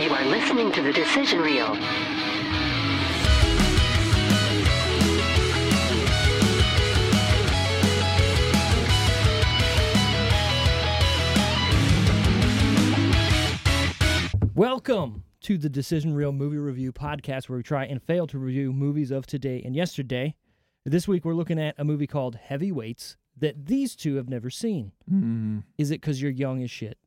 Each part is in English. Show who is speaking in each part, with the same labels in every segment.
Speaker 1: You are listening to the decision reel.
Speaker 2: Welcome to the Decision Reel Movie Review Podcast, where we try and fail to review movies of today and yesterday. This week, we're looking at a movie called Heavyweights that these two have never seen.
Speaker 3: Mm.
Speaker 2: Is it because you're young as shit?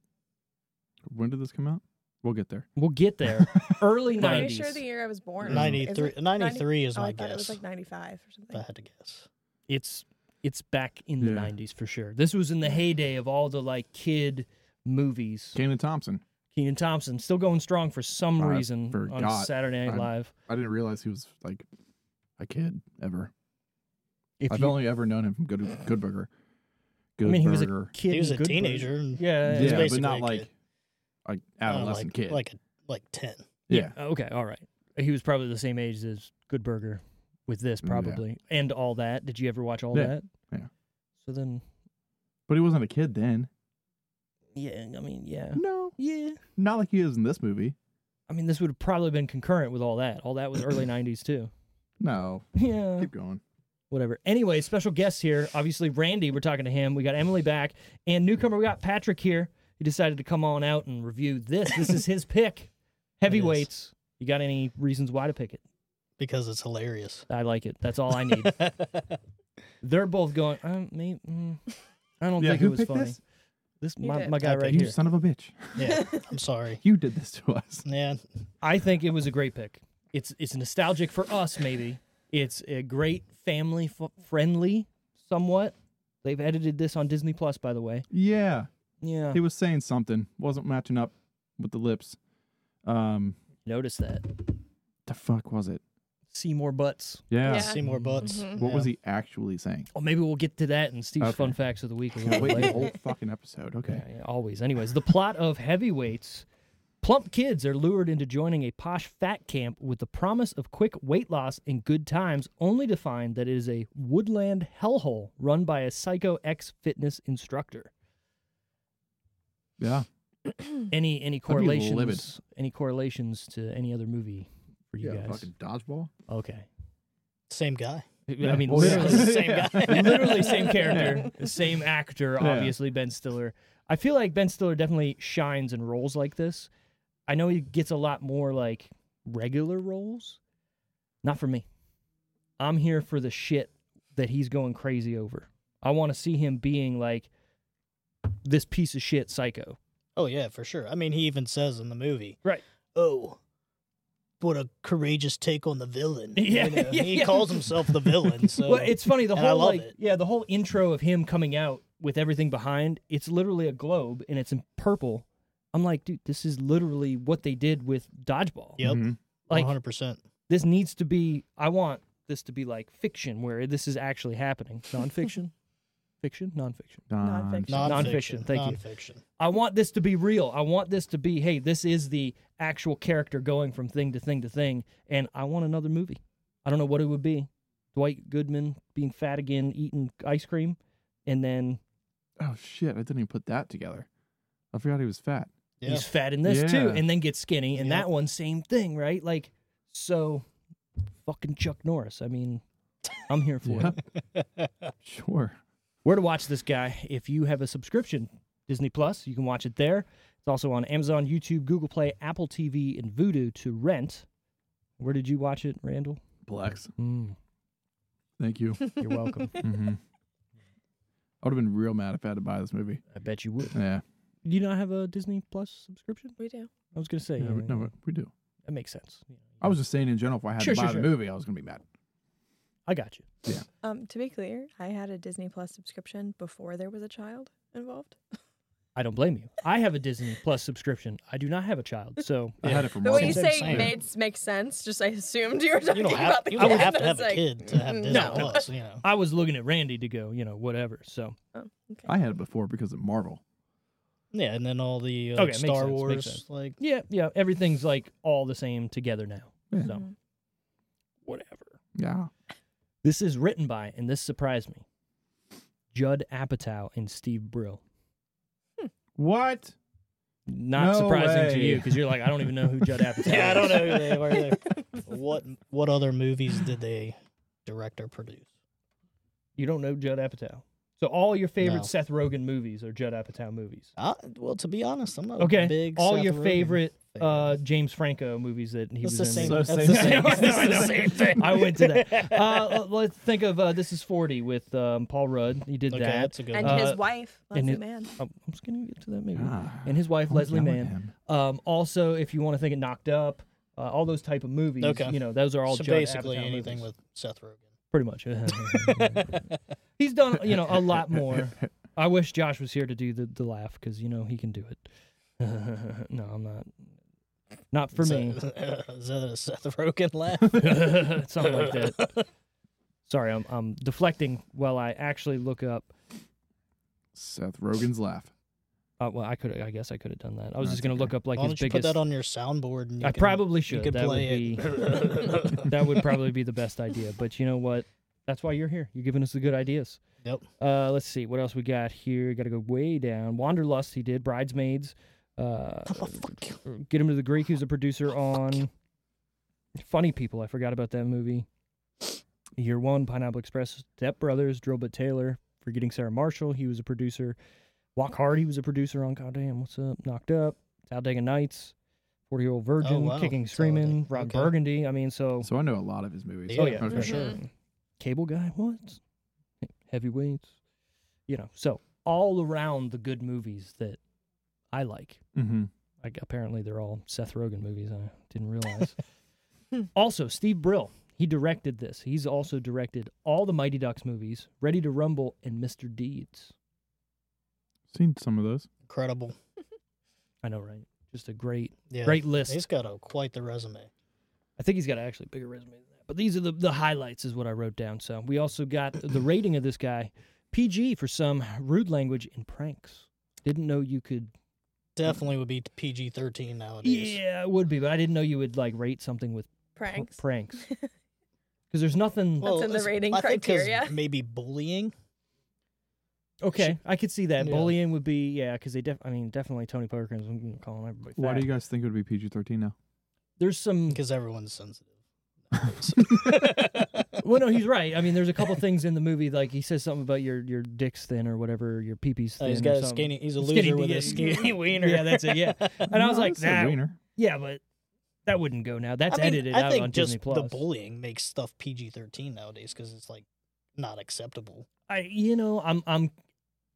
Speaker 3: When did this come out? We'll get there.
Speaker 2: We'll get there. Early
Speaker 4: Pretty
Speaker 2: 90s.
Speaker 4: sure the year I was born. Is
Speaker 5: 93,
Speaker 4: it
Speaker 5: 93 is
Speaker 4: oh,
Speaker 5: my
Speaker 4: I thought
Speaker 5: guess.
Speaker 4: it was like 95 or
Speaker 5: if I
Speaker 4: something.
Speaker 5: had to guess.
Speaker 2: it's it's back in the
Speaker 3: Yeah.
Speaker 2: 90s for sure. This was in the heyday of all the like kid movies.
Speaker 3: Kanan Thompson.
Speaker 2: Keenan Thompson still going strong for some
Speaker 3: I
Speaker 2: reason on
Speaker 3: forgot.
Speaker 2: Saturday Night
Speaker 3: I'm-
Speaker 2: Live.
Speaker 3: I didn't realize he was like a kid ever.
Speaker 2: If
Speaker 3: I've
Speaker 2: you,
Speaker 3: only ever known him from Good Good Burger.
Speaker 2: I
Speaker 3: Good
Speaker 2: mean, he was a
Speaker 3: Burger.
Speaker 2: kid.
Speaker 5: he was a
Speaker 2: in Good Burger.
Speaker 5: teenager. And,
Speaker 2: Yeah,
Speaker 5: He's
Speaker 3: yeah, but
Speaker 5: basically
Speaker 3: not
Speaker 5: a
Speaker 3: like
Speaker 5: kid.
Speaker 2: Oh,
Speaker 3: like
Speaker 5: uh,
Speaker 3: adolescent
Speaker 5: like,
Speaker 3: kid.
Speaker 5: Like, a, like 10.
Speaker 3: yeah,
Speaker 2: Uh, Okay. All right. He was probably the same age as Good Burger with this,
Speaker 3: Mm, Yeah.
Speaker 2: probably, and all that. Did you ever watch all
Speaker 3: Yeah,
Speaker 2: that?
Speaker 3: yeah.
Speaker 2: So then,
Speaker 3: but he wasn't a kid then.
Speaker 2: yeah. I mean, yeah.
Speaker 3: No,
Speaker 2: Yeah.
Speaker 3: not like he is in this movie.
Speaker 2: I mean, this would have probably been concurrent with all that. All that was early '90s too.
Speaker 3: No,
Speaker 2: Yeah.
Speaker 3: keep going.
Speaker 2: Whatever. Anyway, special guest here. Obviously, Randy. We're talking to him. We got Emily back, and newcomer. We got Patrick here. He decided to come on out and review this. This is his pick. Heavyweights. You got any reasons why to pick it?
Speaker 5: Because it's hilarious.
Speaker 2: I like it. That's all I need. They're both going. Um, me, mm, I don't
Speaker 3: Yeah,
Speaker 2: think
Speaker 3: who
Speaker 2: it was
Speaker 3: picked
Speaker 2: funny. This,
Speaker 3: this?
Speaker 4: You
Speaker 2: my,
Speaker 4: did.
Speaker 2: my guy
Speaker 5: I
Speaker 2: right
Speaker 3: you
Speaker 2: here.
Speaker 3: son of a bitch!
Speaker 5: yeah, I'm sorry.
Speaker 3: You did this to us.
Speaker 5: Yeah,
Speaker 2: I think it was a great pick. It's it's nostalgic for us, maybe. It's a great family f- friendly, somewhat. They've edited this on Disney Plus, by the way.
Speaker 3: Yeah,
Speaker 2: Yeah,
Speaker 3: he was saying something. Wasn't matching up with the lips. Um,
Speaker 2: notice that.
Speaker 3: the fuck was it?
Speaker 2: See more butts.
Speaker 3: Yeah.
Speaker 4: Yeah.
Speaker 5: Seymour Butts.
Speaker 4: Mhm.
Speaker 3: What
Speaker 5: yeah.
Speaker 3: was he actually saying?
Speaker 2: Oh, maybe we'll get to that in Steve's
Speaker 3: Okay.
Speaker 2: fun facts of the week. a
Speaker 3: Yeah,
Speaker 2: little
Speaker 3: wait the
Speaker 2: later.
Speaker 3: whole fucking episode. Okay.
Speaker 2: Yeah, yeah, always. Anyways, the plot of Heavyweights. Plump kids are lured into joining a posh fat camp with the promise of quick weight loss and good times, only to find that it is a woodland hellhole run by a psycho ex fitness instructor.
Speaker 3: Yeah.
Speaker 2: Any any
Speaker 3: be livid.
Speaker 2: correlations? Any correlations to any other movie for you guys?
Speaker 3: dodgeball.
Speaker 2: Okay.
Speaker 5: Same guy.
Speaker 2: I mean,
Speaker 3: Oh, yeah.
Speaker 2: literally,
Speaker 5: It's the same guy.
Speaker 2: literally same character, the same actor,
Speaker 3: Yeah.
Speaker 2: obviously Ben Stiller. I feel like Ben Stiller definitely shines in roles like this. I know he gets a lot more like regular roles. Not for me. I'm here for the shit that he's going crazy over. I want to see him being like this piece of shit psycho.
Speaker 5: Oh, yeah, for sure. I mean, he even says in the movie,
Speaker 2: Right.
Speaker 5: Oh, what a courageous take on the villain.
Speaker 2: Yeah,
Speaker 5: You know,
Speaker 2: yeah,
Speaker 5: he
Speaker 2: yeah.
Speaker 5: calls himself the villain. So
Speaker 2: well, it's funny the
Speaker 5: and I
Speaker 2: whole
Speaker 5: love
Speaker 2: like
Speaker 5: it.
Speaker 2: yeah the whole intro of him coming out with everything behind. It's literally a globe and it's in purple. I'm like, dude, this is literally what they did with dodgeball.
Speaker 5: Yep.
Speaker 3: Mhm.
Speaker 2: Like
Speaker 5: 100%.
Speaker 2: this needs to be. I want this to be like fiction where this is actually happening. Nonfiction, fiction, nonfiction.
Speaker 4: Nonfiction.
Speaker 3: Don-
Speaker 2: Nonfiction, thank you.
Speaker 5: Nonfiction.
Speaker 2: I want this to be real. I want this to be. Hey, this is the actual character going from thing to thing to thing, and I want another movie. I don't know what it would be. Dwight Goodman being fat again, eating ice cream, and then
Speaker 3: Oh shit! I didn't even put that together. I forgot he was fat.
Speaker 5: Yeah.
Speaker 2: he's fat in this too,
Speaker 3: Yeah.
Speaker 2: and then gets skinny, and
Speaker 5: Yep.
Speaker 2: that one same thing, right? Like, so fucking Chuck Norris. I mean, I'm here for it.
Speaker 3: sure.
Speaker 2: Where to watch this guy? If you have a subscription, Disney Plus, you can watch it there. It's also on Amazon, YouTube, Google Play, Apple TV, and Vudu to rent. Where did you watch it, Randall?
Speaker 3: Blacks.
Speaker 2: Mm,
Speaker 3: Thank you.
Speaker 2: you're welcome.
Speaker 3: hmm I would have been real mad if I had to buy this movie.
Speaker 2: I bet you would.
Speaker 3: Yeah.
Speaker 2: You not have a Disney Plus subscription?
Speaker 4: We do.
Speaker 2: I was gonna say
Speaker 3: yeah,
Speaker 2: I
Speaker 3: we,
Speaker 2: mean,
Speaker 3: no, but we do.
Speaker 2: that makes sense. Yeah.
Speaker 3: I was just saying in general, if I had
Speaker 2: Sure,
Speaker 3: to buy
Speaker 2: sure,
Speaker 3: the
Speaker 2: sure.
Speaker 3: movie, I was gonna be mad.
Speaker 2: I got you.
Speaker 4: Um, to be clear, I had a Disney Plus subscription before there was a child involved.
Speaker 2: I don't blame you. I have a Disney Plus subscription. I do not have a child, so
Speaker 3: I had it for
Speaker 4: The
Speaker 3: Marvel.
Speaker 4: way you
Speaker 5: Same,
Speaker 4: say
Speaker 5: same.
Speaker 4: made makes sense. Just I assumed you were talking
Speaker 5: You don't have,
Speaker 4: about the
Speaker 5: you
Speaker 4: kid.
Speaker 5: don't have to
Speaker 4: I was
Speaker 5: have a
Speaker 4: like, mm-hmm.
Speaker 5: kid to have Disney
Speaker 2: No.
Speaker 5: Plus, you know.
Speaker 2: I was looking at Randy to go, you know, whatever. So
Speaker 4: Oh, okay.
Speaker 3: I had it before because of Marvel.
Speaker 5: Yeah, and then all the uh,
Speaker 2: Okay,
Speaker 5: like,
Speaker 2: makes
Speaker 5: Star
Speaker 2: sense, makes
Speaker 5: Wars,
Speaker 2: sense.
Speaker 5: like
Speaker 2: yeah, yeah, everything's like all the same together now.
Speaker 3: Yeah.
Speaker 2: So
Speaker 4: Mhm.
Speaker 2: whatever.
Speaker 3: Yeah.
Speaker 2: This is written by, and this surprised me, Judd Apatow and Steve Brill.
Speaker 3: What?
Speaker 2: Not
Speaker 3: No
Speaker 2: surprising to
Speaker 3: way.
Speaker 2: you because you're like, I don't even know who Judd Apatow is.
Speaker 5: Yeah, I don't know who they are. either. what what other movies did they direct or produce?
Speaker 2: You don't know Judd Apatow. So all your favorite
Speaker 5: No.
Speaker 2: Seth Rogen movies are Judd Apatow movies.
Speaker 5: Uh, well, to be honest, I'm not
Speaker 2: Okay,
Speaker 5: a big
Speaker 2: all
Speaker 5: Seth
Speaker 2: your
Speaker 5: Rogen
Speaker 2: favorite
Speaker 5: fan.
Speaker 2: uh, James Franco movies that he
Speaker 5: That's
Speaker 2: was
Speaker 5: the
Speaker 2: in.
Speaker 5: same.
Speaker 3: So
Speaker 5: that's the
Speaker 3: same.
Speaker 5: same.
Speaker 2: I know,
Speaker 5: that's
Speaker 2: I know.
Speaker 5: the same thing.
Speaker 2: I went to that. Uh, l- let's think of uh, this is forty with um, Paul Rudd. He did
Speaker 5: Okay,
Speaker 2: that.
Speaker 5: that's a good.
Speaker 4: And
Speaker 5: one.
Speaker 2: Uh,
Speaker 4: his wife,
Speaker 2: and
Speaker 4: Leslie
Speaker 2: it-
Speaker 4: Mann.
Speaker 2: Oh, I'm just gonna get to that maybe.
Speaker 3: Ah,
Speaker 2: And his wife
Speaker 3: don't
Speaker 2: Leslie
Speaker 3: yell at
Speaker 2: Mann.
Speaker 3: him.
Speaker 2: Um, also, if you want to think of Knocked Up, uh, all those type of movies.
Speaker 5: Okay.
Speaker 2: You know, those are all
Speaker 5: so
Speaker 2: Judd
Speaker 5: basically
Speaker 2: Apatow
Speaker 5: anything
Speaker 2: movies.
Speaker 5: with Seth Rogen.
Speaker 2: pretty much. He's done you know a lot more. I wish Josh was here to do the the laugh because you know he can do it. no, I'm not. Not for
Speaker 5: Is
Speaker 2: me.
Speaker 5: that- is that a Seth Rogen laugh?
Speaker 2: Something like that. Sorry, I'm, I'm deflecting while I actually look up.
Speaker 3: Seth Rogen's laugh.
Speaker 2: Uh, well, I could. I guess I could have done that. I was
Speaker 3: That's
Speaker 2: just gonna
Speaker 3: okay.
Speaker 2: look up like
Speaker 5: Why
Speaker 2: his
Speaker 5: don't you
Speaker 2: biggest.
Speaker 5: put that on your soundboard? And you
Speaker 2: I
Speaker 5: can,
Speaker 2: probably should.
Speaker 5: you can
Speaker 2: that would
Speaker 5: play
Speaker 2: be.
Speaker 5: it.
Speaker 2: that would probably be the best idea. But you know what? That's why you're here. You're giving us the good ideas.
Speaker 5: Yep.
Speaker 2: Uh, let's see what else we got here. Got to go way down. Wanderlust. He did bridesmaids. Uh, get him to the Greek. Who's a producer on Funny People? I forgot about that movie. Year One, Pineapple Express, Step Brothers, Drillbit Taylor. Forgetting Sarah Marshall. He was a producer. Walk Hard. He was a producer on Goddamn. What's up? Knocked Up. Talladega Nights. Forty Year Old Virgin.
Speaker 5: Oh, wow.
Speaker 2: Kicking,
Speaker 5: Talladega.
Speaker 2: screaming. Rob
Speaker 5: Okay.
Speaker 2: Burgundy. I mean, so
Speaker 3: So I know a lot of his movies.
Speaker 5: Yeah,
Speaker 2: Oh yeah,
Speaker 3: Okay.
Speaker 2: for sure. Cable guy, what? Heavyweights. You know, so all around the good movies that I like.
Speaker 3: Mm-hmm.
Speaker 2: Like apparently they're all Seth Rogen movies. I didn't realize. also, Steve Brill. He directed this. He's also directed all the Mighty Ducks movies, Ready to Rumble and Mr. Deeds.
Speaker 3: Seen some of those.
Speaker 5: Incredible.
Speaker 2: I know, right? Just a great,
Speaker 5: Yeah.
Speaker 2: great list.
Speaker 5: He's got a quite the resume.
Speaker 2: I think he's got actually a bigger resume than that. But these are the, the highlights, is what I wrote down. So we also got the rating of this guy PG for some rude language and pranks. Didn't know you could.
Speaker 5: Definitely would be PG thirteen nowadays.
Speaker 2: Yeah, it would be, but I didn't know you would like rate something with pr-
Speaker 4: Pranks.
Speaker 2: pranks. Because there's nothing.
Speaker 4: Well, in the
Speaker 5: it's-
Speaker 4: rating
Speaker 5: I think 'cause
Speaker 4: criteria.
Speaker 5: Maybe bullying.
Speaker 2: okay, I could see that.
Speaker 5: Yeah.
Speaker 2: Bullying would be, yeah, because they def. I mean, definitely Tony Parker is I'm calling everybody.
Speaker 3: Why
Speaker 2: fat.
Speaker 3: do you guys think it would be PG thirteen now?
Speaker 2: There's some.
Speaker 5: because everyone's sensitive. uh,
Speaker 2: Well, no, he's right. I mean, there's a couple things in the movie, like he says something about your your dick's thin or whatever, your peepee's thin.
Speaker 5: Uh, he's
Speaker 2: or
Speaker 5: got a
Speaker 2: something.
Speaker 5: skinny. He's a loser
Speaker 2: Skinny
Speaker 5: with
Speaker 2: D-
Speaker 5: a skinny wiener.
Speaker 2: Yeah, that's it. Yeah, and I was
Speaker 3: No,
Speaker 2: like,
Speaker 3: it's a
Speaker 2: that,
Speaker 3: wiener.
Speaker 2: yeah, but that wouldn't go now. That's
Speaker 5: I mean,
Speaker 2: edited
Speaker 5: I
Speaker 2: out
Speaker 5: think
Speaker 2: on
Speaker 5: just
Speaker 2: Disney Plus.
Speaker 5: the bullying makes stuff PG thirteen nowadays because it's like not acceptable.
Speaker 2: I, you know, I'm, I'm,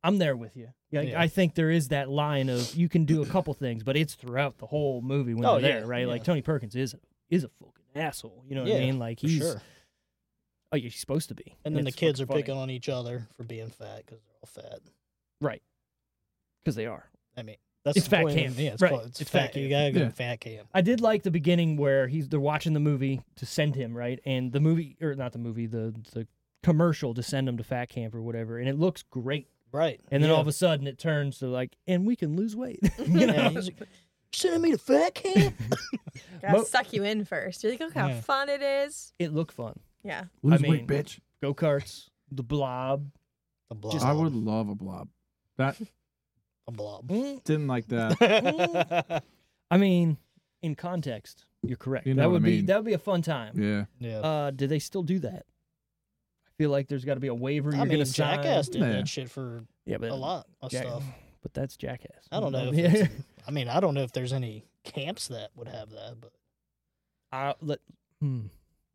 Speaker 2: I'm there with you. Yeah,
Speaker 5: Yeah.
Speaker 2: I think there is that line of you can do a couple things, but it's throughout the whole movie when
Speaker 5: Oh,
Speaker 2: you're there,
Speaker 5: yeah,
Speaker 2: right? Like
Speaker 5: yeah.
Speaker 2: Tony Perkins is is a fucking asshole. You know what I
Speaker 5: Yeah,
Speaker 2: mean? Like
Speaker 5: For
Speaker 2: he's
Speaker 5: sure.
Speaker 2: oh, you're supposed to be.
Speaker 5: And then the kids are picking
Speaker 2: up
Speaker 5: on each other for being fat because they're all fat.
Speaker 2: because they are.
Speaker 5: I mean, that's
Speaker 2: It's
Speaker 5: the
Speaker 2: fat
Speaker 5: point of-
Speaker 2: camp,
Speaker 5: Yeah, it's,
Speaker 2: right,
Speaker 5: called- it's,
Speaker 2: it's fat
Speaker 5: fat. You gotta go
Speaker 3: Yeah.
Speaker 5: fat camp.
Speaker 2: I did like the beginning where he's they're watching the movie to send him right, and the movie or not the movie the the commercial to send him to fat camp or whatever, and it looks great.
Speaker 5: Right.
Speaker 2: And then all of
Speaker 5: yeah.
Speaker 2: a sudden it turns to like, and we can lose weight. you
Speaker 5: Yeah,
Speaker 2: know?
Speaker 5: he's like, sending me to fat camp.
Speaker 4: Gotta
Speaker 2: Mo-
Speaker 4: suck you in first. You're like, look how
Speaker 5: Yeah.
Speaker 4: fun it is.
Speaker 2: It looked fun.
Speaker 4: Yeah.
Speaker 3: Lose
Speaker 2: mean,
Speaker 3: weight, bitch.
Speaker 2: Go karts, the blob.
Speaker 5: a blob.
Speaker 3: I would love a blob. That
Speaker 5: a blob.
Speaker 2: Mm,
Speaker 3: didn't like that. Uh,
Speaker 2: I mean, in context, you're correct.
Speaker 3: You know
Speaker 2: that
Speaker 3: what I
Speaker 2: would be
Speaker 3: mean.
Speaker 2: that would be a fun time.
Speaker 3: Yeah.
Speaker 5: yeah.
Speaker 2: Uh, do they still do that? I feel like there's got to be a waiver
Speaker 5: I
Speaker 2: you're
Speaker 5: mean,
Speaker 2: gonna sign.
Speaker 5: Jackass did
Speaker 3: Yeah.
Speaker 5: that shit for
Speaker 2: Yeah, but
Speaker 5: a lot of
Speaker 2: Jack-
Speaker 5: stuff.
Speaker 2: But that's Jackass.
Speaker 5: Mm, I don't know. If
Speaker 2: Yeah.
Speaker 5: it's, I mean, I don't know if there's any camps that would have that, but
Speaker 2: I let hmm,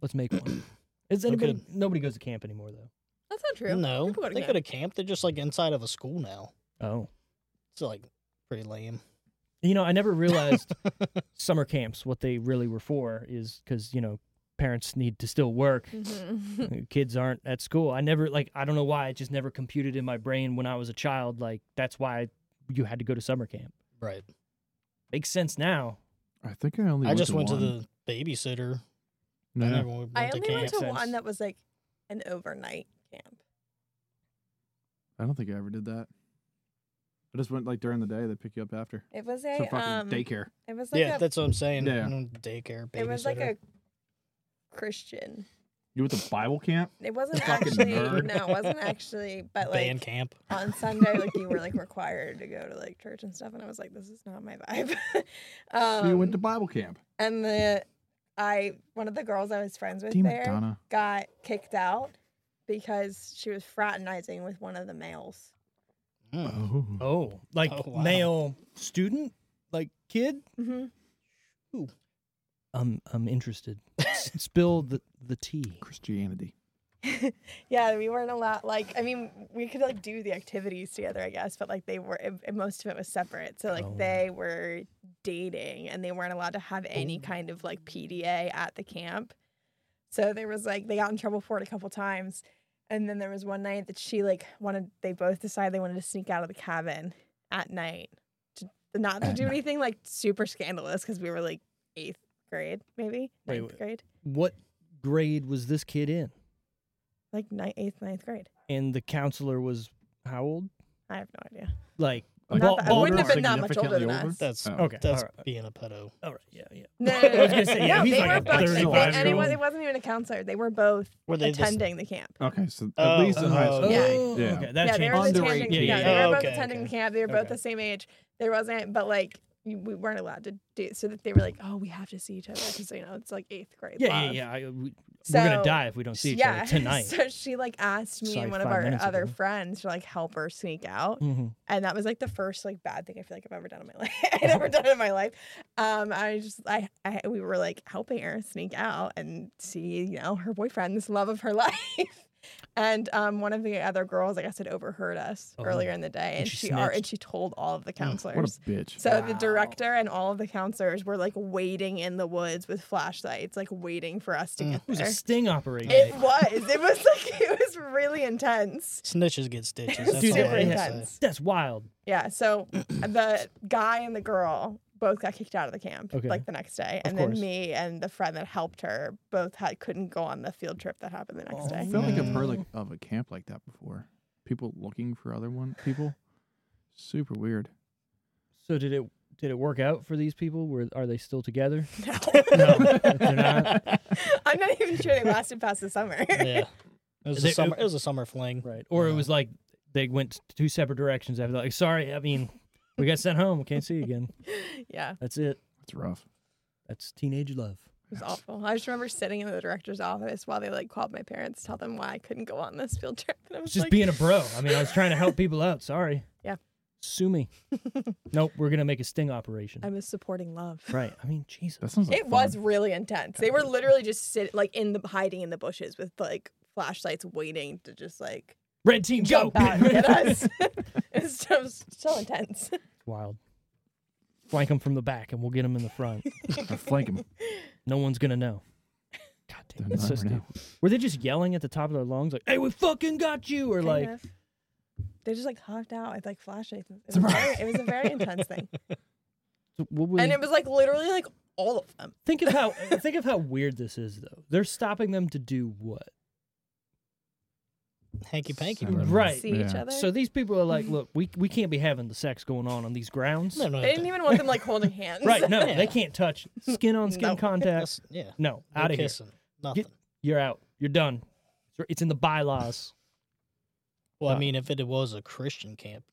Speaker 2: let's make one. Is
Speaker 5: We
Speaker 2: anybody nobody goes to camp anymore though?
Speaker 4: That's not true.
Speaker 5: no,
Speaker 4: People go to
Speaker 5: they
Speaker 4: camp.
Speaker 5: go to camp. They're just like inside of a school now.
Speaker 2: Oh.
Speaker 5: It's like pretty lame.
Speaker 2: You know, I never realized summer camps what they really were for is cuz you know, parents need to still work.
Speaker 4: Mhm.
Speaker 2: Kids aren't at school. I never like I don't know why it just never computed in my brain when I was a child like that's why you had to go to summer camp.
Speaker 5: Right.
Speaker 2: Makes sense now.
Speaker 3: I think I only.
Speaker 5: I just went
Speaker 3: one.
Speaker 5: to the babysitter.
Speaker 3: No,
Speaker 5: I never went
Speaker 4: I
Speaker 5: to
Speaker 4: only
Speaker 5: camp.
Speaker 4: went to
Speaker 2: Makes sense.
Speaker 4: one that was like an overnight camp.
Speaker 3: I don't think I ever did that. I just went like during the day. They pick you up after.
Speaker 4: It was a
Speaker 3: So fucking
Speaker 4: um,
Speaker 3: daycare.
Speaker 4: It was like
Speaker 5: yeah,
Speaker 4: a
Speaker 5: that's what I'm saying.
Speaker 3: Yeah.
Speaker 5: Mm, Daycare. Babysitter.
Speaker 4: it was like a Christian
Speaker 3: You went to Bible camp?
Speaker 4: It wasn't
Speaker 3: Fucking
Speaker 4: actually
Speaker 3: nerd.
Speaker 4: no, it wasn't actually. But like
Speaker 5: Band camp.
Speaker 4: on Sunday, like you were like required to go to like church and stuff, and I was like, this is not my vibe. um,
Speaker 3: so you went to Bible camp.
Speaker 4: and the I one of the girls I was friends with there
Speaker 3: Donna.
Speaker 4: got kicked out because she was fraternizing with one of the males.
Speaker 5: Mm.
Speaker 3: Oh.
Speaker 2: Oh, like
Speaker 5: Oh, wow.
Speaker 2: male student, like kid.
Speaker 4: Mm-hmm.
Speaker 2: I'm I'm interested. S- Spill the the tea.
Speaker 3: Christianity.
Speaker 4: yeah, we weren't allowed. Like, I mean, we could like do the activities together, I guess, but like they were, and- and most of it was separate. So like
Speaker 2: Oh.
Speaker 4: they were dating, and they weren't allowed to have any
Speaker 2: Oh.
Speaker 4: kind of like PDA at the camp. So there was like they got in trouble for it a couple times, and then there was one night that she like wanted. They both decided they wanted to sneak out of the cabin at night, to, not to
Speaker 3: At
Speaker 4: do
Speaker 3: night.
Speaker 4: anything like super scandalous because we were like eighth grade, maybe
Speaker 2: Wait,
Speaker 4: ninth
Speaker 2: wait.
Speaker 4: grade,
Speaker 2: What grade was this kid in?
Speaker 4: like ni- eighth, ninth grade.
Speaker 2: And the counselor was how old?
Speaker 4: I have no idea.
Speaker 2: Like,
Speaker 3: Like
Speaker 2: bal-
Speaker 4: Not that- I
Speaker 2: balding?
Speaker 4: wouldn't have been that much older
Speaker 3: significantly
Speaker 4: than
Speaker 3: older?
Speaker 4: us.
Speaker 5: That's
Speaker 3: Oh.
Speaker 2: Okay,
Speaker 5: that's
Speaker 2: all right.
Speaker 5: being a pedo.
Speaker 2: All right, yeah, yeah.
Speaker 4: No, no,
Speaker 2: I
Speaker 4: no,
Speaker 2: was
Speaker 4: no.
Speaker 2: gonna say, yeah,
Speaker 4: No,
Speaker 2: he's
Speaker 4: they
Speaker 2: like
Speaker 4: were
Speaker 2: a
Speaker 4: both- they-
Speaker 2: 35
Speaker 4: and it,
Speaker 2: year
Speaker 4: was,
Speaker 2: old.
Speaker 4: it wasn't even a counselor. They were both
Speaker 5: Were they just-
Speaker 4: attending the camp.
Speaker 3: Okay, so at
Speaker 5: Oh.
Speaker 3: least in high
Speaker 5: Oh.
Speaker 3: school.
Speaker 4: Yeah.
Speaker 3: Yeah.
Speaker 2: okay, that
Speaker 4: yeah, they were
Speaker 2: changes.
Speaker 3: Under
Speaker 4: attending.
Speaker 3: 18.
Speaker 4: Yeah,
Speaker 2: Yeah,
Speaker 4: they
Speaker 5: yeah.
Speaker 4: were both
Speaker 5: Okay,
Speaker 4: attending
Speaker 5: okay.
Speaker 4: the camp. They were both
Speaker 2: Oh, Okay.
Speaker 4: the same age. There wasn't, but like you, we weren't allowed to do. So that they were like, oh, we have to see each other because you know it's like eighth grade.
Speaker 2: yeah, yeah,
Speaker 4: love.
Speaker 2: yeah. I, we,
Speaker 4: So,
Speaker 2: we're gonna die if we don't see each
Speaker 4: yeah.
Speaker 2: other tonight.
Speaker 4: So she like asked me
Speaker 2: Sorry,
Speaker 4: and one of
Speaker 2: five
Speaker 4: our
Speaker 2: minutes
Speaker 4: other
Speaker 2: ago.
Speaker 4: friends to like help her sneak out.
Speaker 2: Mhm.
Speaker 4: and that was like the first like bad thing I feel like I've ever done in my life. I've ever done in my life. Um, I just I, I we were like helping her sneak out and see you know her boyfriend, this love of her life. And um, one of the other girls, I guess, had overheard us
Speaker 2: Oh.
Speaker 4: earlier in the day, and,
Speaker 2: she Oh,
Speaker 4: she ar- and
Speaker 2: snitched.
Speaker 4: she told all of the counselors.
Speaker 3: What a bitch.
Speaker 4: So the
Speaker 2: Wow.
Speaker 4: director and all of the counselors were like waiting in the woods with flashlights, like waiting for us to
Speaker 5: Mm.
Speaker 4: get
Speaker 2: It was a
Speaker 4: there.
Speaker 2: sting operation.
Speaker 4: It was. It was like it was really intense.
Speaker 5: Snitches get stitches. That's
Speaker 2: Dude,
Speaker 5: all I
Speaker 2: it-
Speaker 5: can
Speaker 4: intense.
Speaker 5: say.
Speaker 2: That's wild.
Speaker 4: Yeah. So the guy and the girl both got kicked out of the camp
Speaker 2: Okay.
Speaker 4: like the next day,
Speaker 2: Of
Speaker 4: and then
Speaker 2: course.
Speaker 4: me and the friend that helped her both had couldn't go on the field trip that happened the next
Speaker 2: Oh,
Speaker 4: day.
Speaker 3: I feel like I've heard like of a camp like that before. People looking for other one people. Super weird.
Speaker 2: So did it did it work out for these people? Were are they still together?
Speaker 4: No.
Speaker 2: they're not.
Speaker 4: I'm not even sure they lasted past the summer.
Speaker 5: Yeah. It was,
Speaker 2: They-
Speaker 5: a summer, it was a summer fling.
Speaker 2: Right. Or it
Speaker 5: Yeah.
Speaker 2: was like they went two separate directions. I'd be like, sorry, I mean, we got sent home. We can't see you again.
Speaker 4: yeah, it
Speaker 2: That's it.
Speaker 3: It's rough.
Speaker 2: That's teenage love.
Speaker 4: was awful. I just remember sitting in the director's office while they like called my parents, to tell them why I couldn't go on this field trip, and I was
Speaker 2: It's just
Speaker 4: like,
Speaker 2: being a bro. I mean, I was trying to help people out. Sorry.
Speaker 4: Yeah.
Speaker 2: Sue me. nope. We're gonna make a sting operation.
Speaker 4: I was supporting love.
Speaker 2: right. I mean, Jesus.
Speaker 3: That sounds like
Speaker 4: It was
Speaker 3: fun.
Speaker 4: really intense. They were literally just sitting like in the hiding in the bushes with like flashlights, waiting to just like
Speaker 2: Red team, go.
Speaker 4: jump out and get us. it's so, so intense.
Speaker 2: Wild. Flank them from the back, and we'll get them in the front.
Speaker 3: Or flank him.
Speaker 2: No one's gonna know. God
Speaker 3: They'll
Speaker 2: damn, that's so
Speaker 3: never know.
Speaker 2: stupid. Were they just yelling at the top of their lungs like, "Hey, we fucking got you," or like,
Speaker 4: they just like hopped out with like flashlights. It was, very, it was a very intense thing,
Speaker 2: so what were
Speaker 4: and
Speaker 2: they-
Speaker 4: it was like literally like all of them.
Speaker 2: think of how think of how weird this is though. They're stopping them to do what?
Speaker 5: Hanky panky.
Speaker 3: Summer.
Speaker 5: brother.
Speaker 2: Right.
Speaker 4: See each
Speaker 3: Yeah.
Speaker 4: other.
Speaker 2: So these people are like, "Look, we we can't be having the sex going on on these grounds."
Speaker 5: They don't have
Speaker 4: they didn't
Speaker 5: to-
Speaker 4: even want them like holding hands.
Speaker 2: Right? No,
Speaker 5: Yeah.
Speaker 2: they can't touch skin on skin
Speaker 4: No.
Speaker 2: contact.
Speaker 5: that's- Yeah.
Speaker 2: No,
Speaker 5: no
Speaker 2: out of here.
Speaker 5: kissing. Nothing.
Speaker 2: You're out. You're done. It's- It's in the bylaws.
Speaker 5: Well, I
Speaker 2: Uh,
Speaker 5: mean, if it was a Christian camp,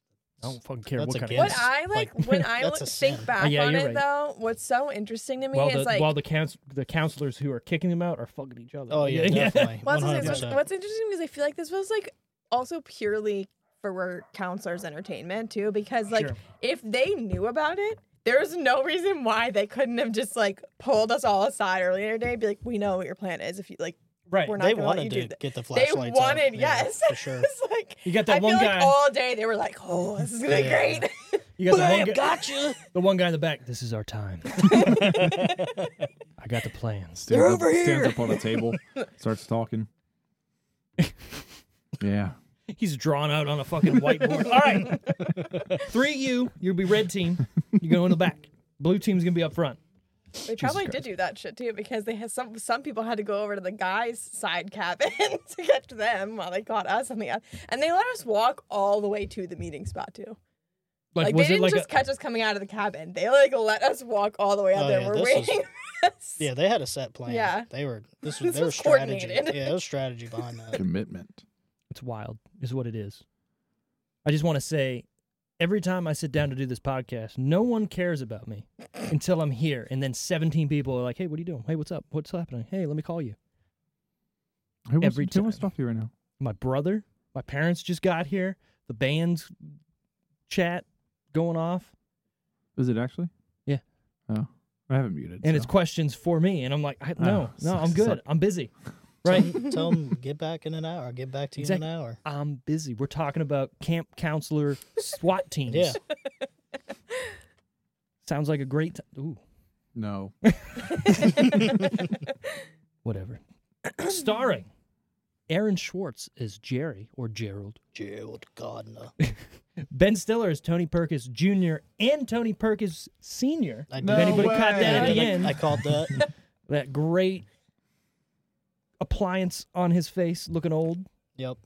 Speaker 2: I don't fucking care
Speaker 5: That's
Speaker 2: what kind
Speaker 5: against-
Speaker 4: What
Speaker 2: of.
Speaker 4: I
Speaker 5: Yes.
Speaker 4: like,
Speaker 5: Like,
Speaker 4: when I
Speaker 5: that's
Speaker 4: look-
Speaker 5: a
Speaker 4: think
Speaker 5: sin.
Speaker 4: back
Speaker 2: Oh, yeah,
Speaker 4: on
Speaker 2: you're
Speaker 4: it
Speaker 2: right.
Speaker 4: though, what's so interesting to me
Speaker 2: While
Speaker 4: is
Speaker 2: the
Speaker 4: like
Speaker 2: while the counsel the counselors who are kicking them out are fucking each other.
Speaker 5: oh yeah, definitely.
Speaker 4: Well, that's what I'm
Speaker 5: One hundred
Speaker 4: saying. So
Speaker 5: percent.
Speaker 4: what's interesting because I feel like this was like also purely for counselors' entertainment too, because like
Speaker 2: Sure.
Speaker 4: if they knew about it, there's no reason why they couldn't have just like pulled us all aside earlier today and be like, "We know what your plan is. If you like,
Speaker 2: Right.
Speaker 4: we're not
Speaker 5: They
Speaker 4: gonna let you
Speaker 5: wanted
Speaker 4: do
Speaker 5: to
Speaker 4: that."
Speaker 5: get the
Speaker 4: They
Speaker 5: flashlights. out,
Speaker 4: wanted,
Speaker 5: yeah,
Speaker 4: yes,
Speaker 5: for sure.
Speaker 4: it's like
Speaker 2: You got
Speaker 4: I
Speaker 2: that
Speaker 4: feel
Speaker 2: one
Speaker 4: like
Speaker 2: guy.
Speaker 4: all day they were like, "Oh, this is gonna be
Speaker 5: Yeah.
Speaker 4: great."
Speaker 2: you got the
Speaker 5: Bam,
Speaker 2: one guy.
Speaker 5: gotcha.
Speaker 2: The one guy in the back, this is our time. I got the plans.
Speaker 3: Stands
Speaker 5: They're
Speaker 3: up-
Speaker 5: over
Speaker 3: Stands
Speaker 5: here.
Speaker 3: up on a table, starts talking. Yeah.
Speaker 2: He's drawn out on a fucking whiteboard. All right. Three of you, you'll be red team. You go in the back. Blue team's gonna be up front.
Speaker 4: They probably did do that shit too because they had some some people had to go over to the guys' side cabin to get to them while they caught us on the oth- and they let us walk all the way to the meeting spot too.
Speaker 2: Like,
Speaker 4: Like,
Speaker 2: was
Speaker 4: they
Speaker 2: it
Speaker 4: didn't
Speaker 2: like
Speaker 4: just
Speaker 2: a,
Speaker 4: catch us coming out of the cabin. They like let us walk all the way out
Speaker 5: Oh,
Speaker 4: there.
Speaker 5: yeah,
Speaker 4: We're
Speaker 5: this is-
Speaker 4: waiting this.
Speaker 5: Yeah, they had a set plan.
Speaker 4: Yeah.
Speaker 5: they were. This was
Speaker 4: This
Speaker 5: their
Speaker 4: was
Speaker 5: strategy.
Speaker 4: coordinated.
Speaker 5: Yeah, there was strategy behind that.
Speaker 3: Commitment.
Speaker 2: It's wild, is what it is. I just want to say every time I sit down to do this podcast, no one cares about me until I'm here. And then 17 people are like, hey, what are you doing? Hey, what's up? What's happening? Hey, let me call you.
Speaker 3: Who wants,
Speaker 2: Every
Speaker 3: who wants to
Speaker 2: time.
Speaker 3: talk to you right now?
Speaker 2: My brother, my parents just got here. The band's chat going off.
Speaker 3: Is it actually?
Speaker 2: Yeah.
Speaker 3: Oh, I haven't muted.
Speaker 2: And it's
Speaker 3: so.
Speaker 2: questions for me. And I'm like, I, no, no,
Speaker 3: Ah, sucks
Speaker 2: I'm
Speaker 3: to
Speaker 2: good.
Speaker 3: suck.
Speaker 2: I'm busy. Right?
Speaker 5: Tell them get back in an hour. Get back to you in an hour.
Speaker 2: I'm busy. We're talking about camp counselor SWAT teams.
Speaker 5: Yeah.
Speaker 2: Sounds like a great t- Ooh,
Speaker 3: no.
Speaker 2: whatever. Starring Aaron Schwartz as Jerry or Gerald.
Speaker 5: Gerald Gardner.
Speaker 2: Ben Stiller as Tony Perkis Jr. and Tony Perkis Sr.
Speaker 5: I
Speaker 3: No
Speaker 5: did-
Speaker 2: Anybody
Speaker 3: way.
Speaker 2: caught that
Speaker 5: I
Speaker 2: at
Speaker 5: did-
Speaker 2: the
Speaker 5: I-
Speaker 2: end?
Speaker 5: I called that.
Speaker 2: that great appliance on his face looking old.
Speaker 5: Yep.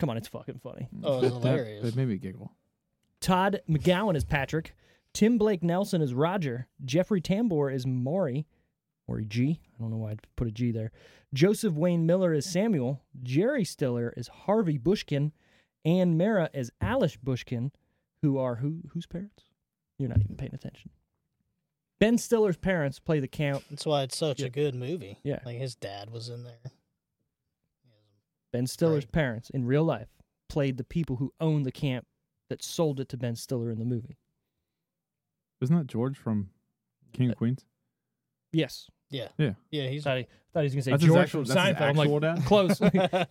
Speaker 2: Come on, it's fucking funny.
Speaker 5: Oh, it was
Speaker 3: That-
Speaker 5: hilarious.
Speaker 3: That made me giggle.
Speaker 2: Todd McGowan is Patrick. Tim Blake Nelson is Roger. Jeffrey Tambor is Maury. Maury G. I don't know why I put a G there. Joseph Wayne Miller is Samuel. Jerry Stiller is Harvey Bushkin. Ann Mara is Alice Bushkin, who are who whose parents? You're not even paying attention. Ben Stiller's parents play the count.
Speaker 5: That's why it's such
Speaker 2: Yeah.
Speaker 5: a good movie.
Speaker 2: Yeah.
Speaker 5: Like his dad was in there.
Speaker 2: Ben Stiller's
Speaker 5: Right.
Speaker 2: parents in real life played the people who owned the camp that sold it to Ben Stiller in the movie.
Speaker 3: Isn't that George from
Speaker 2: Uh,
Speaker 3: King of Queens?
Speaker 2: Yes.
Speaker 5: Yeah.
Speaker 3: Yeah.
Speaker 5: Yeah, he's
Speaker 2: Thought he, thought he was going to say
Speaker 3: That's his
Speaker 2: George
Speaker 3: actual-
Speaker 2: from
Speaker 3: that's his
Speaker 2: Seinfeld. I'm like,
Speaker 3: actual dad?
Speaker 2: close.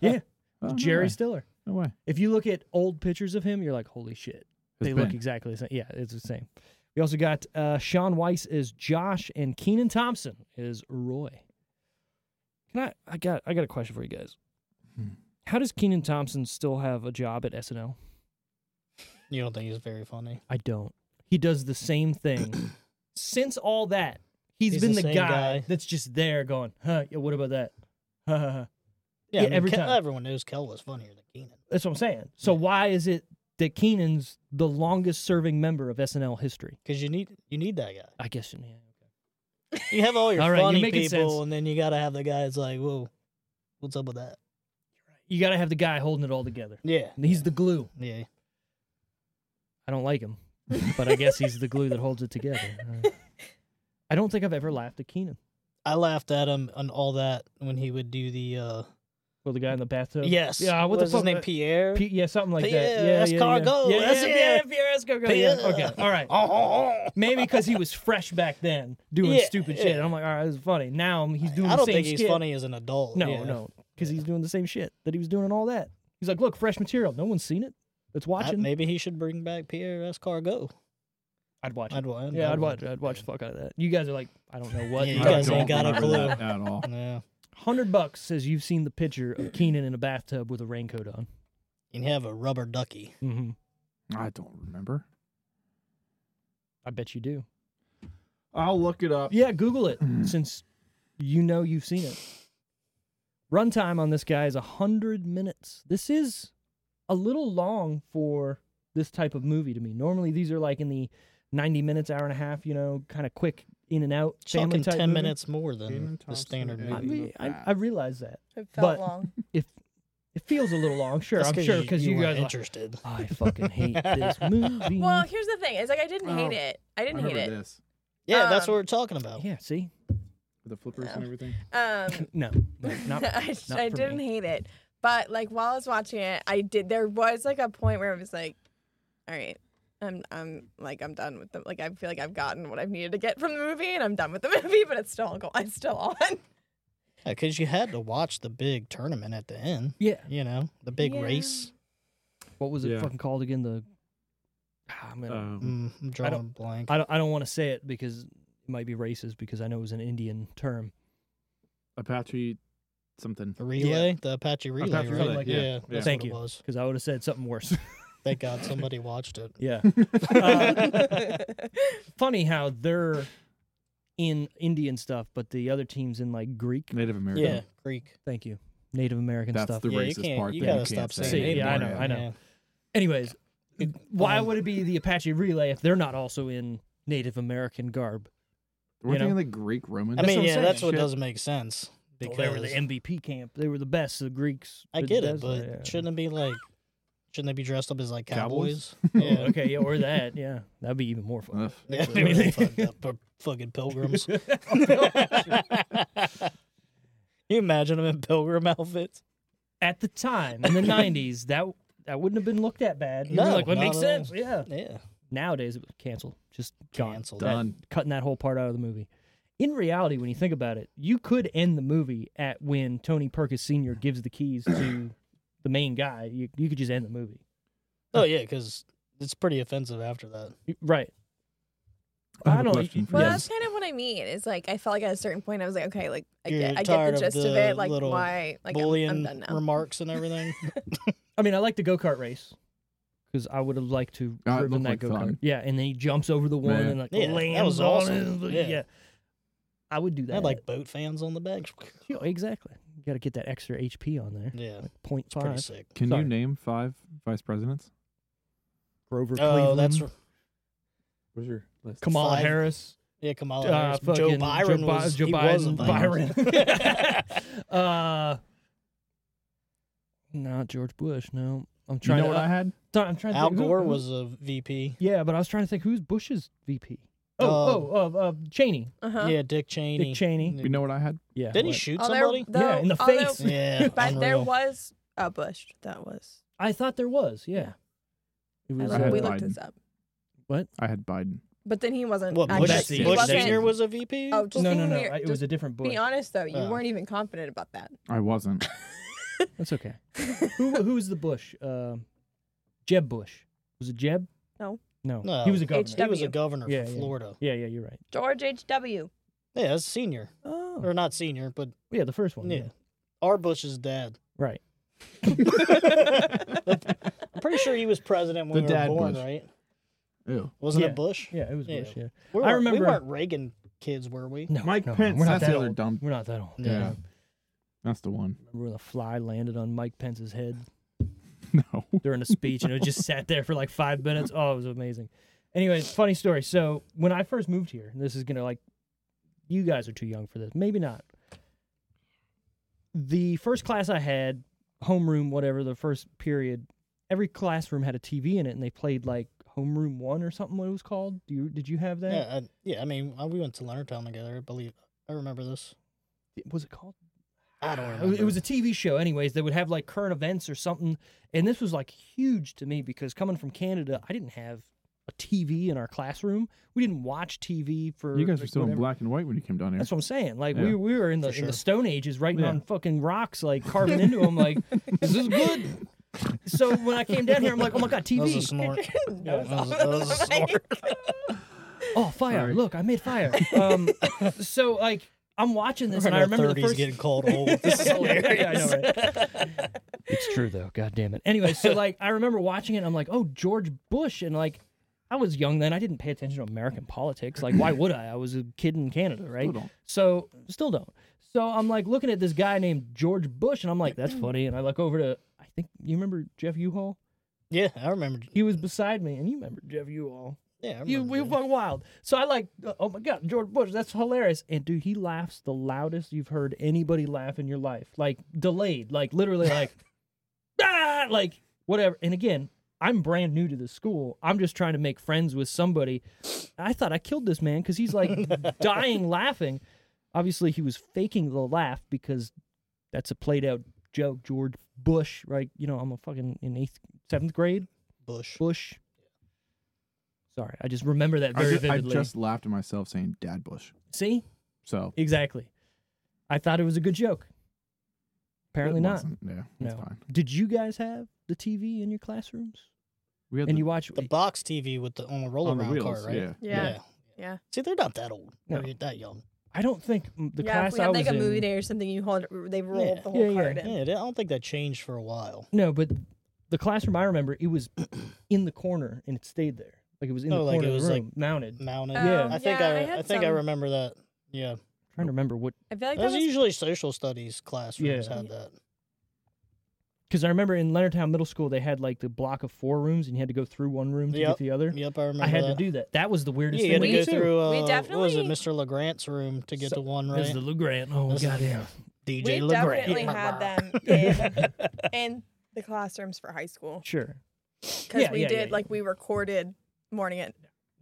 Speaker 2: yeah,
Speaker 3: Oh, no
Speaker 2: Jerry
Speaker 3: way.
Speaker 2: Stiller.
Speaker 3: No way.
Speaker 2: If you look at old pictures of him, you're like, holy shit.
Speaker 3: It's
Speaker 2: they look
Speaker 3: been-
Speaker 2: exactly the same. Yeah, it's the same. We also got uh, Sean Weiss is Josh and Keenan Thompson is Roy. Can I? I got I got a question for you guys.
Speaker 3: Hmm.
Speaker 2: How does Keenan Thompson still have a job at SNL?
Speaker 5: you don't think he's very funny.
Speaker 2: I don't. He does the same thing since all that.
Speaker 5: He's
Speaker 2: been
Speaker 5: the
Speaker 2: the,
Speaker 5: same
Speaker 2: guy,
Speaker 5: guy.
Speaker 2: that's just there going, huh? Yeah, what about that? Huh, huh, huh.
Speaker 5: Yeah,
Speaker 2: Yeah,
Speaker 5: I mean,
Speaker 2: every
Speaker 5: Kel-
Speaker 2: time.
Speaker 5: everyone knows Kel was funnier than Keenan.
Speaker 2: That's what I'm saying. So why is it that Keenan's the longest serving member of SNL history?
Speaker 5: Because you need you need that guy.
Speaker 2: I guess. Yeah.
Speaker 5: You have all your
Speaker 2: All right, you're
Speaker 5: funny
Speaker 2: making
Speaker 5: people,
Speaker 2: sense.
Speaker 5: and then you gotta have the guy that's like, "Whoa, what's up with that?"
Speaker 2: You got to have the guy holding it all together.
Speaker 5: Yeah,
Speaker 2: He's the glue.
Speaker 5: yeah.
Speaker 2: I don't like him, but I guess he's the glue that holds it together. Uh, I don't think I've ever laughed at Keenan.
Speaker 5: I laughed at him and all that when he would do the uh
Speaker 2: Well, the guy in the bathtub.
Speaker 5: yes.
Speaker 2: Yeah. What
Speaker 5: was
Speaker 2: the fuck?
Speaker 5: his name?
Speaker 2: uh,
Speaker 5: Pierre.
Speaker 2: P- yeah, something like that.
Speaker 5: Pierre
Speaker 2: Yeah, yeah,
Speaker 5: Escargot,
Speaker 2: Yeah, yeah,
Speaker 5: that's
Speaker 2: yeah,
Speaker 5: it.
Speaker 2: yeah, Pierre Escargot. Yeah.
Speaker 5: Pierre.
Speaker 2: Okay. All right. Maybe because he was fresh back then, doing
Speaker 5: Yeah,
Speaker 2: stupid
Speaker 5: yeah.
Speaker 2: shit. I'm like, all right, this is funny. Now he's doing.
Speaker 5: I
Speaker 2: the
Speaker 5: don't
Speaker 2: same
Speaker 5: think he's
Speaker 2: skit.
Speaker 5: funny as an adult.
Speaker 2: No,
Speaker 5: yeah.
Speaker 2: no, because he's doing the same shit that he was doing in all that. He's like, look, fresh material. No one's seen it. That's
Speaker 5: I-
Speaker 2: watching.
Speaker 5: maybe he should bring back Pierre Escargot.
Speaker 2: I'd watch.
Speaker 5: I'd,
Speaker 2: It.
Speaker 5: wa-
Speaker 2: Yeah, I'd watch. I'd watch the fuck out of that. You guys are like, I don't know what.
Speaker 5: Yeah,
Speaker 2: you're
Speaker 5: you
Speaker 3: I
Speaker 5: guys
Speaker 2: talking
Speaker 5: ain't
Speaker 3: don't
Speaker 5: got a
Speaker 3: remember
Speaker 5: clue.
Speaker 3: that at all.
Speaker 5: Yeah,
Speaker 2: Hundred bucks says you've seen the picture of Keenan in a bathtub with a raincoat on.
Speaker 5: and have a rubber ducky.
Speaker 2: Mm-hmm.
Speaker 3: I don't remember.
Speaker 2: I bet you do.
Speaker 3: I'll look it up.
Speaker 2: Yeah, Google it since you know you've seen it. Runtime on this guy is hundred minutes. This is a little long for this type of movie to me. Normally, these are like in the ninety minutes, hour and a half. You know, kind of quick in and out.
Speaker 5: It's
Speaker 2: Family
Speaker 5: Talking
Speaker 2: type
Speaker 5: ten
Speaker 2: movie.
Speaker 5: minutes more
Speaker 3: Keenan
Speaker 5: than the
Speaker 3: Thompson
Speaker 5: standard
Speaker 3: and-
Speaker 2: I,
Speaker 5: movie.
Speaker 2: mean, I, I realize that
Speaker 4: It felt
Speaker 2: But-
Speaker 4: long.
Speaker 2: it feels a little long. Sure,
Speaker 5: That's
Speaker 2: I'm sure because you,
Speaker 5: weren't
Speaker 2: guys. are Like,
Speaker 5: interested.
Speaker 2: I fucking hate this movie.
Speaker 4: Well, here's the thing: is like I didn't
Speaker 3: Oh,
Speaker 4: hate it. I
Speaker 3: I
Speaker 4: didn't hate
Speaker 3: remember
Speaker 4: it.
Speaker 3: this.
Speaker 5: Yeah, that's what
Speaker 4: Um,
Speaker 5: we're talking about.
Speaker 2: yeah, see,
Speaker 3: With the flippers and everything.
Speaker 4: Um,
Speaker 2: no, no, not
Speaker 4: I,
Speaker 2: not
Speaker 4: I
Speaker 2: for
Speaker 4: didn't
Speaker 2: me.
Speaker 4: hate it, but like while I was watching it, I did. There was like a point where I was like, "All right, I'm I'm like I'm done with them. Like I feel like I've gotten what I've needed to get from the movie, and I'm done with the movie. But it's still going. It's still on.
Speaker 5: Because you had to watch the big tournament at the end.
Speaker 2: Yeah,
Speaker 5: You know, the big
Speaker 4: Yeah.
Speaker 5: race.
Speaker 2: what was it
Speaker 3: Yeah.
Speaker 2: fucking called again? The Ah, I'm gonna-
Speaker 3: Um,
Speaker 5: Mm, I'm drawing a
Speaker 2: don't-
Speaker 5: blank.
Speaker 2: I don't I don't want to say it because it might be racist because I know it was an Indian term.
Speaker 3: Apache something.
Speaker 5: The relay, the Apache relay,
Speaker 3: Apache
Speaker 5: right?
Speaker 3: relay,
Speaker 5: yeah,
Speaker 3: yeah, yeah.
Speaker 5: that's what
Speaker 2: Thank
Speaker 5: it
Speaker 2: you.
Speaker 5: was.
Speaker 2: Because I would have said something worse.
Speaker 5: Thank God somebody watched it.
Speaker 2: yeah. Uh, funny how they're in Indian stuff, but the other team's in like Greek.
Speaker 3: Native American.
Speaker 5: Yeah, Greek.
Speaker 2: Thank you. Native American
Speaker 3: That's
Speaker 2: stuff.
Speaker 3: the
Speaker 5: Yeah, you
Speaker 3: racist
Speaker 5: can't-
Speaker 3: part.
Speaker 5: you
Speaker 3: that
Speaker 5: gotta
Speaker 3: can't
Speaker 5: stop
Speaker 3: say
Speaker 5: saying
Speaker 3: anymore.
Speaker 2: See, yeah, I know, I know.
Speaker 5: Yeah.
Speaker 2: Anyways,
Speaker 5: It-
Speaker 2: why
Speaker 5: um,
Speaker 2: would it be the Apache relay if they're not also in Native American garb?
Speaker 3: Weren't
Speaker 2: know?
Speaker 3: they like Greek Roman?
Speaker 5: I
Speaker 2: That's
Speaker 5: mean,
Speaker 2: what I'm
Speaker 5: yeah, that's
Speaker 3: saying.
Speaker 5: what
Speaker 3: Shit.
Speaker 5: doesn't make sense
Speaker 2: Well,
Speaker 5: because
Speaker 2: they were the MVP camp. They were the best. The Greeks.
Speaker 5: I
Speaker 2: the
Speaker 5: get it,
Speaker 2: best-
Speaker 5: but
Speaker 2: yeah.
Speaker 5: shouldn't it be like shouldn't they be dressed up as like
Speaker 3: Cowboys?
Speaker 5: cowboys?
Speaker 2: Oh, okay, yeah, or that, yeah, that'd be even more fun.
Speaker 3: Ugh.
Speaker 5: Yeah,
Speaker 2: I mean,
Speaker 5: they fucked up for fucking pilgrims. you imagine them in pilgrim outfits?
Speaker 2: At the time in the '90s, that that wouldn't have been looked at bad. You'd be
Speaker 5: No,
Speaker 2: like, what
Speaker 5: not
Speaker 2: makes
Speaker 5: at all.
Speaker 2: sense? Yeah.
Speaker 5: Yeah,
Speaker 2: Nowadays, it was canceled, just gone,
Speaker 5: Canceled.
Speaker 2: That-
Speaker 3: Done.
Speaker 2: cutting that whole part out of the movie. In reality, when you think about it, you could end the movie at when Tony Perkins Sr. gives the keys to the main guy. You, you could just end the movie,
Speaker 5: Oh yeah, because it's pretty offensive after that.
Speaker 2: You- right?
Speaker 3: I have
Speaker 2: I
Speaker 3: a
Speaker 2: don't-
Speaker 3: question for
Speaker 4: Well,
Speaker 3: you.
Speaker 2: Yes.
Speaker 4: that's kind of what I mean. Is like I felt like at a certain point I was like, okay, like I
Speaker 5: You're
Speaker 4: get, I
Speaker 5: tired
Speaker 4: get the
Speaker 5: of
Speaker 4: gist of,
Speaker 5: the
Speaker 4: it. Like
Speaker 5: little
Speaker 4: why, like I'm- I'm,
Speaker 5: Bullying
Speaker 4: done now.
Speaker 5: remarks and everything.
Speaker 2: I mean, I like the go kart race because I would have liked to
Speaker 3: Oh, it
Speaker 2: have driven that
Speaker 3: looked
Speaker 2: go
Speaker 3: like
Speaker 2: kart.
Speaker 3: fun.
Speaker 2: Yeah, and then he jumps over the one
Speaker 3: Man.
Speaker 2: and like
Speaker 5: Yeah, that
Speaker 2: lands
Speaker 5: was
Speaker 2: on it.
Speaker 5: awesome.
Speaker 2: Yeah.
Speaker 5: Yeah.
Speaker 2: I would do
Speaker 5: I
Speaker 2: that.
Speaker 5: had like boat fans on the back.
Speaker 2: Yeah, exactly. You got to get that extra HP on there.
Speaker 5: Yeah,
Speaker 2: Like point
Speaker 5: it's pretty
Speaker 2: five.
Speaker 5: sick.
Speaker 3: Can
Speaker 2: Sorry.
Speaker 3: you name five vice presidents?
Speaker 2: Grover
Speaker 5: Oh,
Speaker 2: Cleveland,
Speaker 5: that's
Speaker 3: What's your list?
Speaker 2: Kamala
Speaker 5: five.
Speaker 2: Harris,
Speaker 5: yeah, Kamala.
Speaker 2: uh,
Speaker 5: Harris. Joe
Speaker 2: fucking
Speaker 5: Byron
Speaker 2: Joe, Bi-
Speaker 5: was
Speaker 2: Joe
Speaker 5: he
Speaker 2: Biden,
Speaker 5: was a
Speaker 2: Byron.
Speaker 5: Byron.
Speaker 2: uh, not George Bush. No, I'm
Speaker 3: You
Speaker 2: trying.
Speaker 3: know what
Speaker 2: to,
Speaker 3: I had?
Speaker 2: I, am trying. to
Speaker 5: Al
Speaker 2: think who-
Speaker 5: Gore
Speaker 2: who-
Speaker 5: was a VP.
Speaker 2: Yeah, but I was trying to think who's Bush's VP. Oh,
Speaker 5: Um,
Speaker 2: oh, uh, uh, Cheney.
Speaker 4: Uh-huh.
Speaker 5: Yeah, Dick Cheney.
Speaker 2: Dick Cheney.
Speaker 3: You know what I had?
Speaker 2: Yeah.
Speaker 5: Didn't he
Speaker 2: what-
Speaker 5: shoot
Speaker 4: Although-
Speaker 5: somebody?
Speaker 2: Yeah, in the
Speaker 4: although-
Speaker 2: face.
Speaker 5: Yeah,
Speaker 4: But there
Speaker 5: unreal.
Speaker 4: was a Bush. That was.
Speaker 2: I thought there was. Yeah. It
Speaker 4: I
Speaker 2: was.
Speaker 4: looked-
Speaker 3: had
Speaker 4: we
Speaker 2: Uh,
Speaker 3: like-
Speaker 4: looked
Speaker 3: Biden.
Speaker 4: this up,
Speaker 3: I had Biden.
Speaker 4: but then he wasn't.
Speaker 5: What
Speaker 4: actually-
Speaker 5: Bush,
Speaker 2: That's
Speaker 4: he
Speaker 2: it.
Speaker 5: Bush
Speaker 4: wasn't-
Speaker 5: Senior was a VP?
Speaker 4: Oh, just
Speaker 2: no, no,
Speaker 4: being
Speaker 2: no.
Speaker 4: weird-
Speaker 2: I- It
Speaker 4: just
Speaker 2: was a different Bush.
Speaker 4: Be honest though, you
Speaker 3: Uh.
Speaker 5: Oh.
Speaker 4: weren't even confident about that.
Speaker 3: I wasn't.
Speaker 2: That's okay. Who who's the Bush? Um Jeb Bush. Was it Jeb?
Speaker 4: No.
Speaker 2: No.
Speaker 5: No.
Speaker 2: He was a governor.
Speaker 5: he was a
Speaker 4: W.
Speaker 5: governor
Speaker 2: Yeah,
Speaker 5: for
Speaker 2: yeah.
Speaker 5: Florida.
Speaker 2: Yeah, yeah, you're right.
Speaker 4: George H. W.
Speaker 5: Yeah, that's senior
Speaker 2: Oh.
Speaker 5: or not senior, but
Speaker 2: yeah, the first one. Yeah.
Speaker 5: yeah, our Bush's dad.
Speaker 2: Right.
Speaker 5: I'm pretty sure he was president when
Speaker 3: The
Speaker 5: we were
Speaker 3: dad
Speaker 5: born,
Speaker 3: Bush.
Speaker 5: right?
Speaker 3: Ew.
Speaker 5: Wasn't
Speaker 2: Yeah.
Speaker 5: it Bush?
Speaker 2: Yeah, it was
Speaker 5: Yeah.
Speaker 2: Bush. Yeah.
Speaker 5: We
Speaker 2: I
Speaker 5: weren't-
Speaker 2: remember-
Speaker 5: we weren't Reagan kids, were we?
Speaker 2: No.
Speaker 3: Mike
Speaker 2: no,
Speaker 3: Pence,
Speaker 2: We're not
Speaker 3: that's
Speaker 2: that
Speaker 3: the other
Speaker 2: old.
Speaker 3: dumb-
Speaker 2: We're not that old.
Speaker 5: Yeah.
Speaker 3: That's the one.
Speaker 2: Remember when the fly landed on Mike Pence's head
Speaker 3: No.
Speaker 2: during a speech and it just sat there for like five minutes? Oh, it was amazing. Anyways, funny story. So when I first moved here, and this is gonna like, you guys are too young for this. Maybe not. The first class I had, homeroom, whatever, the first period, every classroom had a TV in it, and they played like homeroom one or something. What it was called? Do you did you have that?
Speaker 5: Yeah, I, yeah. I mean, I- we went to Leonardtown together. I believe I remember this.
Speaker 2: Was it called?
Speaker 5: I don't
Speaker 2: It was-
Speaker 5: remember.
Speaker 2: It was a TV show, anyways. That would have like current events or something, and this was like huge to me because coming from Canada, I didn't have a TV in our classroom. We didn't watch TV for
Speaker 3: You guys were
Speaker 2: like,
Speaker 3: still in
Speaker 2: whatever.
Speaker 3: black and white when you came down here.
Speaker 2: That's what I'm saying. Like we
Speaker 3: Yeah.
Speaker 2: we were in the
Speaker 5: For
Speaker 2: in the
Speaker 5: sure.
Speaker 2: Stone Ages, writing
Speaker 3: Yeah.
Speaker 2: on fucking rocks, like carving into them. Like this is good. So when I came down here, I'm like, oh my god,
Speaker 5: That was a
Speaker 2: TV.
Speaker 5: snort. Yeah, that was- that was a snort.
Speaker 4: Like,
Speaker 2: Oh fire!
Speaker 3: Sorry.
Speaker 2: Look, I made fire. Um, so like I'm watching this, and I remember the
Speaker 5: thirties
Speaker 2: first
Speaker 5: getting called old. This is hilarious.
Speaker 2: yeah, I know, right? it's true though. God damn it. Anyway, so like I remember watching it. and I'm like, oh, George Bush, and like I was young then. I didn't pay attention to American politics. Like, why would I? I was a kid in Canada, right?
Speaker 3: Still don't.
Speaker 2: So still don't. So I'm like looking at this guy named George Bush, and I'm like, that's funny. And I look over to I think you remember Jeff Uhaul.
Speaker 5: Yeah, I remember.
Speaker 2: He was beside me, and you remember Jeff Uhaul.
Speaker 5: Yeah, I remember.
Speaker 2: You we
Speaker 5: that.
Speaker 2: fucking wild. So I like, oh my god, George Bush, that's hilarious. And dude, he laughs the loudest you've heard anybody laugh in your life. Like delayed, like literally, like ah, like whatever. And again, I'm brand new to the school. I'm just trying to make friends with somebody. I thought I killed this man because he's like dying laughing. Obviously, he was faking the laugh because that's a played out joke. George Bush, right? You know, I'm a fucking in eighth, seventh grade.
Speaker 5: Bush.
Speaker 2: Bush. Sorry, I just remember that
Speaker 3: I
Speaker 2: very
Speaker 3: ju- I
Speaker 2: vividly.
Speaker 3: just laughed at myself saying Dad Bush.
Speaker 2: See,
Speaker 3: So
Speaker 2: exactly. I thought it was a good joke. Apparently
Speaker 3: it
Speaker 2: not.
Speaker 3: wasn't. Yeah, it's
Speaker 2: No.
Speaker 3: fine.
Speaker 2: Did you guys have the TV in your classrooms?
Speaker 3: We had
Speaker 2: and
Speaker 3: the,
Speaker 2: you watch?
Speaker 5: The box TV with the on the roll
Speaker 3: on the
Speaker 5: around car,
Speaker 3: wheels.
Speaker 5: right?
Speaker 3: Yeah.
Speaker 4: yeah.
Speaker 5: yeah.
Speaker 4: Yeah.
Speaker 5: See, they're not that old.
Speaker 2: No.
Speaker 5: Or that young.
Speaker 2: I don't think m- the
Speaker 4: yeah,
Speaker 2: class
Speaker 4: if we had
Speaker 2: I
Speaker 4: like
Speaker 2: was
Speaker 4: a movie
Speaker 2: in.
Speaker 4: day or something, you hold they rolled
Speaker 5: Yeah.
Speaker 4: the whole
Speaker 2: Yeah, yeah.
Speaker 4: card in.
Speaker 5: Yeah, I don't think that changed for a while.
Speaker 2: No, but the classroom I remember it was in the corner and it stayed there. Like it was in
Speaker 5: Oh,
Speaker 2: the
Speaker 5: like
Speaker 2: corner
Speaker 5: it
Speaker 2: of
Speaker 5: was,
Speaker 2: the
Speaker 5: like,
Speaker 2: room, mounted.
Speaker 5: Mounted.
Speaker 2: Yeah.
Speaker 5: I think
Speaker 4: Um, Yeah, I
Speaker 5: I, I,
Speaker 4: had
Speaker 5: think I
Speaker 4: some.
Speaker 5: remember that. Yeah,
Speaker 2: trying to remember what.
Speaker 4: I feel like
Speaker 5: that's
Speaker 4: that was
Speaker 5: usually social studies classrooms
Speaker 2: Yeah.
Speaker 5: had that.
Speaker 2: Because I remember in Leonardtown Middle School, they had like the block of four rooms, and you had to go through one room to
Speaker 5: Yep.
Speaker 2: get the other.
Speaker 5: Yep, I remember.
Speaker 2: I had
Speaker 5: that.
Speaker 2: to do that. That was the weirdest
Speaker 5: Yeah, you had to
Speaker 2: thing.
Speaker 5: go
Speaker 4: Me too.
Speaker 5: through. Uh,
Speaker 4: We
Speaker 5: What was it,
Speaker 4: definitely-
Speaker 5: Mr. LeGrant's room to get
Speaker 2: So-
Speaker 5: to one,
Speaker 2: It was
Speaker 5: right?
Speaker 2: the LeGrand. Oh,
Speaker 5: That's-
Speaker 2: goddamn.
Speaker 5: DJ
Speaker 4: we
Speaker 5: LeGrand.
Speaker 4: definitely had them in, in the classrooms for high school
Speaker 2: Sure.
Speaker 4: because
Speaker 2: Yeah,
Speaker 4: we
Speaker 2: yeah,
Speaker 4: did
Speaker 2: yeah, yeah.
Speaker 4: like we recorded morning at.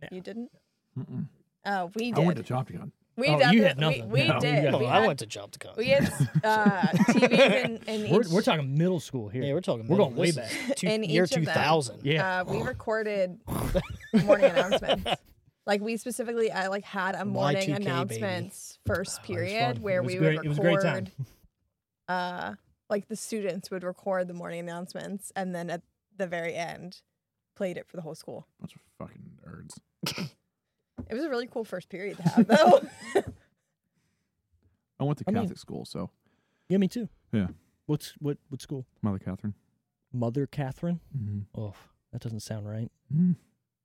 Speaker 2: No.
Speaker 4: You didn't.
Speaker 3: Mm-mm.
Speaker 4: Uh, we
Speaker 3: I
Speaker 4: did.
Speaker 3: went to Chopticon.
Speaker 4: we
Speaker 2: Oh, you
Speaker 4: definitely.
Speaker 2: had nothing.
Speaker 4: We, we
Speaker 2: No, you
Speaker 4: did.
Speaker 2: got
Speaker 5: Oh,
Speaker 4: we
Speaker 5: I
Speaker 4: had,
Speaker 5: went to Job to
Speaker 4: We had uh, TVs in, in
Speaker 2: We're,
Speaker 4: each.
Speaker 2: we're talking middle school here.
Speaker 5: Yeah, we're talking.
Speaker 2: We're
Speaker 5: middle.
Speaker 2: going way
Speaker 5: This
Speaker 2: back.
Speaker 5: is Two,
Speaker 4: In
Speaker 5: year
Speaker 4: each of them.
Speaker 5: 2000.
Speaker 2: yeah.
Speaker 4: Uh, we recorded morning announcements. Like we specifically, I like had a morning
Speaker 5: Y2K,
Speaker 4: announcements first
Speaker 5: That was
Speaker 4: period
Speaker 5: fun.
Speaker 2: It
Speaker 4: where
Speaker 2: was
Speaker 4: we
Speaker 2: great.
Speaker 4: would
Speaker 2: It was a great
Speaker 4: record.
Speaker 2: time.
Speaker 4: uh, like the students would record the morning announcements and then at the very end played it for the whole school.
Speaker 3: Bunch of fucking nerds.
Speaker 4: It was a really cool first period to have though.
Speaker 3: I went to
Speaker 2: I mean-
Speaker 3: Catholic school, so
Speaker 2: Yeah, me too.
Speaker 3: Yeah.
Speaker 2: What's what? What school?
Speaker 3: Mother Catherine.
Speaker 2: Mother Catherine.
Speaker 3: Mm-hmm.
Speaker 2: Oh, that doesn't sound right.
Speaker 3: Mm.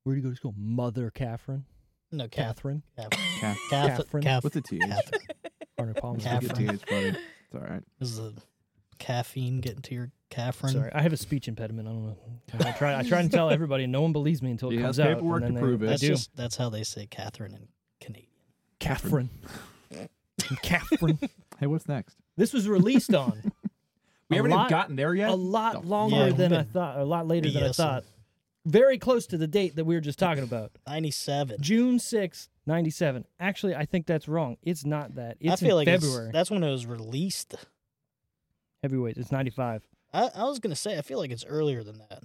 Speaker 2: Where do you go to school? Mother Catherine.
Speaker 5: No, Kath.
Speaker 2: Catherine.
Speaker 5: Kath.
Speaker 3: Cath-
Speaker 5: Kath.
Speaker 2: Catherine.
Speaker 5: Kath.
Speaker 3: With a th.
Speaker 5: Kath.
Speaker 2: Arnold Palmer.
Speaker 3: With a
Speaker 5: Catherine.
Speaker 3: th, buddy. It's all right.
Speaker 5: Is the caffeine getting to your Catherine?
Speaker 2: Sorry, I have a speech impediment. I don't know. I try. I try and tell everybody, and no one believes me until it
Speaker 3: Yeah,
Speaker 2: comes
Speaker 3: there's
Speaker 2: out. and
Speaker 3: paperwork
Speaker 2: then
Speaker 3: to
Speaker 2: they-
Speaker 3: prove it.
Speaker 2: I
Speaker 5: That's
Speaker 2: do.
Speaker 5: just that's how they say Catherine in Canadian.
Speaker 2: Catherine. Catherine.
Speaker 3: Hey, what's next?
Speaker 2: This was released on A
Speaker 3: We haven't even
Speaker 2: lot-
Speaker 3: gotten there yet.
Speaker 2: a lot
Speaker 3: The
Speaker 2: longer
Speaker 5: fuck?
Speaker 2: than I
Speaker 5: Been
Speaker 2: thought. A lot later than I
Speaker 5: BSing.
Speaker 2: thought. Very close to the date that we were just talking about.
Speaker 5: Ninety-seven.
Speaker 2: June sixth, 97. Actually, I think that's wrong. It's not that. It's
Speaker 5: I feel
Speaker 2: in
Speaker 5: like it's-
Speaker 2: February.
Speaker 5: that's when it was released.
Speaker 2: Heavyweights. It's 95.
Speaker 5: I, I was gonna say I feel like it's earlier than that.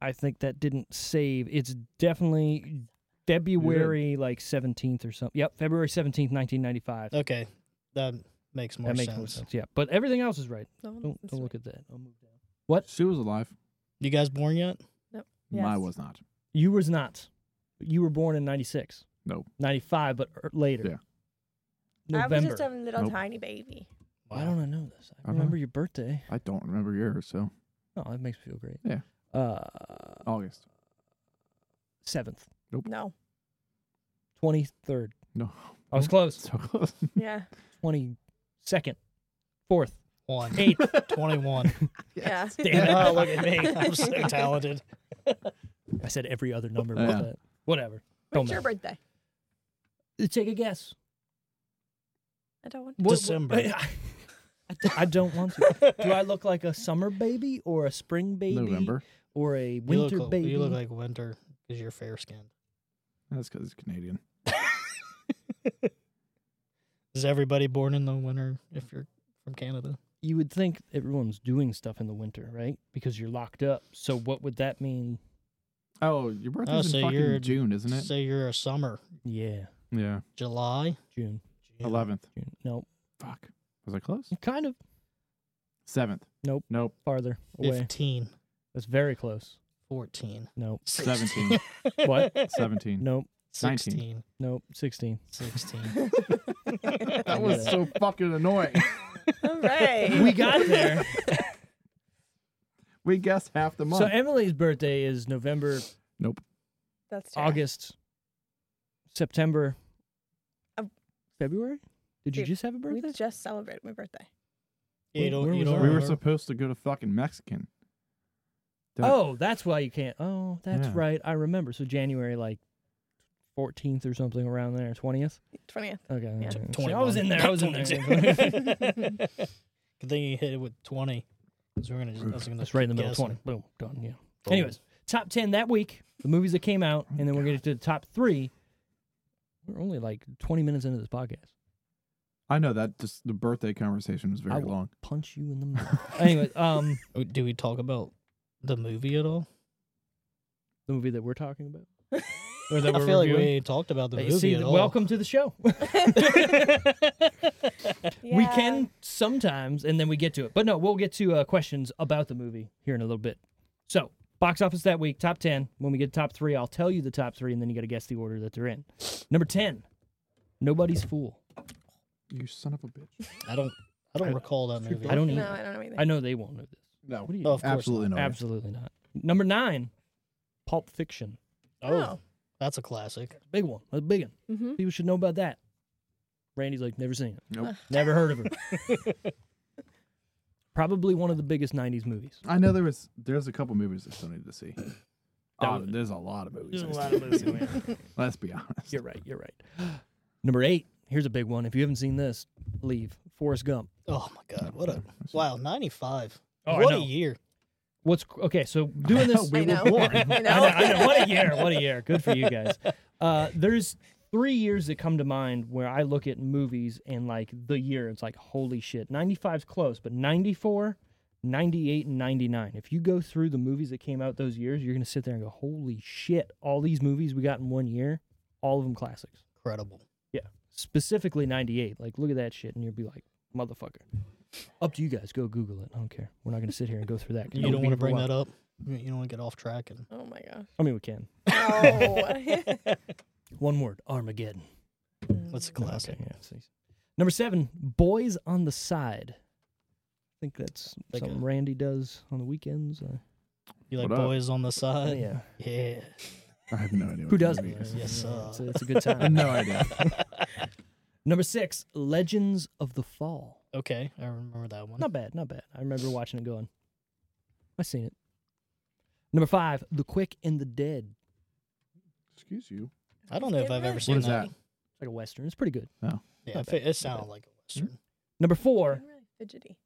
Speaker 2: I think that didn't save. It's definitely February like 17th or something. Yep, February 17th, 1995.
Speaker 5: Okay, that makes more
Speaker 2: that makes
Speaker 5: sense.
Speaker 2: more sense. Yeah, but everything else is right.
Speaker 4: No,
Speaker 2: Don't,
Speaker 4: that's
Speaker 2: don't
Speaker 4: right.
Speaker 2: look at that. I'll move down.
Speaker 3: Sue was alive.
Speaker 5: You guys born yet?
Speaker 3: I
Speaker 4: Yes.
Speaker 3: was not.
Speaker 2: You was not. You were born in 96.
Speaker 3: No.
Speaker 2: 95, but er- later.
Speaker 3: Yeah.
Speaker 2: November.
Speaker 4: I was just a little
Speaker 3: Nope.
Speaker 4: tiny baby.
Speaker 2: Why don't I know this? I
Speaker 3: don't
Speaker 2: remember
Speaker 3: know.
Speaker 2: your birthday.
Speaker 3: I don't remember yours. So
Speaker 2: Oh, that makes me feel great.
Speaker 3: Yeah.
Speaker 2: Uh,
Speaker 3: August.
Speaker 2: 7th,
Speaker 4: No.
Speaker 2: 23rd.
Speaker 3: No.
Speaker 2: I was close.
Speaker 3: So close.
Speaker 4: Yeah.
Speaker 2: 22nd, 4th,
Speaker 5: One.
Speaker 2: 8th.
Speaker 5: 21.
Speaker 4: Yeah.
Speaker 2: Damn it.
Speaker 5: oh, look at me. I'm so talented.
Speaker 2: I said every other number.
Speaker 3: Yeah.
Speaker 2: but Whatever. Don't
Speaker 4: When's your
Speaker 2: matter.
Speaker 4: birthday?
Speaker 2: Take a guess.
Speaker 4: I don't want
Speaker 2: What- what-
Speaker 5: December.
Speaker 2: I, d- I don't want to. Do I look like a summer baby or a spring baby
Speaker 3: November.
Speaker 2: or a
Speaker 5: You
Speaker 2: winter
Speaker 5: look, like-
Speaker 2: baby?
Speaker 5: you look like winter because you're fair skinned.
Speaker 3: That's because it's Canadian.
Speaker 5: Is everybody born in the winter if you're from Canada?
Speaker 2: you would think everyone's doing stuff in the winter, right? Because you're locked up. So what would that mean?
Speaker 3: Oh, your birthday's
Speaker 5: Oh,
Speaker 3: in
Speaker 5: so
Speaker 3: fucking
Speaker 5: you're-
Speaker 3: June, isn't it?
Speaker 5: Say you're a summer.
Speaker 2: Yeah,
Speaker 3: Yeah.
Speaker 5: July?
Speaker 2: June,
Speaker 3: Eleventh.
Speaker 2: June. No,
Speaker 3: Fuck. Was I close?
Speaker 2: kind of
Speaker 3: Seventh.
Speaker 2: Nope.
Speaker 3: Nope.
Speaker 2: farther away.
Speaker 5: 15.
Speaker 2: That's very close.
Speaker 5: 14.
Speaker 2: Nope.
Speaker 5: 16.
Speaker 2: What?
Speaker 3: Seventeen.
Speaker 2: Nope.
Speaker 5: 16.
Speaker 2: Nope. Sixteen.
Speaker 5: 16.
Speaker 4: to.
Speaker 3: That was so fucking annoying.
Speaker 4: All right.
Speaker 2: We got there.
Speaker 3: we guessed half the month.
Speaker 2: so Emily's birthday is November,
Speaker 3: nope.
Speaker 4: That's true.
Speaker 2: August, September,
Speaker 3: Oh.
Speaker 4: Um,
Speaker 2: February. Did you
Speaker 4: dude,
Speaker 2: just have a
Speaker 4: We
Speaker 2: birthday?
Speaker 4: just celebrated my birthday.
Speaker 5: You
Speaker 2: Where-
Speaker 5: don't,
Speaker 2: where
Speaker 5: you
Speaker 2: was
Speaker 5: don't
Speaker 2: I?
Speaker 3: We were
Speaker 5: remember?
Speaker 3: supposed to go to fucking Mexican. Did I-
Speaker 2: Oh, that's why you can't. Oh, that's
Speaker 3: Yeah.
Speaker 2: right. I remember. So January like 14th or something around there, 20th.
Speaker 4: 20th.
Speaker 2: Okay.
Speaker 4: Yeah.
Speaker 2: okay.
Speaker 5: Took
Speaker 2: See, I was
Speaker 5: 21.
Speaker 2: in there. I was in there.
Speaker 5: 22. Good thing you hit it with 20. 'cause we're gonna just, I was gonna
Speaker 2: That's right in the middle
Speaker 5: guess.
Speaker 2: of 20. Boom. Done. Yeah. Anyways, top 10 that week, the movies that came out,
Speaker 3: Oh
Speaker 2: and then we're going to do the top three. We're only like 20 minutes into this podcast.
Speaker 3: I know that just the birthday conversation was very
Speaker 2: I will-
Speaker 3: long.
Speaker 2: Punch you in the mouth. Anyways, um,
Speaker 5: Oh, Do we talk about the movie at all?
Speaker 2: the movie that we're talking about. Or that
Speaker 5: I
Speaker 2: we're
Speaker 5: feel like we
Speaker 2: reviewing.
Speaker 5: ain't talked about the
Speaker 2: Hey,
Speaker 5: movie
Speaker 2: see,
Speaker 5: at all.
Speaker 2: welcome to the show. We can sometimes, and then we get to it. But no, we'll get to uh, questions about the movie here in a little bit. So, box office that week, top 10. When we get to top three, I'll tell you the top three, and then you got to guess the order that they're in. Number 10, Nobody's Fool.
Speaker 3: You son of a bitch.
Speaker 5: I don't. I don't recall that movie.
Speaker 2: I don't
Speaker 4: No,
Speaker 2: even.
Speaker 4: I don't know either.
Speaker 2: I know they won't know this.
Speaker 3: No.
Speaker 2: What are you?
Speaker 5: Oh, of course
Speaker 3: Absolutely not.
Speaker 2: Absolutely not. Number nine, Pulp Fiction.
Speaker 5: Oh, that's a classic.
Speaker 2: Big one. A big one.
Speaker 4: Mm-hmm.
Speaker 2: People should know about that. Randy's like, never seen it.
Speaker 3: Nope.
Speaker 2: Never heard of it. Probably one of the biggest '90s movies.
Speaker 3: I know there was there's a couple movies I still need to see. Oh,
Speaker 2: Donovan.
Speaker 3: there's a lot of movies.
Speaker 5: There's a
Speaker 3: I
Speaker 5: lot
Speaker 3: still
Speaker 5: of
Speaker 3: need to
Speaker 5: movies,
Speaker 3: see. Let's be honest.
Speaker 2: You're right. You're right. Number eight. Here's a big one. If you haven't seen this, leave. Forrest Gump.
Speaker 5: Oh my god, what a wow, ninety five.
Speaker 2: Oh, I
Speaker 5: what a
Speaker 2: know.
Speaker 5: year.
Speaker 2: What's okay? So doing this,
Speaker 4: We I were know. born. I
Speaker 2: I know, I know. What a year! What a year! Good for you guys. Uh, there's three years that come to mind where I look at movies and like the year, it's like holy shit. 95's close, but 94, 98, and 99. If you go through the movies that came out those years, you're gonna sit there and go, holy shit! All these movies we got in one year, all of them classics.
Speaker 5: Incredible.
Speaker 2: Specifically 98. Like look at that shit, and you'll be like, motherfucker. Up to you guys. Go Google it. I don't care. We're not gonna sit here and go through that. 'cause
Speaker 5: You
Speaker 2: that would
Speaker 5: don't
Speaker 2: be
Speaker 5: want to bring
Speaker 2: overwhelming.
Speaker 5: that up. You you don't want to get off track and
Speaker 4: Oh my gosh.
Speaker 2: I mean, we can.
Speaker 4: Oh.
Speaker 2: One word, Armageddon.
Speaker 5: what's a
Speaker 2: No, okay,
Speaker 5: classic?
Speaker 2: yeah, it's easy. Number seven, Boys on the Side. I think that's
Speaker 5: Like
Speaker 2: something
Speaker 5: a-
Speaker 2: Randy does on the weekends. uh,
Speaker 5: You like
Speaker 3: What up?
Speaker 5: boys on the side?
Speaker 2: Oh, yeah.
Speaker 5: Uh, Yeah.
Speaker 3: I have no
Speaker 2: Who
Speaker 3: idea. what that
Speaker 2: doesn't?
Speaker 3: movie is.
Speaker 5: Yes, uh.
Speaker 2: Yeah,
Speaker 5: sir.
Speaker 2: It's, a, it's a good
Speaker 3: I have
Speaker 2: time.
Speaker 3: no idea.
Speaker 2: Number six, Legends of the Fall.
Speaker 5: Okay, I remember that one.
Speaker 2: Not bad, not bad. I remember watching it going, i seen it. Number five, The Quick and the Dead.
Speaker 3: Excuse you.
Speaker 5: I don't know if I've ever
Speaker 4: What
Speaker 5: seen
Speaker 3: is that?
Speaker 2: It's like a Western. It's pretty good.
Speaker 5: Yeah,
Speaker 2: Not
Speaker 5: it,
Speaker 2: bad,
Speaker 5: fi- it sounded like a western.
Speaker 2: Number four,
Speaker 4: I'm really fidgety.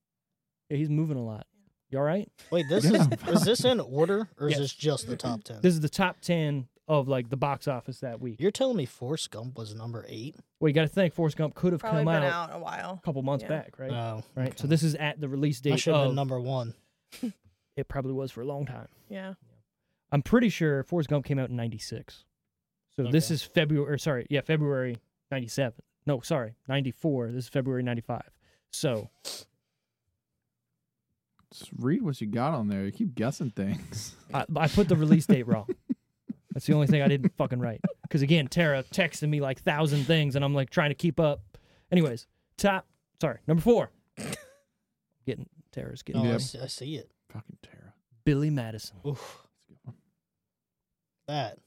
Speaker 2: yeah, he's moving a lot. You all right?
Speaker 5: Wait, this
Speaker 3: Yeah.
Speaker 5: is is this in order or
Speaker 2: Yes.
Speaker 5: is this just the top ten?
Speaker 2: This is the top 10 of like the box office that week.
Speaker 5: You're telling me Forrest Gump was number eight?
Speaker 2: Well, you got to think Forrest Gump could have
Speaker 4: Probably
Speaker 2: come
Speaker 4: been
Speaker 2: out,
Speaker 4: out a while.
Speaker 2: a couple months
Speaker 4: Yeah.
Speaker 2: back, right?
Speaker 5: Oh,
Speaker 2: right?
Speaker 5: okay.
Speaker 2: So this is at the release
Speaker 5: I
Speaker 2: date
Speaker 5: should have
Speaker 2: of
Speaker 5: been number one.
Speaker 2: it probably was for a long time.
Speaker 4: Yeah.
Speaker 2: I'm pretty sure Forrest Gump came out in 96. So this
Speaker 5: Okay.
Speaker 2: is February, or sorry, yeah, February 97. No, sorry, 94. This is February 95. So
Speaker 3: Just read what you got on there. You keep guessing things.
Speaker 2: I, I put the release date wrong. That's the only thing I didn't fucking write. Because again, Tara texted me like thousand things, and I'm like trying to keep up. Anyways, top, sorry, number four. getting Tara's
Speaker 5: No,
Speaker 2: getting
Speaker 5: Oh, I
Speaker 3: Yep.
Speaker 5: s- I, see it.
Speaker 3: Fucking Tara.
Speaker 2: Billy Madison.
Speaker 5: Oof,
Speaker 3: That's a good one.
Speaker 5: that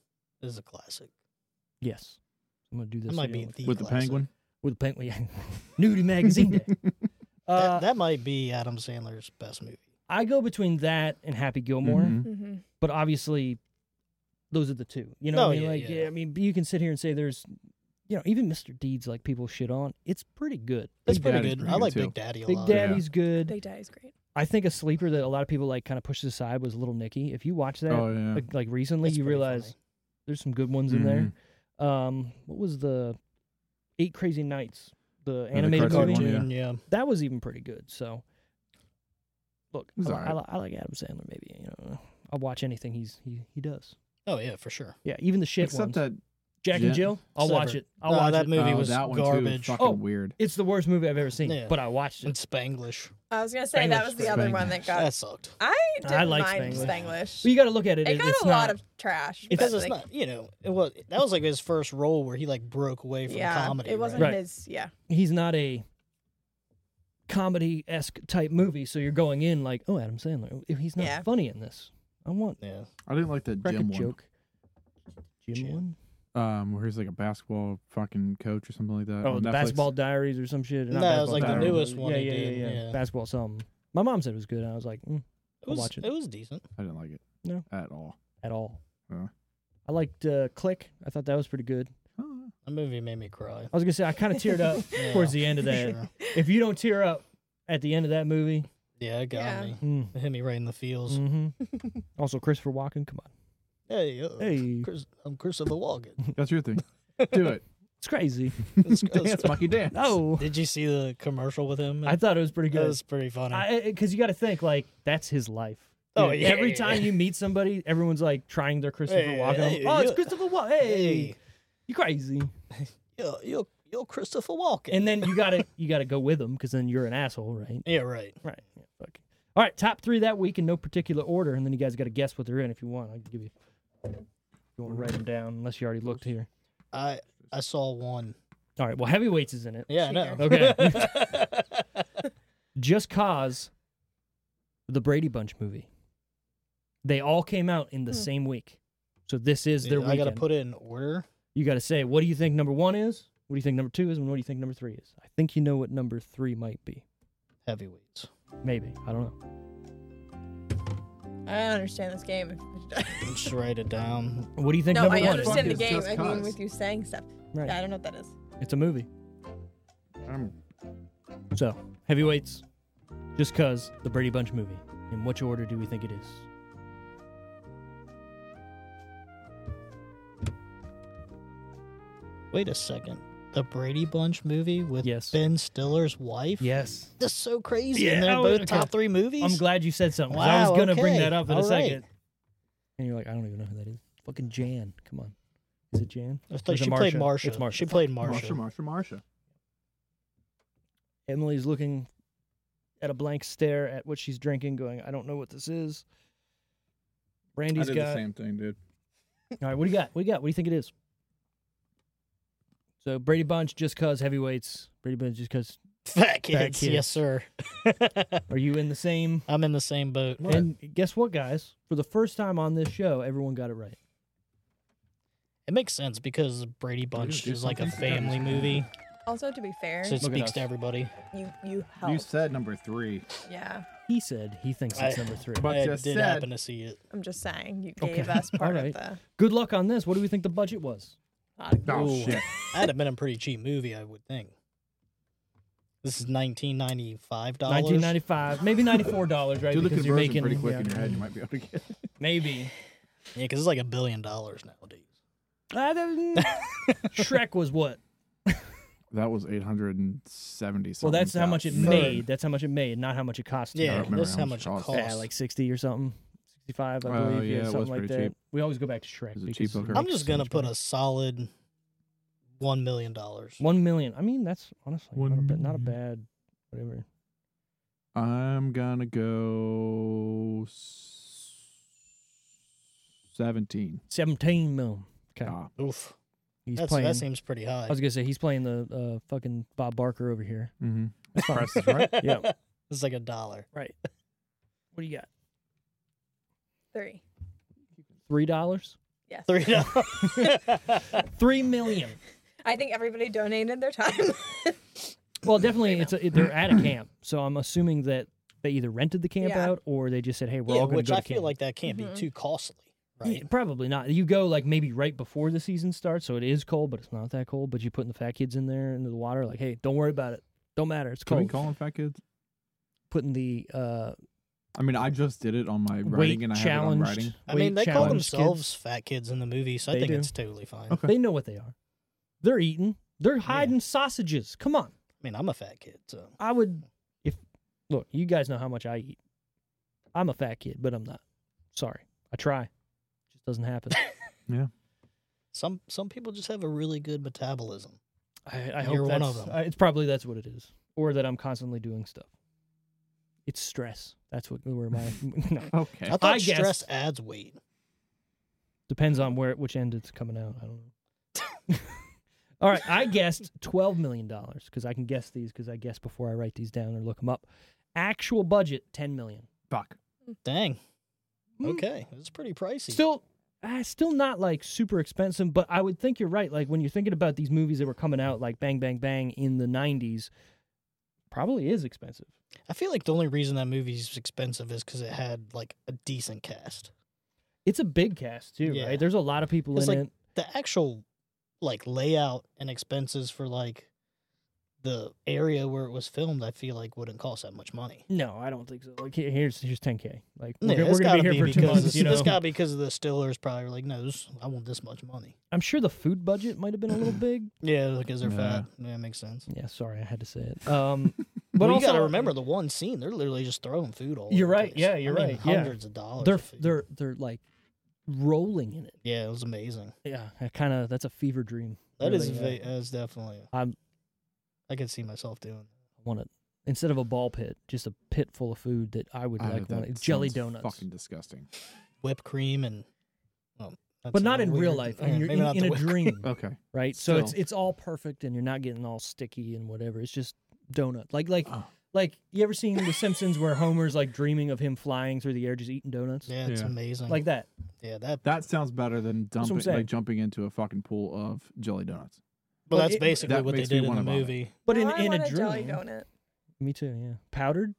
Speaker 5: is a classic.
Speaker 2: Yes, I'm gonna do this.
Speaker 5: That might
Speaker 2: video
Speaker 5: be
Speaker 2: with-
Speaker 5: the
Speaker 3: With the
Speaker 5: classic.
Speaker 3: penguin.
Speaker 2: with the paint. yeah. Nudie Magazine Day.
Speaker 5: That,
Speaker 2: Uh,
Speaker 5: that might be Adam Sandler's best movie.
Speaker 2: I go between that and Happy Gilmore,
Speaker 3: Mhm.
Speaker 4: Mm-hmm.
Speaker 2: but obviously, those are the two. You know,
Speaker 5: No,
Speaker 2: what I mean,
Speaker 5: Oh, yeah,
Speaker 2: like,
Speaker 5: yeah.
Speaker 2: I mean, you can sit here and say there's, you know, even Mr. Deeds, like people shit on. It's pretty good.
Speaker 5: It's
Speaker 3: Big
Speaker 5: pretty
Speaker 3: Daddy's
Speaker 5: good.
Speaker 3: pretty
Speaker 5: I
Speaker 3: good,
Speaker 5: like
Speaker 3: too.
Speaker 5: Big Daddy a
Speaker 2: Big
Speaker 5: lot.
Speaker 2: Daddy's good.
Speaker 4: Big Daddy is great.
Speaker 2: I think a sleeper that a lot of people like kind of pushed aside was Little Nicky. If you watch that,
Speaker 3: Oh yeah.
Speaker 2: like, like recently,
Speaker 5: It's
Speaker 2: you
Speaker 5: pretty
Speaker 2: realize
Speaker 5: funny. Mm-hmm.
Speaker 2: there's some good ones in there. Um, what was the Eight Crazy Nights,
Speaker 5: Oh,
Speaker 2: the animated
Speaker 3: cartoon
Speaker 2: movie?
Speaker 3: one,
Speaker 5: Cartoon, yeah.
Speaker 2: that was even pretty good. So, look,
Speaker 3: It was
Speaker 2: I, li-
Speaker 3: alright.
Speaker 2: I, li- I like Adam Sandler. Maybe you know, uh, I'll watch anything he's he, he does.
Speaker 5: Oh yeah, for sure.
Speaker 2: Yeah, even the shit
Speaker 3: Except
Speaker 2: ones.
Speaker 3: that
Speaker 2: Jack
Speaker 3: Yeah.
Speaker 2: and Jill. I'll watch
Speaker 5: Severed.
Speaker 2: it. I'll
Speaker 5: No,
Speaker 2: watch
Speaker 5: that
Speaker 2: it.
Speaker 5: movie
Speaker 3: oh,
Speaker 5: was
Speaker 3: that one
Speaker 5: garbage.
Speaker 3: Too, fucking
Speaker 2: Oh.
Speaker 3: weird.
Speaker 2: It's the worst movie I've ever seen,
Speaker 5: Yeah.
Speaker 2: but I watched
Speaker 5: And
Speaker 2: it.
Speaker 5: Spanglish.
Speaker 4: I was gonna say that was the other
Speaker 3: Spanglish.
Speaker 4: one that got.
Speaker 5: That sucked.
Speaker 4: I didn't
Speaker 2: I like
Speaker 4: mind
Speaker 5: Spanglish.
Speaker 4: Spanglish.
Speaker 2: Well, you got to look at it.
Speaker 4: It got
Speaker 2: it's
Speaker 4: a lot
Speaker 2: not-
Speaker 4: of trash.
Speaker 5: Because
Speaker 4: but,
Speaker 5: it's
Speaker 4: like,
Speaker 5: not, you know, it was that was like his first role where he like broke away from
Speaker 4: Yeah,
Speaker 5: comedy.
Speaker 4: it wasn't
Speaker 5: right?
Speaker 2: Right.
Speaker 4: his. Yeah,
Speaker 2: He's not a comedy esque type movie, so you're going in like, oh, Adam Sandler. He's not
Speaker 4: Yeah.
Speaker 2: funny in this. I want
Speaker 5: Yeah.
Speaker 3: I didn't like that
Speaker 2: crack a
Speaker 3: Jim one.
Speaker 2: joke. Jim
Speaker 5: Jim.
Speaker 2: one?
Speaker 3: Um, where he's like a basketball fucking coach or something like that.
Speaker 2: Oh,
Speaker 3: on
Speaker 2: the
Speaker 3: Netflix.
Speaker 2: Basketball Diaries or some shit. or not
Speaker 5: No, it was
Speaker 2: Basketball
Speaker 3: like the
Speaker 2: Diaries.
Speaker 5: newest one
Speaker 2: Yeah,
Speaker 5: he
Speaker 2: yeah, yeah,
Speaker 5: did,
Speaker 2: yeah,
Speaker 5: yeah.
Speaker 2: Basketball something. My mom said it was good, and I was like, mm,
Speaker 5: It
Speaker 2: I'll
Speaker 5: was
Speaker 2: watch it.
Speaker 5: it was decent.
Speaker 3: I didn't like it.
Speaker 2: No.
Speaker 3: At all.
Speaker 2: at all.
Speaker 3: Yeah.
Speaker 2: I liked uh, Click. I thought that was pretty good.
Speaker 3: Oh,
Speaker 5: That movie made me cry.
Speaker 2: I was gonna say I kind of teared up
Speaker 5: Yeah,
Speaker 2: towards the end of
Speaker 5: for
Speaker 2: that.
Speaker 5: sure.
Speaker 2: If you don't tear up at the end of that movie,
Speaker 5: Yeah, it got
Speaker 4: Yeah.
Speaker 5: me.
Speaker 2: mm,
Speaker 5: It hit me right in the feels.
Speaker 2: mhm. also Christopher Walken. Come on,
Speaker 5: Hey, uh,
Speaker 2: Hey.
Speaker 5: Chris, I'm Christopher Walken.
Speaker 3: That's your thing. Do it.
Speaker 2: it's crazy.
Speaker 5: It's-
Speaker 3: dance,
Speaker 5: it's-
Speaker 3: monkey dance.
Speaker 2: No,
Speaker 5: Did you see the commercial with him?
Speaker 2: I thought it was pretty
Speaker 5: that
Speaker 2: good.
Speaker 5: was pretty funny.
Speaker 2: Because you got to think like that's his life. You
Speaker 5: Oh,
Speaker 2: know,
Speaker 5: yeah,
Speaker 2: Every
Speaker 5: yeah,
Speaker 2: time
Speaker 5: yeah.
Speaker 2: you meet somebody, everyone's like trying their Christopher
Speaker 5: Hey,
Speaker 2: Walken.
Speaker 5: hey,
Speaker 2: oh, it's
Speaker 5: you-
Speaker 2: Christopher Walken. Hey,
Speaker 5: hey,
Speaker 2: you crazy?
Speaker 5: you're, you're, you're Christopher Walken.
Speaker 2: And then you gotta you gotta go with them because then you're an asshole, right?
Speaker 5: yeah, right.
Speaker 2: Right. Yeah, fuck. All right, top three that week in no particular order, and then you guys got to guess what they're in if you want. I can give you. You want to write them down unless you already looked here.
Speaker 5: I I saw one.
Speaker 2: All right. Well, heavyweights is in it.
Speaker 5: Yeah, I know.
Speaker 4: Cheater.
Speaker 2: Okay. Just Cause, the Brady Bunch movie. They all came out in the
Speaker 4: Hmm.
Speaker 2: same week, so this is their
Speaker 5: Dude, I
Speaker 2: weekend.
Speaker 5: gotta put it in order.
Speaker 2: you got to say, what do you think number one is? What do you think number two is? And what do you think number three is? I think you know what number three might be.
Speaker 5: Heavyweights.
Speaker 2: Maybe. I don't know.
Speaker 4: I don't understand this game.
Speaker 5: Just write it down.
Speaker 2: What do you think
Speaker 4: no,
Speaker 2: number
Speaker 4: I
Speaker 2: one
Speaker 4: understand the
Speaker 3: is
Speaker 4: game.
Speaker 3: Just
Speaker 4: I mean,
Speaker 3: Cause.
Speaker 4: with you saying stuff.
Speaker 2: Right.
Speaker 4: Yeah, I don't know what that is.
Speaker 2: It's a movie.
Speaker 3: I'm
Speaker 2: So, heavyweights, just cause the Brady Bunch movie. In which order do we think it is?
Speaker 5: Wait a second. The Brady Bunch movie with
Speaker 2: Yes.
Speaker 5: Ben Stiller's wife?
Speaker 2: Yes.
Speaker 5: That's so crazy.
Speaker 2: Yeah,
Speaker 5: and they're
Speaker 2: oh,
Speaker 5: both
Speaker 2: okay.
Speaker 5: top three movies?
Speaker 2: I'm glad you said something. 'cause I
Speaker 5: Wow,
Speaker 2: was gonna bring
Speaker 5: okay.
Speaker 2: that up in a
Speaker 5: All right.
Speaker 2: second. And you're like, I don't even know who that is. Fucking Jan. Come on. Is it Jan?
Speaker 5: I
Speaker 2: Or
Speaker 5: thought
Speaker 2: is it
Speaker 5: she played
Speaker 2: Marsha?
Speaker 5: Marsha.
Speaker 2: It's Marsha.
Speaker 5: She played
Speaker 3: Marsha,
Speaker 5: Marsha.
Speaker 3: Marsha, Marsha.
Speaker 2: Emily's looking at a blank stare at what she's drinking, going, I don't know what this is.
Speaker 3: I
Speaker 2: Brandy's
Speaker 3: did the
Speaker 2: got.
Speaker 3: same thing, dude.
Speaker 2: All right, what do you got? What do you got? What do you think it is? So Brady Bunch, just cause heavyweights. Brady Bunch, just cause.
Speaker 5: Fat kids.
Speaker 2: kids.
Speaker 5: Yes, sir.
Speaker 2: Are you in the same?
Speaker 5: I'm in the same boat. And
Speaker 2: And guess what, guys? For the first time on this show, everyone got it right.
Speaker 5: it makes sense because Brady Bunch
Speaker 3: do
Speaker 5: is like a
Speaker 3: something together.
Speaker 5: family movie,
Speaker 4: Also, to be fair,
Speaker 5: so it
Speaker 3: Look at
Speaker 5: speaks
Speaker 3: us.
Speaker 5: to everybody.
Speaker 4: you you
Speaker 3: You
Speaker 4: help.
Speaker 3: said number three.
Speaker 4: Yeah,
Speaker 2: He said he thinks it's
Speaker 5: I-
Speaker 2: number three.
Speaker 3: But
Speaker 5: I did
Speaker 3: just said-
Speaker 5: happen to see it.
Speaker 4: I'm just saying you
Speaker 2: Okay.
Speaker 4: gave us part
Speaker 2: Alright.
Speaker 4: of the.
Speaker 2: Good luck on this. What do we think the budget was?
Speaker 4: lot of-
Speaker 3: Oh
Speaker 5: Ooh.
Speaker 3: shit!
Speaker 5: That'd have been a pretty cheap movie, I would think. This is 1995
Speaker 2: Nineteen
Speaker 5: dollars.
Speaker 2: ninety-five, maybe ninety-four dollars, right?
Speaker 3: Do the
Speaker 2: because you're
Speaker 3: conversion
Speaker 2: making
Speaker 3: pretty quick
Speaker 2: yeah,
Speaker 3: in your head. You might be able to get. It.
Speaker 2: Maybe.
Speaker 5: Yeah, because it's like a billion dollars nowadays.
Speaker 2: I don't- Shrek was what?
Speaker 3: That was eight hundred and seventy.
Speaker 2: Well, that's how much it made. That's how much it made, not how much it cost. to
Speaker 5: Yeah,
Speaker 2: make.
Speaker 3: remember
Speaker 5: that's
Speaker 3: how
Speaker 5: how
Speaker 3: much
Speaker 5: much
Speaker 3: it
Speaker 5: it
Speaker 3: cost.
Speaker 5: costs.
Speaker 2: Yeah, like 60 or something. 65, I
Speaker 3: Oh,
Speaker 2: believe.
Speaker 3: yeah,
Speaker 2: yeah,
Speaker 3: it was
Speaker 2: something like
Speaker 3: pretty
Speaker 2: that.
Speaker 3: cheap.
Speaker 2: We always go back to Shrek.
Speaker 3: It was a
Speaker 2: because
Speaker 3: cheap little
Speaker 2: it
Speaker 5: I'm
Speaker 3: Correct.
Speaker 5: just
Speaker 2: makes
Speaker 5: gonna
Speaker 2: sense.
Speaker 5: put a solid one million dollars.
Speaker 2: One million. I mean, that's honestly
Speaker 3: One
Speaker 2: not, a bad, not a
Speaker 3: million.
Speaker 2: bad, whatever.
Speaker 3: I'm gonna go s- seventeen.
Speaker 2: 17 mil. Okay.
Speaker 3: Ah,
Speaker 5: Oof,
Speaker 2: he's
Speaker 5: that's,
Speaker 2: playing.
Speaker 5: that seems pretty high.
Speaker 2: I was going to say, he's playing the uh, fucking Bob Barker over here.
Speaker 3: mm-hmm.
Speaker 2: It's fine.
Speaker 3: Price is right.
Speaker 2: yeah. What
Speaker 5: It's like a dollar.
Speaker 2: do you got?
Speaker 4: Three.
Speaker 2: Three dollars?
Speaker 4: Yes.
Speaker 5: Three dollars.
Speaker 2: Three million.
Speaker 4: I think everybody donated their time.
Speaker 2: Well, definitely, it's a, it- they're at a camp. So I'm assuming that they either rented the camp
Speaker 4: Yeah.
Speaker 2: out or they just said, hey, we're
Speaker 5: yeah,
Speaker 2: all going
Speaker 5: which
Speaker 2: to go
Speaker 5: I
Speaker 2: to
Speaker 5: feel
Speaker 2: camp.
Speaker 5: like that can't
Speaker 4: Mhm.
Speaker 5: be too costly,
Speaker 2: Yeah,
Speaker 5: right?
Speaker 2: probably not. You go like maybe right before the season starts, so it is cold, but it's not that cold. But you putting the fat kids in there into the water, like, hey, don't worry about it. Don't matter. It's
Speaker 3: Can we
Speaker 2: cold.
Speaker 3: call them fat kids?
Speaker 2: Putting the uh,
Speaker 3: I mean, I just did it on my
Speaker 2: weight
Speaker 3: writing, and I have it on
Speaker 2: challenged.
Speaker 3: writing.
Speaker 5: I mean,
Speaker 2: weight
Speaker 5: they call
Speaker 2: challenged
Speaker 5: themselves
Speaker 2: kids.
Speaker 5: fat kids in the movie, so I
Speaker 2: They
Speaker 5: think
Speaker 2: do.
Speaker 5: it's totally fine.
Speaker 3: Okay.
Speaker 2: They know what they are. They're eating. They're hiding sausages. Come on.
Speaker 5: I mean, I'm a fat kid, so
Speaker 2: I would. If look, you guys know how much I eat. I'm a fat kid, but I'm not. Sorry, I try. just doesn't happen.
Speaker 5: some some people just have a really good metabolism.
Speaker 2: I, I hope
Speaker 5: You're one
Speaker 2: that's,
Speaker 5: of them.
Speaker 2: I- it's probably that's what it is, or that I'm constantly doing stuff. It's stress. That's what where my no.
Speaker 3: Okay.
Speaker 5: I thought
Speaker 2: I guess-
Speaker 5: stress adds weight.
Speaker 2: depends on where which end it's coming out. I don't know. All right, I guessed twelve million dollars because I can guess these because I guess before I write these down or look them up. Actual budget ten million.
Speaker 3: Fuck.
Speaker 5: Dang.
Speaker 2: Hmm.
Speaker 5: Okay, it's pretty pricey.
Speaker 2: Still, uh, still not like super expensive, but I would think you're right. Like when you're thinking about these movies that were coming out like Bang Bang Bang in the '90s, probably is expensive.
Speaker 5: I feel like the only reason that movie's expensive is because it had like a decent cast.
Speaker 2: It's a big cast too,
Speaker 5: Yeah.
Speaker 2: right? There's a lot of people
Speaker 5: It's
Speaker 2: in
Speaker 5: like-
Speaker 2: it.
Speaker 5: The actual like layout and expenses for like the area where it was filmed, I feel like wouldn't cost that much money.
Speaker 2: No, I don't think so. Like here- here's here's 10k. Like we're,
Speaker 5: Yeah,
Speaker 2: gonna-
Speaker 5: it's
Speaker 2: we're gonna
Speaker 5: gotta
Speaker 2: be here for two
Speaker 5: because
Speaker 2: months.
Speaker 5: the-
Speaker 2: You know,
Speaker 5: it's gotta be because of the Stillers probably were like, no, this, I want this much money.
Speaker 2: I'm sure the food budget might have been a little big,
Speaker 5: Yeah, because they're
Speaker 3: Yeah.
Speaker 5: fat. Yeah, it makes sense.
Speaker 2: Yeah, sorry, I had to say it. Um, but
Speaker 5: But you
Speaker 2: also,
Speaker 5: gotta remember the one scene; they're literally just throwing food all.
Speaker 2: You're
Speaker 5: over the
Speaker 2: right,
Speaker 5: place.
Speaker 2: yeah,
Speaker 5: I
Speaker 2: you're
Speaker 5: mean,
Speaker 2: right, yeah.
Speaker 5: Hundreds of dollars.
Speaker 2: they're
Speaker 5: of food.
Speaker 2: they're they're like rolling in it.
Speaker 5: yeah, it was amazing.
Speaker 2: Yeah, I kind of that's a fever dream.
Speaker 5: That is
Speaker 2: Really,
Speaker 5: ve-
Speaker 2: uh,
Speaker 5: that's definitely.
Speaker 2: I'm-
Speaker 5: I could see myself doing.
Speaker 2: I want it instead of a ball pit, just a pit full of food that I would
Speaker 3: Uh,
Speaker 2: like.
Speaker 3: that
Speaker 2: One, jelly
Speaker 3: sounds
Speaker 2: donuts,
Speaker 3: Fucking disgusting.
Speaker 5: whipped cream and well, that's
Speaker 2: but not
Speaker 5: another
Speaker 2: in real
Speaker 5: weird-
Speaker 2: life.
Speaker 5: okay,
Speaker 2: And you're
Speaker 5: maybe
Speaker 2: in,
Speaker 5: not
Speaker 2: in
Speaker 5: the
Speaker 2: a
Speaker 5: whipped cream.
Speaker 2: dream,
Speaker 3: Okay.
Speaker 2: right? So it's
Speaker 3: Still.
Speaker 2: it's all perfect, and you're not getting all sticky and whatever. It's just donut. Like like
Speaker 3: Oh.
Speaker 2: like you ever seen The Simpsons where Homer's like dreaming of him flying through the air, just eating donuts
Speaker 5: Yeah, it's
Speaker 3: Yeah.
Speaker 5: amazing.
Speaker 2: like that.
Speaker 5: yeah, that.
Speaker 3: That sounds better than
Speaker 2: what I'm
Speaker 3: dumping,
Speaker 2: saying.
Speaker 3: like jumping into a fucking pool of jelly donuts.
Speaker 5: Well,
Speaker 2: but
Speaker 5: that's
Speaker 2: it-
Speaker 5: basically
Speaker 3: That
Speaker 5: what they
Speaker 3: makes me
Speaker 5: did in
Speaker 3: wanna
Speaker 5: the
Speaker 3: vomit.
Speaker 5: movie.
Speaker 2: But
Speaker 4: Now
Speaker 2: in
Speaker 4: I
Speaker 2: in
Speaker 4: want
Speaker 2: a
Speaker 4: jelly
Speaker 2: dream,
Speaker 4: donut.
Speaker 2: me too. Yeah, powdered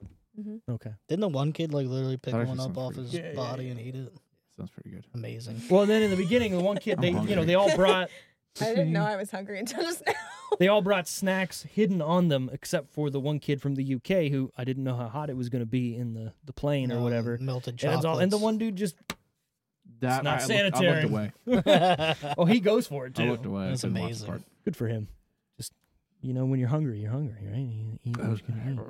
Speaker 2: Okay.
Speaker 5: Didn't the one kid like literally pick
Speaker 3: That
Speaker 5: one
Speaker 3: actually
Speaker 5: up
Speaker 3: sounds
Speaker 5: off
Speaker 3: pretty
Speaker 5: his
Speaker 2: good. Yeah, yeah,
Speaker 5: body
Speaker 2: yeah.
Speaker 5: and eat it?
Speaker 3: Sounds pretty good.
Speaker 5: Amazing.
Speaker 2: Well, then in the beginning, the one kid
Speaker 3: I'm
Speaker 2: they you know
Speaker 3: hungry.
Speaker 2: they all brought
Speaker 4: I didn't know I was hungry until just now.
Speaker 2: they all brought snacks hidden on them except for the one kid from the UK who I didn't know how hot it was going to be in the the plane or
Speaker 5: Um,
Speaker 2: whatever.
Speaker 5: Melted
Speaker 2: And,
Speaker 5: chocolates.
Speaker 2: it's all, and the one dude just
Speaker 3: That
Speaker 2: not
Speaker 3: I, looked- I
Speaker 2: sanitary.
Speaker 3: looked away.
Speaker 2: oh he goes for it
Speaker 3: I
Speaker 2: too.
Speaker 3: looked away. I
Speaker 5: That's
Speaker 3: couldn't watch the
Speaker 5: amazing.
Speaker 3: part.
Speaker 2: Good for him. Just you know when you're hungry, you're hungry, right? You eat what
Speaker 3: That was
Speaker 2: you can eat.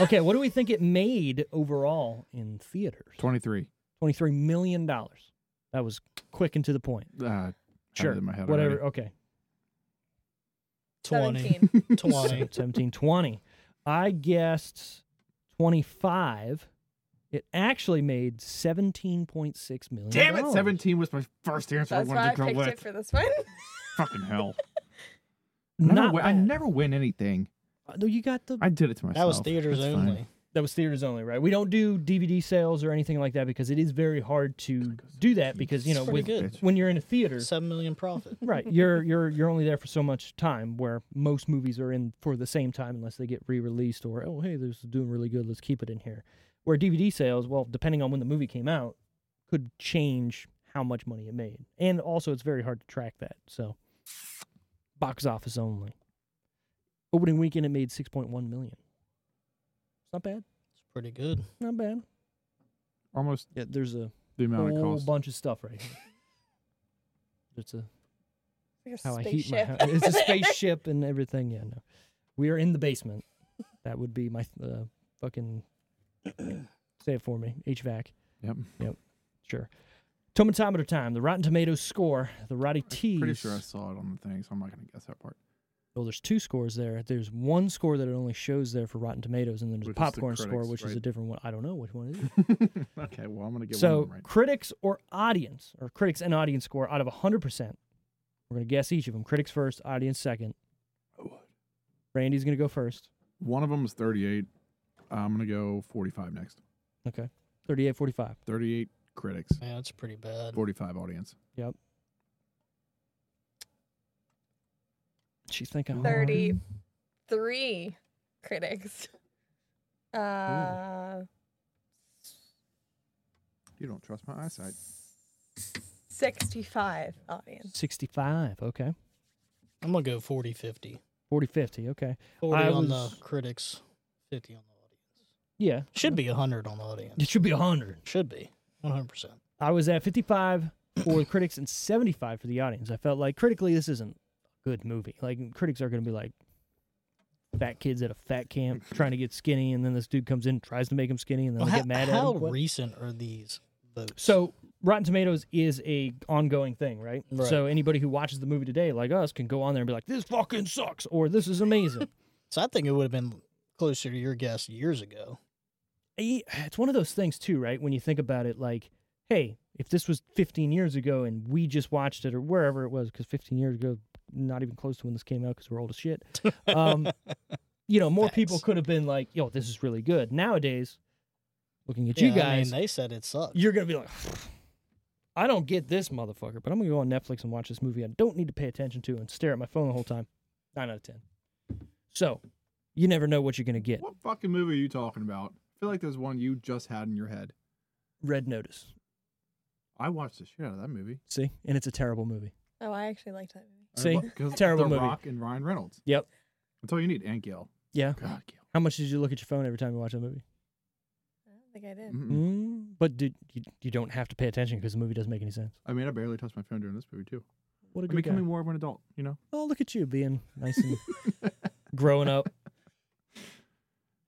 Speaker 2: okay, what do we think it made overall in theaters?
Speaker 3: 23.
Speaker 2: Twenty-three million dollars. That was quick and to the point.
Speaker 3: Uh, I have it
Speaker 2: Sure,
Speaker 3: in my head
Speaker 2: whatever.
Speaker 3: already.
Speaker 2: Okay,
Speaker 5: 20.
Speaker 4: 17.
Speaker 5: 20.
Speaker 2: 17, 20. I guessed twenty-five. It actually made seventeen point six million.
Speaker 3: Damn it! 17 was my first answer
Speaker 4: That's
Speaker 3: I
Speaker 4: why
Speaker 3: wanted
Speaker 4: I
Speaker 3: to
Speaker 4: picked
Speaker 3: go
Speaker 4: it
Speaker 3: with.
Speaker 4: for this one.
Speaker 3: Fucking hell. I never,
Speaker 2: Not
Speaker 3: win, I
Speaker 2: bad. Uh,
Speaker 3: never win anything.
Speaker 2: No, you got the
Speaker 3: I did it to myself.
Speaker 5: That was theaters
Speaker 3: That's fine.
Speaker 5: only.
Speaker 2: that was theaters only, right? We don't do DVD sales or anything like that because it is very hard to do that because you know
Speaker 5: It's pretty
Speaker 2: with
Speaker 5: good.
Speaker 2: when you're in a theater,
Speaker 5: Seven million profit.
Speaker 2: right? You're you're you're only there for so much time. Where most movies are in for the same time unless they get re-released or oh hey this is doing really good let's keep it in here. Where DVD sales, well, depending on when the movie came out, could change how much money it made, and also it's very hard to track that. So box office only. Opening weekend, it made six point one million. It's not bad.
Speaker 5: It's pretty good.
Speaker 2: Not bad.
Speaker 3: Almost
Speaker 2: Yeah, there's a
Speaker 3: the amount it
Speaker 2: whole
Speaker 3: cost.
Speaker 2: bunch of stuff right here. It's a
Speaker 4: Like a
Speaker 2: how I heat my
Speaker 4: spaceship
Speaker 2: house. It's a
Speaker 4: over there.
Speaker 2: spaceship and everything. Yeah, no, we are in the basement. That would be my uh, fucking say it for me. HVAC.
Speaker 3: Yep.
Speaker 2: Sure. Tomatometer time. The Rotten Tomatoes score. The Roddy T's.
Speaker 3: Pretty sure I saw it on the thing, so I'm not going to guess that part.
Speaker 2: Well, there's two scores there. There's one score that it only shows there for Rotten Tomatoes, and then there's
Speaker 3: Which is the
Speaker 2: popcorn score,
Speaker 3: critics,
Speaker 2: which is
Speaker 3: right?
Speaker 2: a different one. I don't know which one it is.
Speaker 3: okay, well, I'm going to get
Speaker 2: so
Speaker 3: one of them right.
Speaker 2: critics or audience or critics and audience score out of 100% we're going to guess each of them critics first audience second randy's going to go first
Speaker 3: One of them is 38. I'm going to go 45 next.
Speaker 2: okay 38 45
Speaker 3: 38 critics,
Speaker 5: Yeah, that's pretty bad.
Speaker 3: 45 audience.
Speaker 2: she's thinking hard.
Speaker 4: 33 critics. Uh,
Speaker 3: You don't trust my eyesight.
Speaker 4: 65 audience.
Speaker 2: 65 okay
Speaker 5: I'm gonna go 40 50.
Speaker 2: 40 50 okay
Speaker 5: 40
Speaker 2: I
Speaker 5: on
Speaker 2: was-
Speaker 5: the critics, 50 on the audience.
Speaker 2: yeah
Speaker 5: Should be 100 on the audience.
Speaker 2: it should be 100
Speaker 5: Should be 100. percent
Speaker 2: i was at 55 for the critics and 75 for the audience i felt like critically this isn't a good movie like critics are going to be like fat kids at a fat camp trying to get skinny and then this dude comes in and tries to make them skinny and then they
Speaker 5: how
Speaker 2: get mad at
Speaker 5: how
Speaker 2: him What?
Speaker 5: recent are these votes?
Speaker 2: So Rotten Tomatoes is a ongoing thing, right?
Speaker 5: Right.
Speaker 2: So anybody who watches the movie today, like us, can go on there and be like, "This fucking sucks," or "This is amazing."
Speaker 5: so I think it would have been closer to your guess years ago.
Speaker 2: E- it's one of those things too, right? When you think about it, like, hey, if this was 15 years ago and we just watched it or wherever it was, because 15 years ago, not even close to when this came out, because we're old as shit. Um, you know, more people
Speaker 5: Facts.
Speaker 2: could have been like, "Yo, this is really good." Nowadays, looking at
Speaker 5: Yeah,
Speaker 2: you guys,
Speaker 5: I mean, they said it sucked.
Speaker 2: you're gonna be like, I don't get this motherfucker, but I'm gonna go on Netflix and watch this movie I don't need to pay attention to and stare at my phone the whole time. Nine out of ten. So you never know what you're gonna get.
Speaker 3: What fucking movie are you talking about? I feel like there's one you just had in your head.
Speaker 2: Red Notice.
Speaker 3: I watched the shit out of that movie.
Speaker 2: See, and it's a terrible movie.
Speaker 4: Oh, I actually liked that movie.
Speaker 2: See,
Speaker 3: Because
Speaker 2: terrible
Speaker 3: the
Speaker 2: movie.
Speaker 3: Rock and Ryan Reynolds.
Speaker 2: Yep.
Speaker 3: That's all you need. And Gail.
Speaker 2: Yeah.
Speaker 3: God, Gail.
Speaker 2: How much did you look at your phone every time you watch a movie?
Speaker 4: I don't think I did.
Speaker 3: Mm-mm.
Speaker 2: Mm, but did, you, you don't have to pay attention because the movie doesn't make any sense.
Speaker 3: I mean, I barely touched my phone during this movie too.
Speaker 2: What a
Speaker 3: I'm
Speaker 2: good guy.
Speaker 3: becoming more of an adult, you know.
Speaker 2: Oh, look at you being nice and growing up.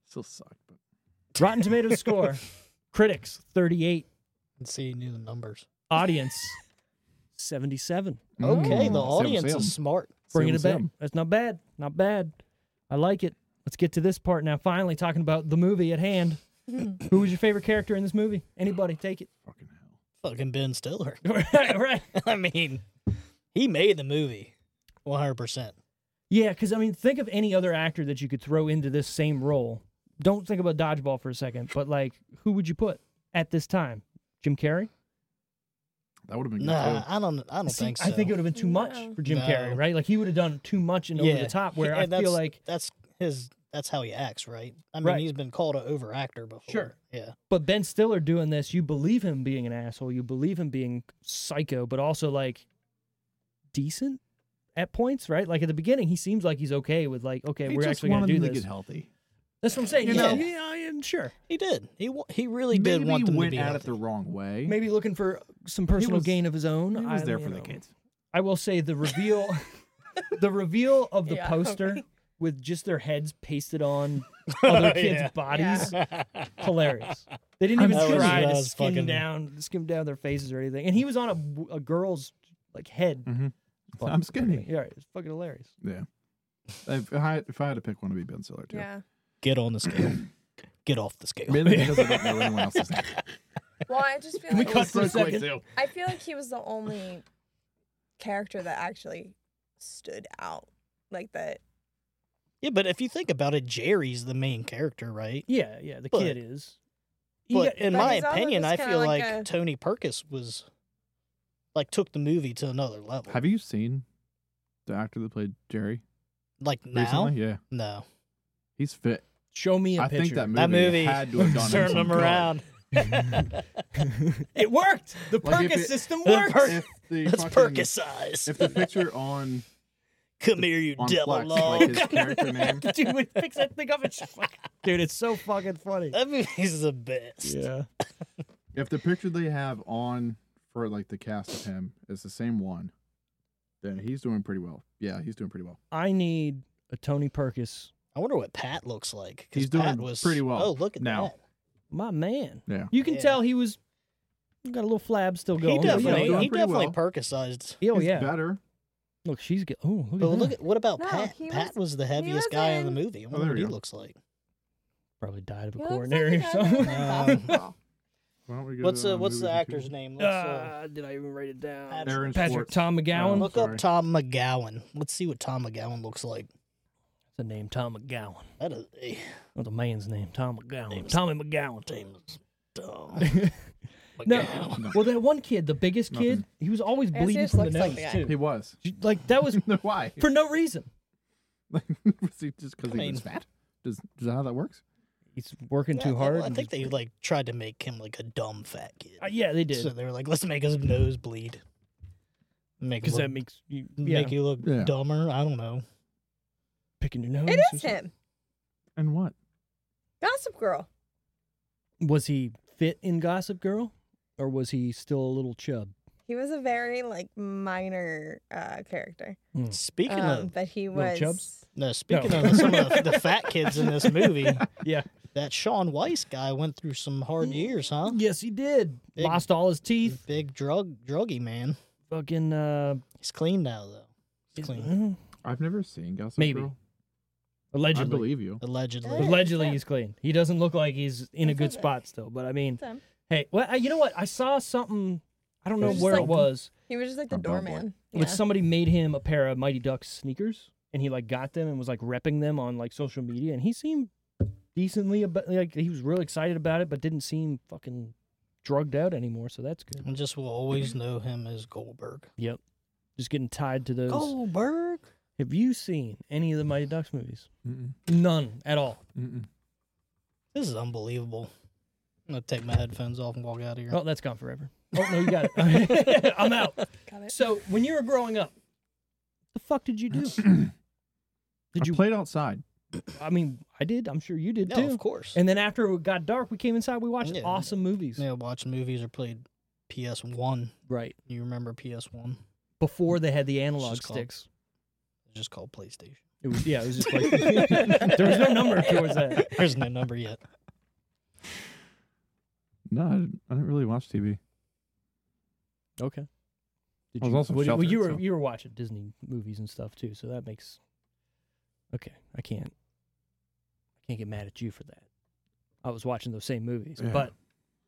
Speaker 3: Still sucked, but
Speaker 2: Rotten Tomatoes score. Critics 38,
Speaker 5: and see, you knew the numbers.
Speaker 2: audience 77.
Speaker 5: Okay,
Speaker 3: Mm.
Speaker 5: the audience
Speaker 3: Sam,
Speaker 5: is
Speaker 3: Sam.
Speaker 5: smart.
Speaker 2: bringing it
Speaker 3: Sam,
Speaker 2: back.
Speaker 3: Sam.
Speaker 2: That's not bad. Not bad. I like it. Let's get to this part now. Finally, talking about the movie at hand. Who was your favorite character in this movie? Anybody? Take it.
Speaker 3: Fucking hell.
Speaker 5: Fucking Ben Stiller.
Speaker 2: right, right.
Speaker 5: I mean, he made the movie 100%.
Speaker 2: Yeah, because I mean, think of any other actor that you could throw into this same role. Don't think about dodgeball for a second, but like, who would you put at this time? Jim Carrey?
Speaker 3: That would have been good
Speaker 5: Nah,
Speaker 3: too.
Speaker 5: I don't I don't
Speaker 2: Mm, See,
Speaker 5: think so.
Speaker 2: I think it would have been too much
Speaker 4: No.
Speaker 2: for Jim
Speaker 5: No.
Speaker 2: Carrey, right? Like he would have done too much and over the top. Where
Speaker 5: and
Speaker 2: I
Speaker 5: that's-
Speaker 2: feel like
Speaker 5: that's his that's how he acts, right? I mean,
Speaker 2: Right.
Speaker 5: he's been called an overactor before.
Speaker 2: Sure.
Speaker 5: Yeah.
Speaker 2: But Ben Stiller doing this, you believe him being an asshole, you believe him being psycho, but also like decent at points, right? Like at the beginning, he seems like he's okay with like, okay,
Speaker 3: He
Speaker 2: we're
Speaker 3: just
Speaker 2: actually
Speaker 3: wanted
Speaker 2: gonna do
Speaker 3: them to
Speaker 2: this.
Speaker 3: get healthy.
Speaker 2: That's what I'm saying.
Speaker 5: You
Speaker 2: yeah,
Speaker 5: know?
Speaker 2: yeah, I am sure.
Speaker 5: He did. He wa- he really
Speaker 3: Maybe
Speaker 5: did want
Speaker 3: he
Speaker 5: them
Speaker 3: went
Speaker 5: to be
Speaker 3: at it
Speaker 5: healthy.
Speaker 3: the wrong way.
Speaker 2: Maybe looking for some personal
Speaker 3: was-
Speaker 2: gain of his own.
Speaker 3: he was
Speaker 2: I,
Speaker 3: there
Speaker 2: you
Speaker 3: for the
Speaker 2: know.
Speaker 3: kids.
Speaker 2: I will say the reveal, the reveal of the
Speaker 4: Yeah.
Speaker 2: poster with just their heads pasted on other kids'
Speaker 5: Yeah.
Speaker 2: bodies. hilarious. They didn't
Speaker 3: I'm
Speaker 2: even
Speaker 3: sure.
Speaker 2: try
Speaker 5: That
Speaker 2: to
Speaker 5: was
Speaker 2: skim
Speaker 5: fucking-
Speaker 2: down, skim down their faces or anything. And he was on a, a girl's like head.
Speaker 3: Mhm.
Speaker 2: Fuck.
Speaker 3: I'm skinny.
Speaker 2: Yeah, it's fucking hilarious.
Speaker 3: Yeah. If I, if I had to pick one, it'd be Ben Stiller too.
Speaker 4: Yeah.
Speaker 5: Get on the scale. Get off the scale.
Speaker 3: Mainly because I don't know anyone else's name.
Speaker 4: Well, I just feel
Speaker 2: Can we
Speaker 4: like
Speaker 2: cut for a
Speaker 3: Real quick,
Speaker 2: second?
Speaker 3: too.
Speaker 4: I feel like he was the only character that actually stood out. Like that.
Speaker 5: Yeah, but if you think about it, Jerry's the main character, right?
Speaker 2: Yeah, yeah. The
Speaker 5: But-
Speaker 2: kid is. You
Speaker 5: But
Speaker 2: got-
Speaker 5: in
Speaker 4: But
Speaker 5: my
Speaker 4: he's also
Speaker 5: opinion,
Speaker 4: just
Speaker 5: I
Speaker 4: kinda
Speaker 5: feel like,
Speaker 4: like a-
Speaker 5: Tony Perkis was like took the movie to another level.
Speaker 3: Have you seen the actor that played Jerry
Speaker 5: like now?
Speaker 3: recently? Yeah,
Speaker 5: No,
Speaker 3: he's fit.
Speaker 2: show me a
Speaker 3: I
Speaker 2: picture.
Speaker 3: think that movie,
Speaker 5: That movie
Speaker 3: had to have done him
Speaker 5: turned
Speaker 3: some good.
Speaker 5: him around.
Speaker 2: it worked. The
Speaker 3: Like, if
Speaker 2: Perkins
Speaker 3: it-
Speaker 2: system
Speaker 5: The
Speaker 2: worked.
Speaker 5: Perkins-
Speaker 3: If the
Speaker 5: That's
Speaker 3: fucking-
Speaker 5: Perkisize.
Speaker 3: If the picture on
Speaker 5: Come here, you
Speaker 3: on
Speaker 5: devil
Speaker 3: Plex,
Speaker 5: log.
Speaker 3: like his character name,
Speaker 2: Dude, we fix that thing up. It's fucking- Dude, it's so fucking funny.
Speaker 5: that movie's the best.
Speaker 3: if the picture they have on for like the cast of him is the same one, then he's doing pretty well. Yeah, he's doing pretty well.
Speaker 2: I need a Tony Perkis,
Speaker 5: I wonder what Pat looks like. 'cause
Speaker 3: He's doing
Speaker 5: Pat was,
Speaker 3: pretty well
Speaker 5: Oh, look at
Speaker 3: now.
Speaker 5: that.
Speaker 2: my man.
Speaker 3: Yeah.
Speaker 2: You can
Speaker 5: Yeah.
Speaker 2: tell he was got a little flab still
Speaker 5: He
Speaker 2: going. but, you know,
Speaker 5: definitely,
Speaker 3: doing
Speaker 5: he
Speaker 3: pretty
Speaker 5: definitely
Speaker 3: well.
Speaker 5: Perkisized.
Speaker 2: Oh
Speaker 3: He's
Speaker 2: yeah.
Speaker 3: better.
Speaker 2: Look, she's good. Oh, look
Speaker 5: But
Speaker 2: at
Speaker 5: look
Speaker 2: that.
Speaker 5: at what about
Speaker 4: No,
Speaker 5: Pat?
Speaker 4: he
Speaker 5: Pat was, the
Speaker 4: was
Speaker 5: heaviest guy in the
Speaker 4: in-
Speaker 5: movie. I wonder
Speaker 3: Mm-hmm. Oh, there
Speaker 5: what
Speaker 3: you
Speaker 5: he
Speaker 3: go.
Speaker 5: looks like.
Speaker 2: probably died of a
Speaker 4: He looks like
Speaker 2: coronary
Speaker 4: a
Speaker 2: or
Speaker 4: guy
Speaker 2: something.
Speaker 4: that lives in a hospital.
Speaker 3: Why don't we go
Speaker 5: What's
Speaker 3: to,
Speaker 5: uh,
Speaker 3: uh,
Speaker 5: what's the
Speaker 3: movies and
Speaker 5: actor's
Speaker 3: TV?
Speaker 5: name? Let's,
Speaker 4: Ah.
Speaker 5: uh,
Speaker 2: Uh, did I even write it down?
Speaker 5: Adam-
Speaker 3: Aaron
Speaker 2: Patrick
Speaker 3: Swartz.
Speaker 2: Tom McGowan.
Speaker 3: Um,
Speaker 5: look up
Speaker 3: sorry.
Speaker 5: Tom McGowan. Let's see what Tom McGowan looks like.
Speaker 2: That's the name Tom McGowan.
Speaker 5: That is eh,
Speaker 2: That's a man's name, Tom McGowan.
Speaker 5: Name's-
Speaker 2: Tommy McGowan.
Speaker 5: name is Tom
Speaker 2: No.
Speaker 5: McGowan.
Speaker 2: Well, that one kid, the biggest
Speaker 3: Nothing.
Speaker 2: kid, he was always
Speaker 4: Yeah, so he
Speaker 2: bleeding
Speaker 4: just
Speaker 2: from the
Speaker 4: looks like
Speaker 2: nose
Speaker 4: the guy.
Speaker 3: He
Speaker 2: too.
Speaker 3: was.
Speaker 2: Like that was
Speaker 3: Why?
Speaker 2: for no reason.
Speaker 3: was he just because
Speaker 5: I
Speaker 3: he
Speaker 5: mean-
Speaker 3: was fat? Does, is that how that works?
Speaker 2: He's working
Speaker 5: Yeah,
Speaker 2: too hard.
Speaker 5: I
Speaker 2: and
Speaker 5: think
Speaker 2: just-
Speaker 5: they like tried to make him like a dumb fat kid.
Speaker 2: Uh, yeah, they
Speaker 5: So
Speaker 2: did.
Speaker 5: they were like, let's make his nose bleed. Make him
Speaker 2: Because
Speaker 5: look,
Speaker 2: that makes you yeah,
Speaker 5: make you look
Speaker 3: Yeah.
Speaker 5: dumber. I don't know.
Speaker 2: picking your nose.
Speaker 4: It
Speaker 2: or
Speaker 4: is
Speaker 2: something.
Speaker 4: him.
Speaker 3: And what?
Speaker 4: Gossip Girl.
Speaker 2: Was he fit in Gossip Girl, or was he still a little chub?
Speaker 4: He was a very like minor uh, character.
Speaker 5: Speaking
Speaker 4: Um,
Speaker 5: of
Speaker 4: but he
Speaker 2: uh, Little
Speaker 4: was.
Speaker 2: chubs?
Speaker 5: no, speaking
Speaker 2: No.
Speaker 5: of some of the, the fat kids in this movie,
Speaker 2: Yeah.
Speaker 5: that Sean Weiss guy went through some hard years, huh?
Speaker 2: Yes, he did.
Speaker 5: Big-
Speaker 2: Lost all his
Speaker 5: He's
Speaker 2: teeth.
Speaker 5: a big drug druggy man.
Speaker 2: Fucking uh,
Speaker 5: He's clean now though. He's
Speaker 2: is-
Speaker 5: clean.
Speaker 2: uh,
Speaker 3: I've never seen Gossip
Speaker 2: Maybe.
Speaker 3: Girl.
Speaker 2: allegedly.
Speaker 3: I believe you.
Speaker 5: Allegedly.
Speaker 2: Allegedly,
Speaker 4: Yeah.
Speaker 2: he's clean. He doesn't look like he's in a
Speaker 4: That's
Speaker 2: good
Speaker 4: okay.
Speaker 2: spot still. But I mean,
Speaker 4: It's him.
Speaker 2: hey, well, I- you know what? I saw something. I don't
Speaker 3: It
Speaker 2: know
Speaker 4: was just
Speaker 2: where it
Speaker 4: like-
Speaker 2: was,
Speaker 4: He was just
Speaker 2: Oh,
Speaker 4: like the
Speaker 3: A bell boy.
Speaker 4: doorman.
Speaker 2: but
Speaker 4: Yeah.
Speaker 2: somebody made him a pair of Mighty Ducks sneakers, and he like got them and was like repping them on like social media, and he seemed decently about like he was real excited about it, but didn't seem fucking drugged out anymore. So that's good.
Speaker 5: And just will always know him as Goldberg.
Speaker 2: Yep, just getting tied to those.
Speaker 5: Goldberg?
Speaker 2: Have you seen any of the Mighty Ducks movies? None at all.
Speaker 3: Mm-mm.
Speaker 5: This is unbelievable. I'm gonna take my headphones off and walk out of here.
Speaker 2: Oh, that's gone forever. Oh no, you got it. I'm out.
Speaker 4: Got it.
Speaker 2: So when you were growing up, the fuck did you do? Did
Speaker 3: I
Speaker 2: you?
Speaker 3: played outside.
Speaker 2: I mean, I did. I'm sure you did
Speaker 5: no,
Speaker 2: too.
Speaker 5: of course.
Speaker 2: And then after it got dark, we came inside. We watched
Speaker 5: Yeah.
Speaker 2: awesome movies.
Speaker 5: yeah, watched movies or played PS One.
Speaker 2: Right
Speaker 5: You remember PS One?
Speaker 2: before they had the analog
Speaker 5: just called-
Speaker 2: sticks.
Speaker 5: It's just called PlayStation.
Speaker 2: It was yeah. It was just like there was no number towards that.
Speaker 5: There's no number yet.
Speaker 3: No, I didn't, I didn't really watch TV.
Speaker 2: Okay. Did
Speaker 3: I was
Speaker 2: you,
Speaker 3: also
Speaker 2: well, you- well,
Speaker 3: sheltered,
Speaker 2: you were
Speaker 3: so-
Speaker 2: you were watching Disney movies and stuff too, so that makes. Okay, I can't. I can't get mad at you for that. I was watching those same movies,
Speaker 3: Yeah.
Speaker 2: but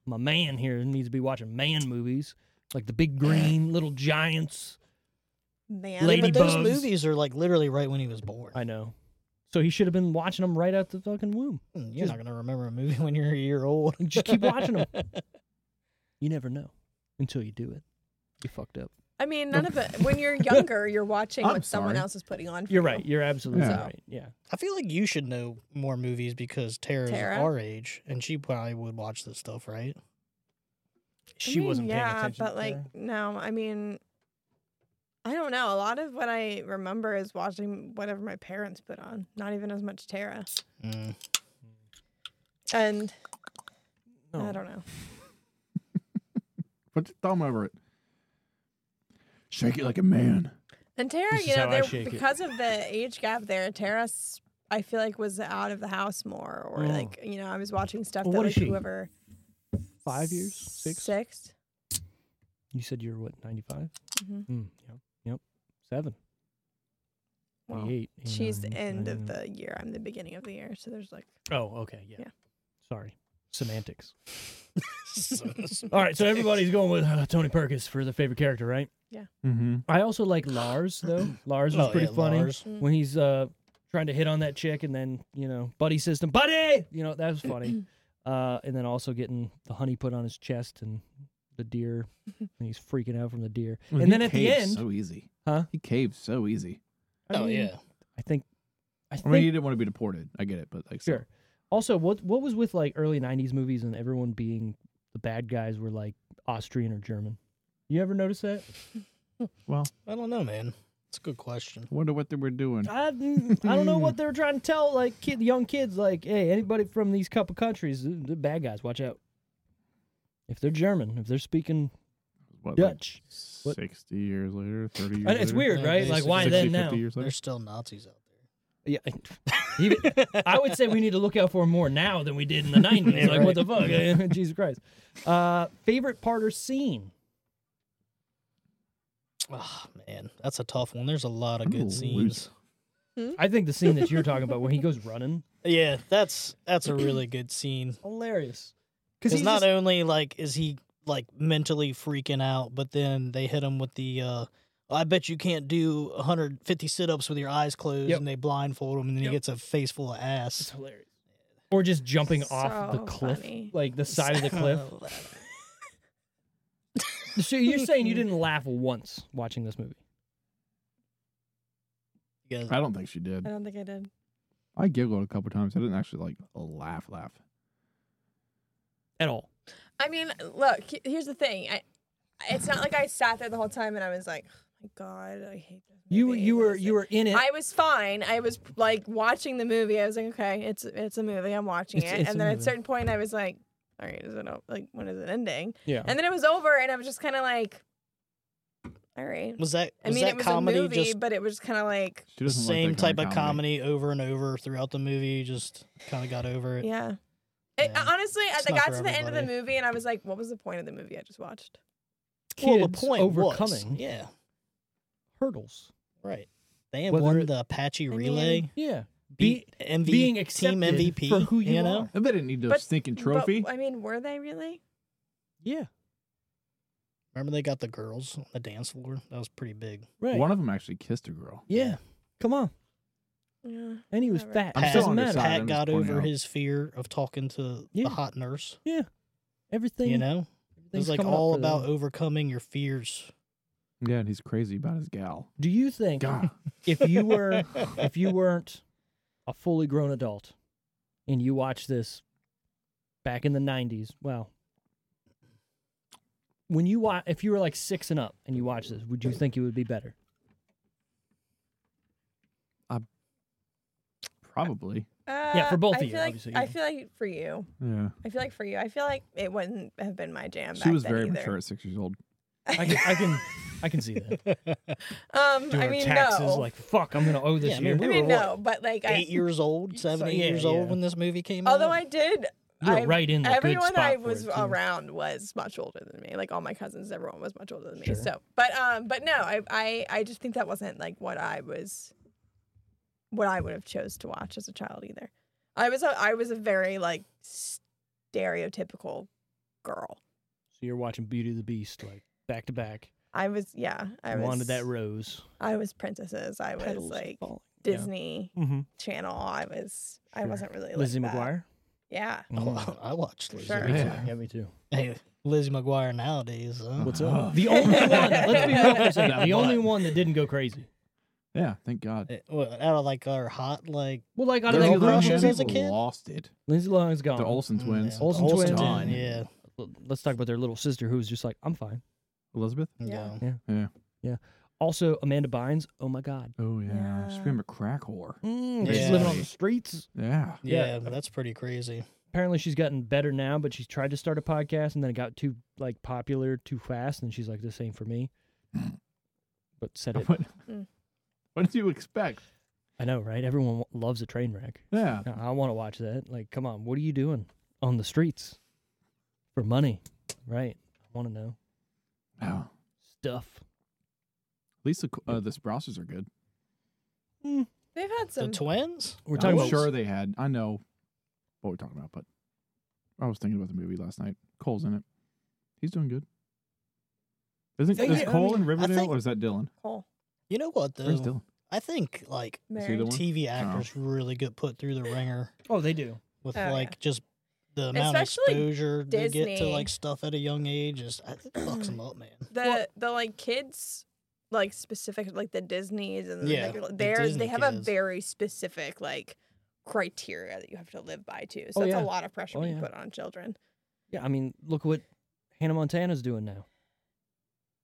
Speaker 2: my man here needs to be watching man movies like The Big Green, Little Giants.
Speaker 4: Man.
Speaker 2: Lady-
Speaker 5: but those
Speaker 2: Ladybugs.
Speaker 5: movies are like literally right when he was born.
Speaker 2: I know. So he should have been watching them right out the fucking womb.
Speaker 5: Hmm, You're
Speaker 2: just-
Speaker 5: not gonna remember a movie when you're a year old.
Speaker 2: You just keep watching them. You never know until you do it. You fucked up.
Speaker 4: I mean, none of it. When you're younger, you're watching
Speaker 3: I'm
Speaker 4: what someone
Speaker 3: sorry.
Speaker 4: else is putting on. For
Speaker 2: You're
Speaker 4: you.
Speaker 2: right. You're absolutely
Speaker 4: Yeah.
Speaker 2: right. Yeah.
Speaker 5: I feel like you should know more movies because Tara's
Speaker 4: Tara?
Speaker 5: our age, and she probably would watch this stuff, right?
Speaker 4: I
Speaker 2: She
Speaker 4: mean,
Speaker 2: wasn't paying
Speaker 4: Yeah,
Speaker 2: attention.
Speaker 4: but like
Speaker 2: Tara.
Speaker 4: no, I mean, I don't know. A lot of what I remember is watching whatever my parents put on. Not even as much Tara.
Speaker 5: Mm.
Speaker 4: And
Speaker 2: No.
Speaker 4: I don't know.
Speaker 3: Put your thumb over it. Shake it like a man.
Speaker 4: And Tara,
Speaker 2: This is
Speaker 4: you
Speaker 2: how
Speaker 4: know,
Speaker 2: I
Speaker 4: there
Speaker 2: shake it.
Speaker 4: because of the age gap there, Tara, s- I feel like was out of the house more, or
Speaker 2: Oh.
Speaker 4: like you know, I was watching stuff
Speaker 2: Well,
Speaker 4: that
Speaker 2: what
Speaker 4: like
Speaker 2: is she?
Speaker 4: whoever
Speaker 2: Five years? Six?
Speaker 4: six.
Speaker 2: You said you were what, 95?
Speaker 4: Mhm.
Speaker 2: Mm, yep. Yep. Seven.
Speaker 4: Well,
Speaker 2: 88.
Speaker 4: She's
Speaker 2: 89,
Speaker 4: the end of
Speaker 2: 99.
Speaker 4: the year. I'm the beginning of the year. So there's like
Speaker 2: Oh, okay. Yeah.
Speaker 4: Yeah.
Speaker 2: Sorry. Semantics.
Speaker 5: So-
Speaker 2: All right. So everybody's going with uh, Tony Perkins for their favorite character, right?
Speaker 3: Mm-hmm.
Speaker 2: I also like Lars, though. Lars was
Speaker 5: Oh,
Speaker 2: pretty
Speaker 5: yeah,
Speaker 2: funny
Speaker 5: Lars.
Speaker 2: when he's uh, trying to hit on that chick and then, you know, buddy system, buddy! You know, that was funny. uh, and then also getting the honey put on his chest and the deer. and he's freaking out from the deer. and then at the end,
Speaker 3: so easy,
Speaker 2: Huh?
Speaker 3: He caves so easy.
Speaker 2: I
Speaker 5: Oh
Speaker 2: mean,
Speaker 5: yeah,
Speaker 2: I think. I
Speaker 3: I
Speaker 2: think
Speaker 3: mean, he didn't want to be deported. I get it, but like,
Speaker 2: Sure. Also, what what was with like early '90s movies and everyone being the bad guys were like Austrian or German? You ever notice that?
Speaker 5: I don't know, man. It's a good question.
Speaker 3: I wonder what they were doing.
Speaker 2: I, mm, I don't know what they were trying to tell like kid, young kids. Like, hey, anybody from these couple countries, th- they're bad guys. Watch out. If they're German, if they're speaking
Speaker 3: What, like,
Speaker 2: Dutch, What?
Speaker 3: sixty years later, thirty years.
Speaker 2: and it's
Speaker 3: later?
Speaker 2: weird,
Speaker 5: Yeah,
Speaker 2: right? Like,
Speaker 5: basically.
Speaker 2: why
Speaker 3: 60,
Speaker 2: then
Speaker 3: 50
Speaker 2: now?
Speaker 3: Years later?
Speaker 5: There's still Nazis out
Speaker 2: Yeah, even,
Speaker 5: there.
Speaker 2: I would say we need to look out for him more now than we did in the 90s.
Speaker 5: Yeah,
Speaker 2: like, what
Speaker 5: right.
Speaker 2: the fuck? Jesus Christ. Uh, favorite part or scene?
Speaker 5: Oh man, that's a tough one. There's a lot of
Speaker 3: I'm a
Speaker 5: good
Speaker 3: loser.
Speaker 5: scenes.
Speaker 2: I think the scene that you're talking about where he goes running.
Speaker 5: Yeah, that's that's a really good scene.
Speaker 2: Hilarious.
Speaker 5: Because
Speaker 2: he's
Speaker 5: not
Speaker 2: just-
Speaker 5: only like is he like mentally freaking out, but then they hit him with the uh I bet you can't do 150 sit-ups with your eyes closed,
Speaker 2: Yep.
Speaker 5: and they blindfold him, and then
Speaker 2: Yep.
Speaker 5: he gets a face full of
Speaker 2: It's
Speaker 5: ass.
Speaker 2: hilarious. Or just jumping off the
Speaker 4: So
Speaker 2: cliff,
Speaker 4: funny.
Speaker 2: like the side of the cliff. So you're saying you didn't laugh once watching this movie?
Speaker 5: You guys-
Speaker 3: I don't think she did.
Speaker 4: I don't think I did.
Speaker 3: I giggled a couple times. I didn't actually like laugh, laugh.
Speaker 2: At all.
Speaker 4: I mean, look, he- here's the thing. I, it's not like I sat there the whole time and I was like, oh my god, I hate this.
Speaker 2: You
Speaker 4: movie.
Speaker 2: you
Speaker 4: What
Speaker 2: were
Speaker 4: is
Speaker 2: you
Speaker 4: it?"
Speaker 2: were in it.
Speaker 4: I was fine. I was like watching the movie. I was like, okay, it's it's a movie. I'm watching
Speaker 2: It's-
Speaker 4: it.
Speaker 2: it's a
Speaker 4: and then at
Speaker 2: movie.
Speaker 4: a certain point, I was like, all right, is it o- like when is it ending?
Speaker 2: yeah.
Speaker 4: And then it was over, and I was just kind of like, all right.
Speaker 5: was that
Speaker 4: I
Speaker 5: was
Speaker 4: mean,
Speaker 5: that
Speaker 4: it was
Speaker 5: comedy
Speaker 4: a movie,
Speaker 5: just
Speaker 4: but it was kind of like,
Speaker 3: She
Speaker 5: the
Speaker 3: doesn't
Speaker 5: same
Speaker 3: like that
Speaker 5: type
Speaker 3: kind
Speaker 5: of comedy. over and over throughout the movie? Just kind of got over it.
Speaker 4: yeah. It,
Speaker 5: Yeah.
Speaker 4: honestly, I
Speaker 5: It's
Speaker 4: I
Speaker 5: not
Speaker 4: got
Speaker 5: for
Speaker 4: to the end of the
Speaker 5: everybody.
Speaker 4: movie, and I was like, what was the point of the movie I just watched?
Speaker 2: kids
Speaker 5: Well, the point was-
Speaker 2: overcoming
Speaker 5: yeah,
Speaker 2: hurdles.
Speaker 5: right. They had
Speaker 2: Whether
Speaker 5: won
Speaker 2: it-
Speaker 5: the Apache
Speaker 4: I mean,
Speaker 5: Relay,
Speaker 2: Yeah.
Speaker 5: beat MV,
Speaker 2: being
Speaker 5: team
Speaker 2: accepted
Speaker 5: MVP
Speaker 2: for who you
Speaker 5: know?
Speaker 2: are.
Speaker 3: And they didn't need those
Speaker 4: But-
Speaker 3: stinking
Speaker 4: but,
Speaker 3: trophy.
Speaker 4: I mean, were they really?
Speaker 2: Yeah.
Speaker 5: Remember they got the girls on the dance floor? That was pretty big.
Speaker 2: Right.
Speaker 3: One of them actually kissed a girl.
Speaker 2: yeah. Come on.
Speaker 4: Yeah.
Speaker 2: And he was
Speaker 4: Whatever.
Speaker 2: fat.
Speaker 3: I'm
Speaker 2: It
Speaker 5: still
Speaker 2: doesn't
Speaker 3: on your
Speaker 2: matter.
Speaker 3: side.
Speaker 5: Pat
Speaker 3: I'm
Speaker 5: got
Speaker 3: just pointing
Speaker 5: over
Speaker 3: out.
Speaker 5: his fear of talking to
Speaker 2: Yeah.
Speaker 5: the hot nurse.
Speaker 2: Everything.
Speaker 5: You know, it
Speaker 2: everything's
Speaker 5: was like
Speaker 2: coming up
Speaker 5: all
Speaker 2: for them.
Speaker 5: about overcoming your fears.
Speaker 3: Yeah, and he's crazy about his gal.
Speaker 2: Do you think
Speaker 3: God,
Speaker 2: if you were if you weren't a fully grown adult and you watched this back in the 90s well when you watch if you were like six and up and you watched this would you think it would be better
Speaker 3: probably.
Speaker 4: Uh,
Speaker 2: for both
Speaker 4: I
Speaker 2: of you,
Speaker 4: feel like,
Speaker 2: obviously, yeah.
Speaker 4: I feel like for you.
Speaker 3: Yeah,
Speaker 4: I feel like for you. I feel like it wouldn't have been my jam.
Speaker 3: she
Speaker 4: back
Speaker 3: was
Speaker 4: then
Speaker 3: very
Speaker 4: either.
Speaker 3: mature at six years old.
Speaker 2: i can i can, I can see that
Speaker 4: Um,
Speaker 2: do
Speaker 4: I
Speaker 2: our
Speaker 4: mean,
Speaker 2: taxes
Speaker 4: no.
Speaker 2: like fuck i'm gonna owe this
Speaker 5: Yeah, I mean,
Speaker 2: year
Speaker 5: we
Speaker 4: I
Speaker 5: were
Speaker 4: mean,
Speaker 5: what,
Speaker 4: no. But like,
Speaker 5: Eight
Speaker 4: I,
Speaker 5: years old, seven, eight
Speaker 2: yeah,
Speaker 5: years
Speaker 2: yeah.
Speaker 5: old when this movie came
Speaker 4: although
Speaker 5: out.
Speaker 4: I did,
Speaker 2: you were
Speaker 4: I,
Speaker 2: right in the good
Speaker 4: everyone
Speaker 2: spot
Speaker 4: I
Speaker 2: for
Speaker 4: was
Speaker 2: it, too.
Speaker 4: around was much older than me. Like all my cousins, everyone was much older than me.
Speaker 2: Sure.
Speaker 4: So, but um, but no, I I I just think that wasn't like what I was, what I would have chose to watch as a child either. I was a I was a very like stereotypical girl.
Speaker 2: so you're watching beauty of the beast like back to back
Speaker 4: I was yeah. I
Speaker 2: You
Speaker 4: was
Speaker 2: wanted that rose
Speaker 4: I was princesses. I was
Speaker 2: Petals
Speaker 4: like
Speaker 2: falling. Yeah.
Speaker 4: Disney
Speaker 2: Mhm.
Speaker 4: Channel. I was I
Speaker 2: Sure.
Speaker 4: wasn't really like
Speaker 2: lizzie
Speaker 4: that.
Speaker 2: mcguire
Speaker 4: Yeah.
Speaker 5: I
Speaker 2: Mm.
Speaker 5: wa- Oh, I watched Lizzie.
Speaker 4: Sure.
Speaker 5: McGuire.
Speaker 3: Yeah.
Speaker 2: Yeah, me too.
Speaker 5: Hey, Lizzie McGuire nowadays. huh?
Speaker 2: What's
Speaker 3: Oh.
Speaker 2: up? The only one. Let's be real for a second.
Speaker 5: That
Speaker 2: The only
Speaker 5: butt.
Speaker 2: one that didn't go crazy.
Speaker 3: Yeah, thank God.
Speaker 5: Eh, what, out of like our hot like
Speaker 2: Well, like out
Speaker 5: They're
Speaker 2: of that
Speaker 3: Lindsay
Speaker 5: all
Speaker 2: group,
Speaker 5: crushes
Speaker 3: Lohan
Speaker 5: crushes as a kid?
Speaker 3: Lost it.
Speaker 2: Lindsay Lohan's gone.
Speaker 3: The Olsen
Speaker 5: mm,
Speaker 3: twins.
Speaker 5: yeah,
Speaker 2: Olsen
Speaker 5: Olsen
Speaker 2: twins.
Speaker 5: twin,
Speaker 3: Done.
Speaker 5: Yeah.
Speaker 2: Let's talk about their little sister who's just like, I'm fine.
Speaker 3: Elizabeth.
Speaker 4: Yeah.
Speaker 5: yeah.
Speaker 2: Also, Amanda Bynes. Oh my God.
Speaker 3: Oh yeah, she's
Speaker 4: Yeah.
Speaker 3: become a crack whore.
Speaker 2: Mm, She's
Speaker 5: Yeah.
Speaker 2: living on the streets.
Speaker 3: Yeah.
Speaker 2: Yeah.
Speaker 5: Yeah, that's pretty crazy.
Speaker 2: Apparently, she's gotten better now, but she's tried to start a podcast and then it got too like popular too fast, and she's like, "This ain't for me." But said it.
Speaker 3: What,
Speaker 4: Mm.
Speaker 3: what did you expect?
Speaker 2: I know, right? Everyone w- loves a train wreck.
Speaker 3: Yeah.
Speaker 2: Now, I want to watch that. Like, come on, what are you doing on the streets for money? Right? I want to know
Speaker 3: Oh. At
Speaker 2: stuff.
Speaker 3: least the, uh, the Sprouses are good.
Speaker 2: Mm.
Speaker 4: They've had some.
Speaker 5: The twins?
Speaker 2: We're talking
Speaker 3: I'm
Speaker 2: about
Speaker 3: sure they had. I know what we're talking about, but I was thinking about the movie last night. Cole's in it. He's doing good. Isn't
Speaker 5: Yeah,
Speaker 3: is
Speaker 5: yeah, I
Speaker 3: Cole
Speaker 5: mean,
Speaker 3: in Riverdale
Speaker 5: think-
Speaker 3: or is that Dylan?
Speaker 4: Cole.
Speaker 5: You know what
Speaker 3: Where's
Speaker 5: though?
Speaker 3: Dylan?
Speaker 5: I think like
Speaker 3: Is he
Speaker 4: Mary.
Speaker 3: the one?
Speaker 5: TV actors really get put through the ringer
Speaker 2: Oh, they do.
Speaker 5: with
Speaker 4: Oh, yeah.
Speaker 5: like just the amount
Speaker 4: Especially
Speaker 5: of exposure they get to
Speaker 4: Disney.
Speaker 5: like stuff at a young age. Just I think fucks them up, man.
Speaker 4: The the like kids, like specific like the Disney's and
Speaker 5: Yeah,
Speaker 4: yeah,
Speaker 5: the
Speaker 4: like, they're
Speaker 5: Disney
Speaker 4: they have a
Speaker 5: kids.
Speaker 4: very specific like criteria that you have to live by too.
Speaker 2: Oh,
Speaker 4: So that's
Speaker 2: yeah.
Speaker 4: a lot of pressure
Speaker 2: Oh,
Speaker 4: being
Speaker 2: yeah.
Speaker 4: put on children.
Speaker 2: Yeah, I mean, look what Hannah Montana's doing now,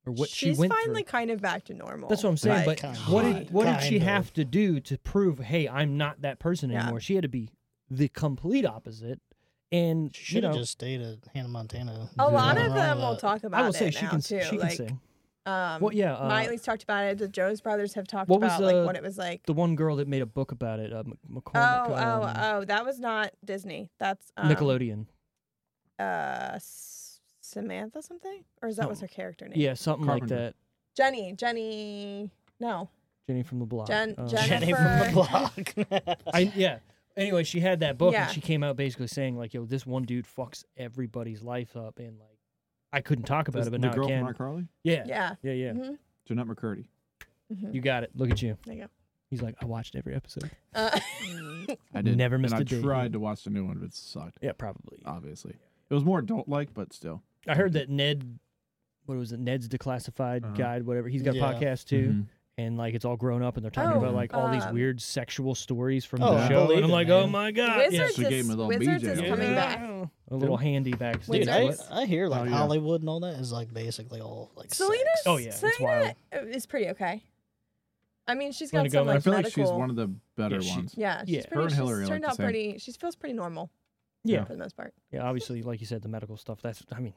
Speaker 2: or what
Speaker 4: She's
Speaker 2: she went
Speaker 4: finally
Speaker 2: through.
Speaker 4: kind of back to normal.
Speaker 2: That's what I'm saying.
Speaker 4: like-
Speaker 2: but
Speaker 5: Kind
Speaker 2: what did
Speaker 5: of.
Speaker 2: what did she
Speaker 5: Kind of.
Speaker 2: have to do to prove? Hey, I'm not that person
Speaker 4: Yeah.
Speaker 2: anymore. She had to be the complete opposite, and
Speaker 5: She
Speaker 2: you
Speaker 5: should have
Speaker 2: know,
Speaker 5: just stayed at Hannah Montana.
Speaker 4: a lot of
Speaker 5: Nothing wrong
Speaker 4: them
Speaker 5: with
Speaker 4: will
Speaker 5: that.
Speaker 4: talk about
Speaker 2: I will say
Speaker 4: it
Speaker 2: she
Speaker 4: now,
Speaker 2: can
Speaker 4: too.
Speaker 2: she can
Speaker 4: like,
Speaker 2: sing.
Speaker 4: Um,
Speaker 2: Well, yeah, uh,
Speaker 4: Miley's talked about it. The Jones brothers have talked
Speaker 2: what was
Speaker 4: about
Speaker 2: the-
Speaker 4: like what it was like.
Speaker 2: The one girl that made a book about it, uh, Mc-
Speaker 4: oh,
Speaker 2: McCormick, um,
Speaker 4: oh, oh! That was not Disney. That's um,
Speaker 2: Nickelodeon.
Speaker 4: Uh, S- Samantha something, or is that was her character name?
Speaker 2: Yeah, something like
Speaker 3: Carpenter.
Speaker 2: that.
Speaker 4: Jenny, Jenny. No,
Speaker 2: Jenny from the block.
Speaker 4: Jen-
Speaker 2: um,
Speaker 4: Oh, Jennifer-
Speaker 5: Jenny from the block.
Speaker 2: I, yeah. Anyway, she had that book
Speaker 4: Yeah.
Speaker 2: and she came out basically saying like, "Yo, this one dude fucks everybody's life up," and like, I couldn't talk about
Speaker 3: Is
Speaker 2: it, but
Speaker 3: the
Speaker 2: now
Speaker 3: girl
Speaker 2: I
Speaker 3: from
Speaker 2: can.
Speaker 3: Mark Carly?
Speaker 2: yeah, yeah,
Speaker 4: Yeah.
Speaker 2: yeah,
Speaker 4: Mhm.
Speaker 3: Jeanette McCurdy.
Speaker 4: Mhm.
Speaker 2: You got it. Look at you.
Speaker 4: There you go.
Speaker 2: He's like, I watched every episode.
Speaker 4: Uh,
Speaker 3: I did.
Speaker 2: Never missed
Speaker 3: and
Speaker 2: a day.
Speaker 3: I tried to watch the new one, but it sucked.
Speaker 2: Yeah, probably.
Speaker 3: Obviously, it was more adult like, but still.
Speaker 2: I heard that Ned, what was it? Ned's Declassified
Speaker 3: Uh-huh.
Speaker 2: Guide, whatever. He's got a
Speaker 5: Yeah.
Speaker 2: podcast too.
Speaker 3: Mm-hmm.
Speaker 2: and like it's all grown up and they're talking
Speaker 4: Oh,
Speaker 2: about like all these
Speaker 4: um,
Speaker 2: weird sexual stories from
Speaker 5: Oh,
Speaker 2: the
Speaker 3: I
Speaker 2: show and
Speaker 5: believe
Speaker 2: I'm
Speaker 5: it,
Speaker 2: like oh
Speaker 5: man.
Speaker 2: my god
Speaker 4: Wizards,
Speaker 3: she gave
Speaker 4: is,
Speaker 3: him a little
Speaker 4: Wizards
Speaker 3: BJ
Speaker 4: is
Speaker 3: over
Speaker 4: coming
Speaker 3: there.
Speaker 4: back.
Speaker 2: a little handy backstage
Speaker 5: Dude,
Speaker 4: Wizards.
Speaker 5: I,
Speaker 2: What?
Speaker 5: I hear like
Speaker 3: Oh, yeah.
Speaker 5: Hollywood and all that is like basically all like
Speaker 4: Selena.
Speaker 5: sex.
Speaker 2: Oh, yeah, it's
Speaker 4: Selena
Speaker 2: wild.
Speaker 4: is pretty okay. I mean, she's
Speaker 2: Selena
Speaker 4: got some
Speaker 2: Gomez.
Speaker 4: like
Speaker 3: I feel like
Speaker 4: medical.
Speaker 3: she's one of the better
Speaker 2: Yeah, she-
Speaker 3: ones.
Speaker 4: yeah, she's
Speaker 2: Yeah. Her
Speaker 4: pretty.
Speaker 3: and
Speaker 4: she's
Speaker 3: Hillary are,
Speaker 4: turned
Speaker 3: like,
Speaker 4: out
Speaker 3: the same.
Speaker 4: pretty. She feels pretty normal.
Speaker 2: Yeah.
Speaker 4: for the most part.
Speaker 2: yeah obviously like you said the medical stuff that's I mean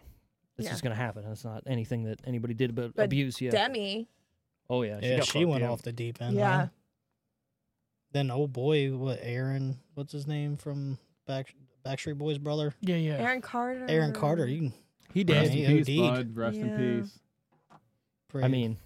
Speaker 2: it's
Speaker 4: Yeah.
Speaker 2: just gonna happen it's not anything that anybody did but,
Speaker 4: But
Speaker 2: abuse yeah
Speaker 4: Demi.
Speaker 2: oh yeah she,
Speaker 5: Yeah,
Speaker 2: got
Speaker 5: she
Speaker 2: fucked,
Speaker 5: went
Speaker 2: yeah.
Speaker 5: off the deep end.
Speaker 4: Yeah.
Speaker 5: huh? Then old boy, what Aaron? What's his name from Back Backstreet Boys brother?
Speaker 2: yeah yeah
Speaker 4: Aaron Carter.
Speaker 5: Aaron Carter. You can
Speaker 2: he
Speaker 3: Rest
Speaker 2: did
Speaker 5: Right.
Speaker 3: in peace,
Speaker 5: He OD'd.
Speaker 3: bud. Rest
Speaker 4: Yeah.
Speaker 3: in peace.
Speaker 5: pray-
Speaker 2: I mean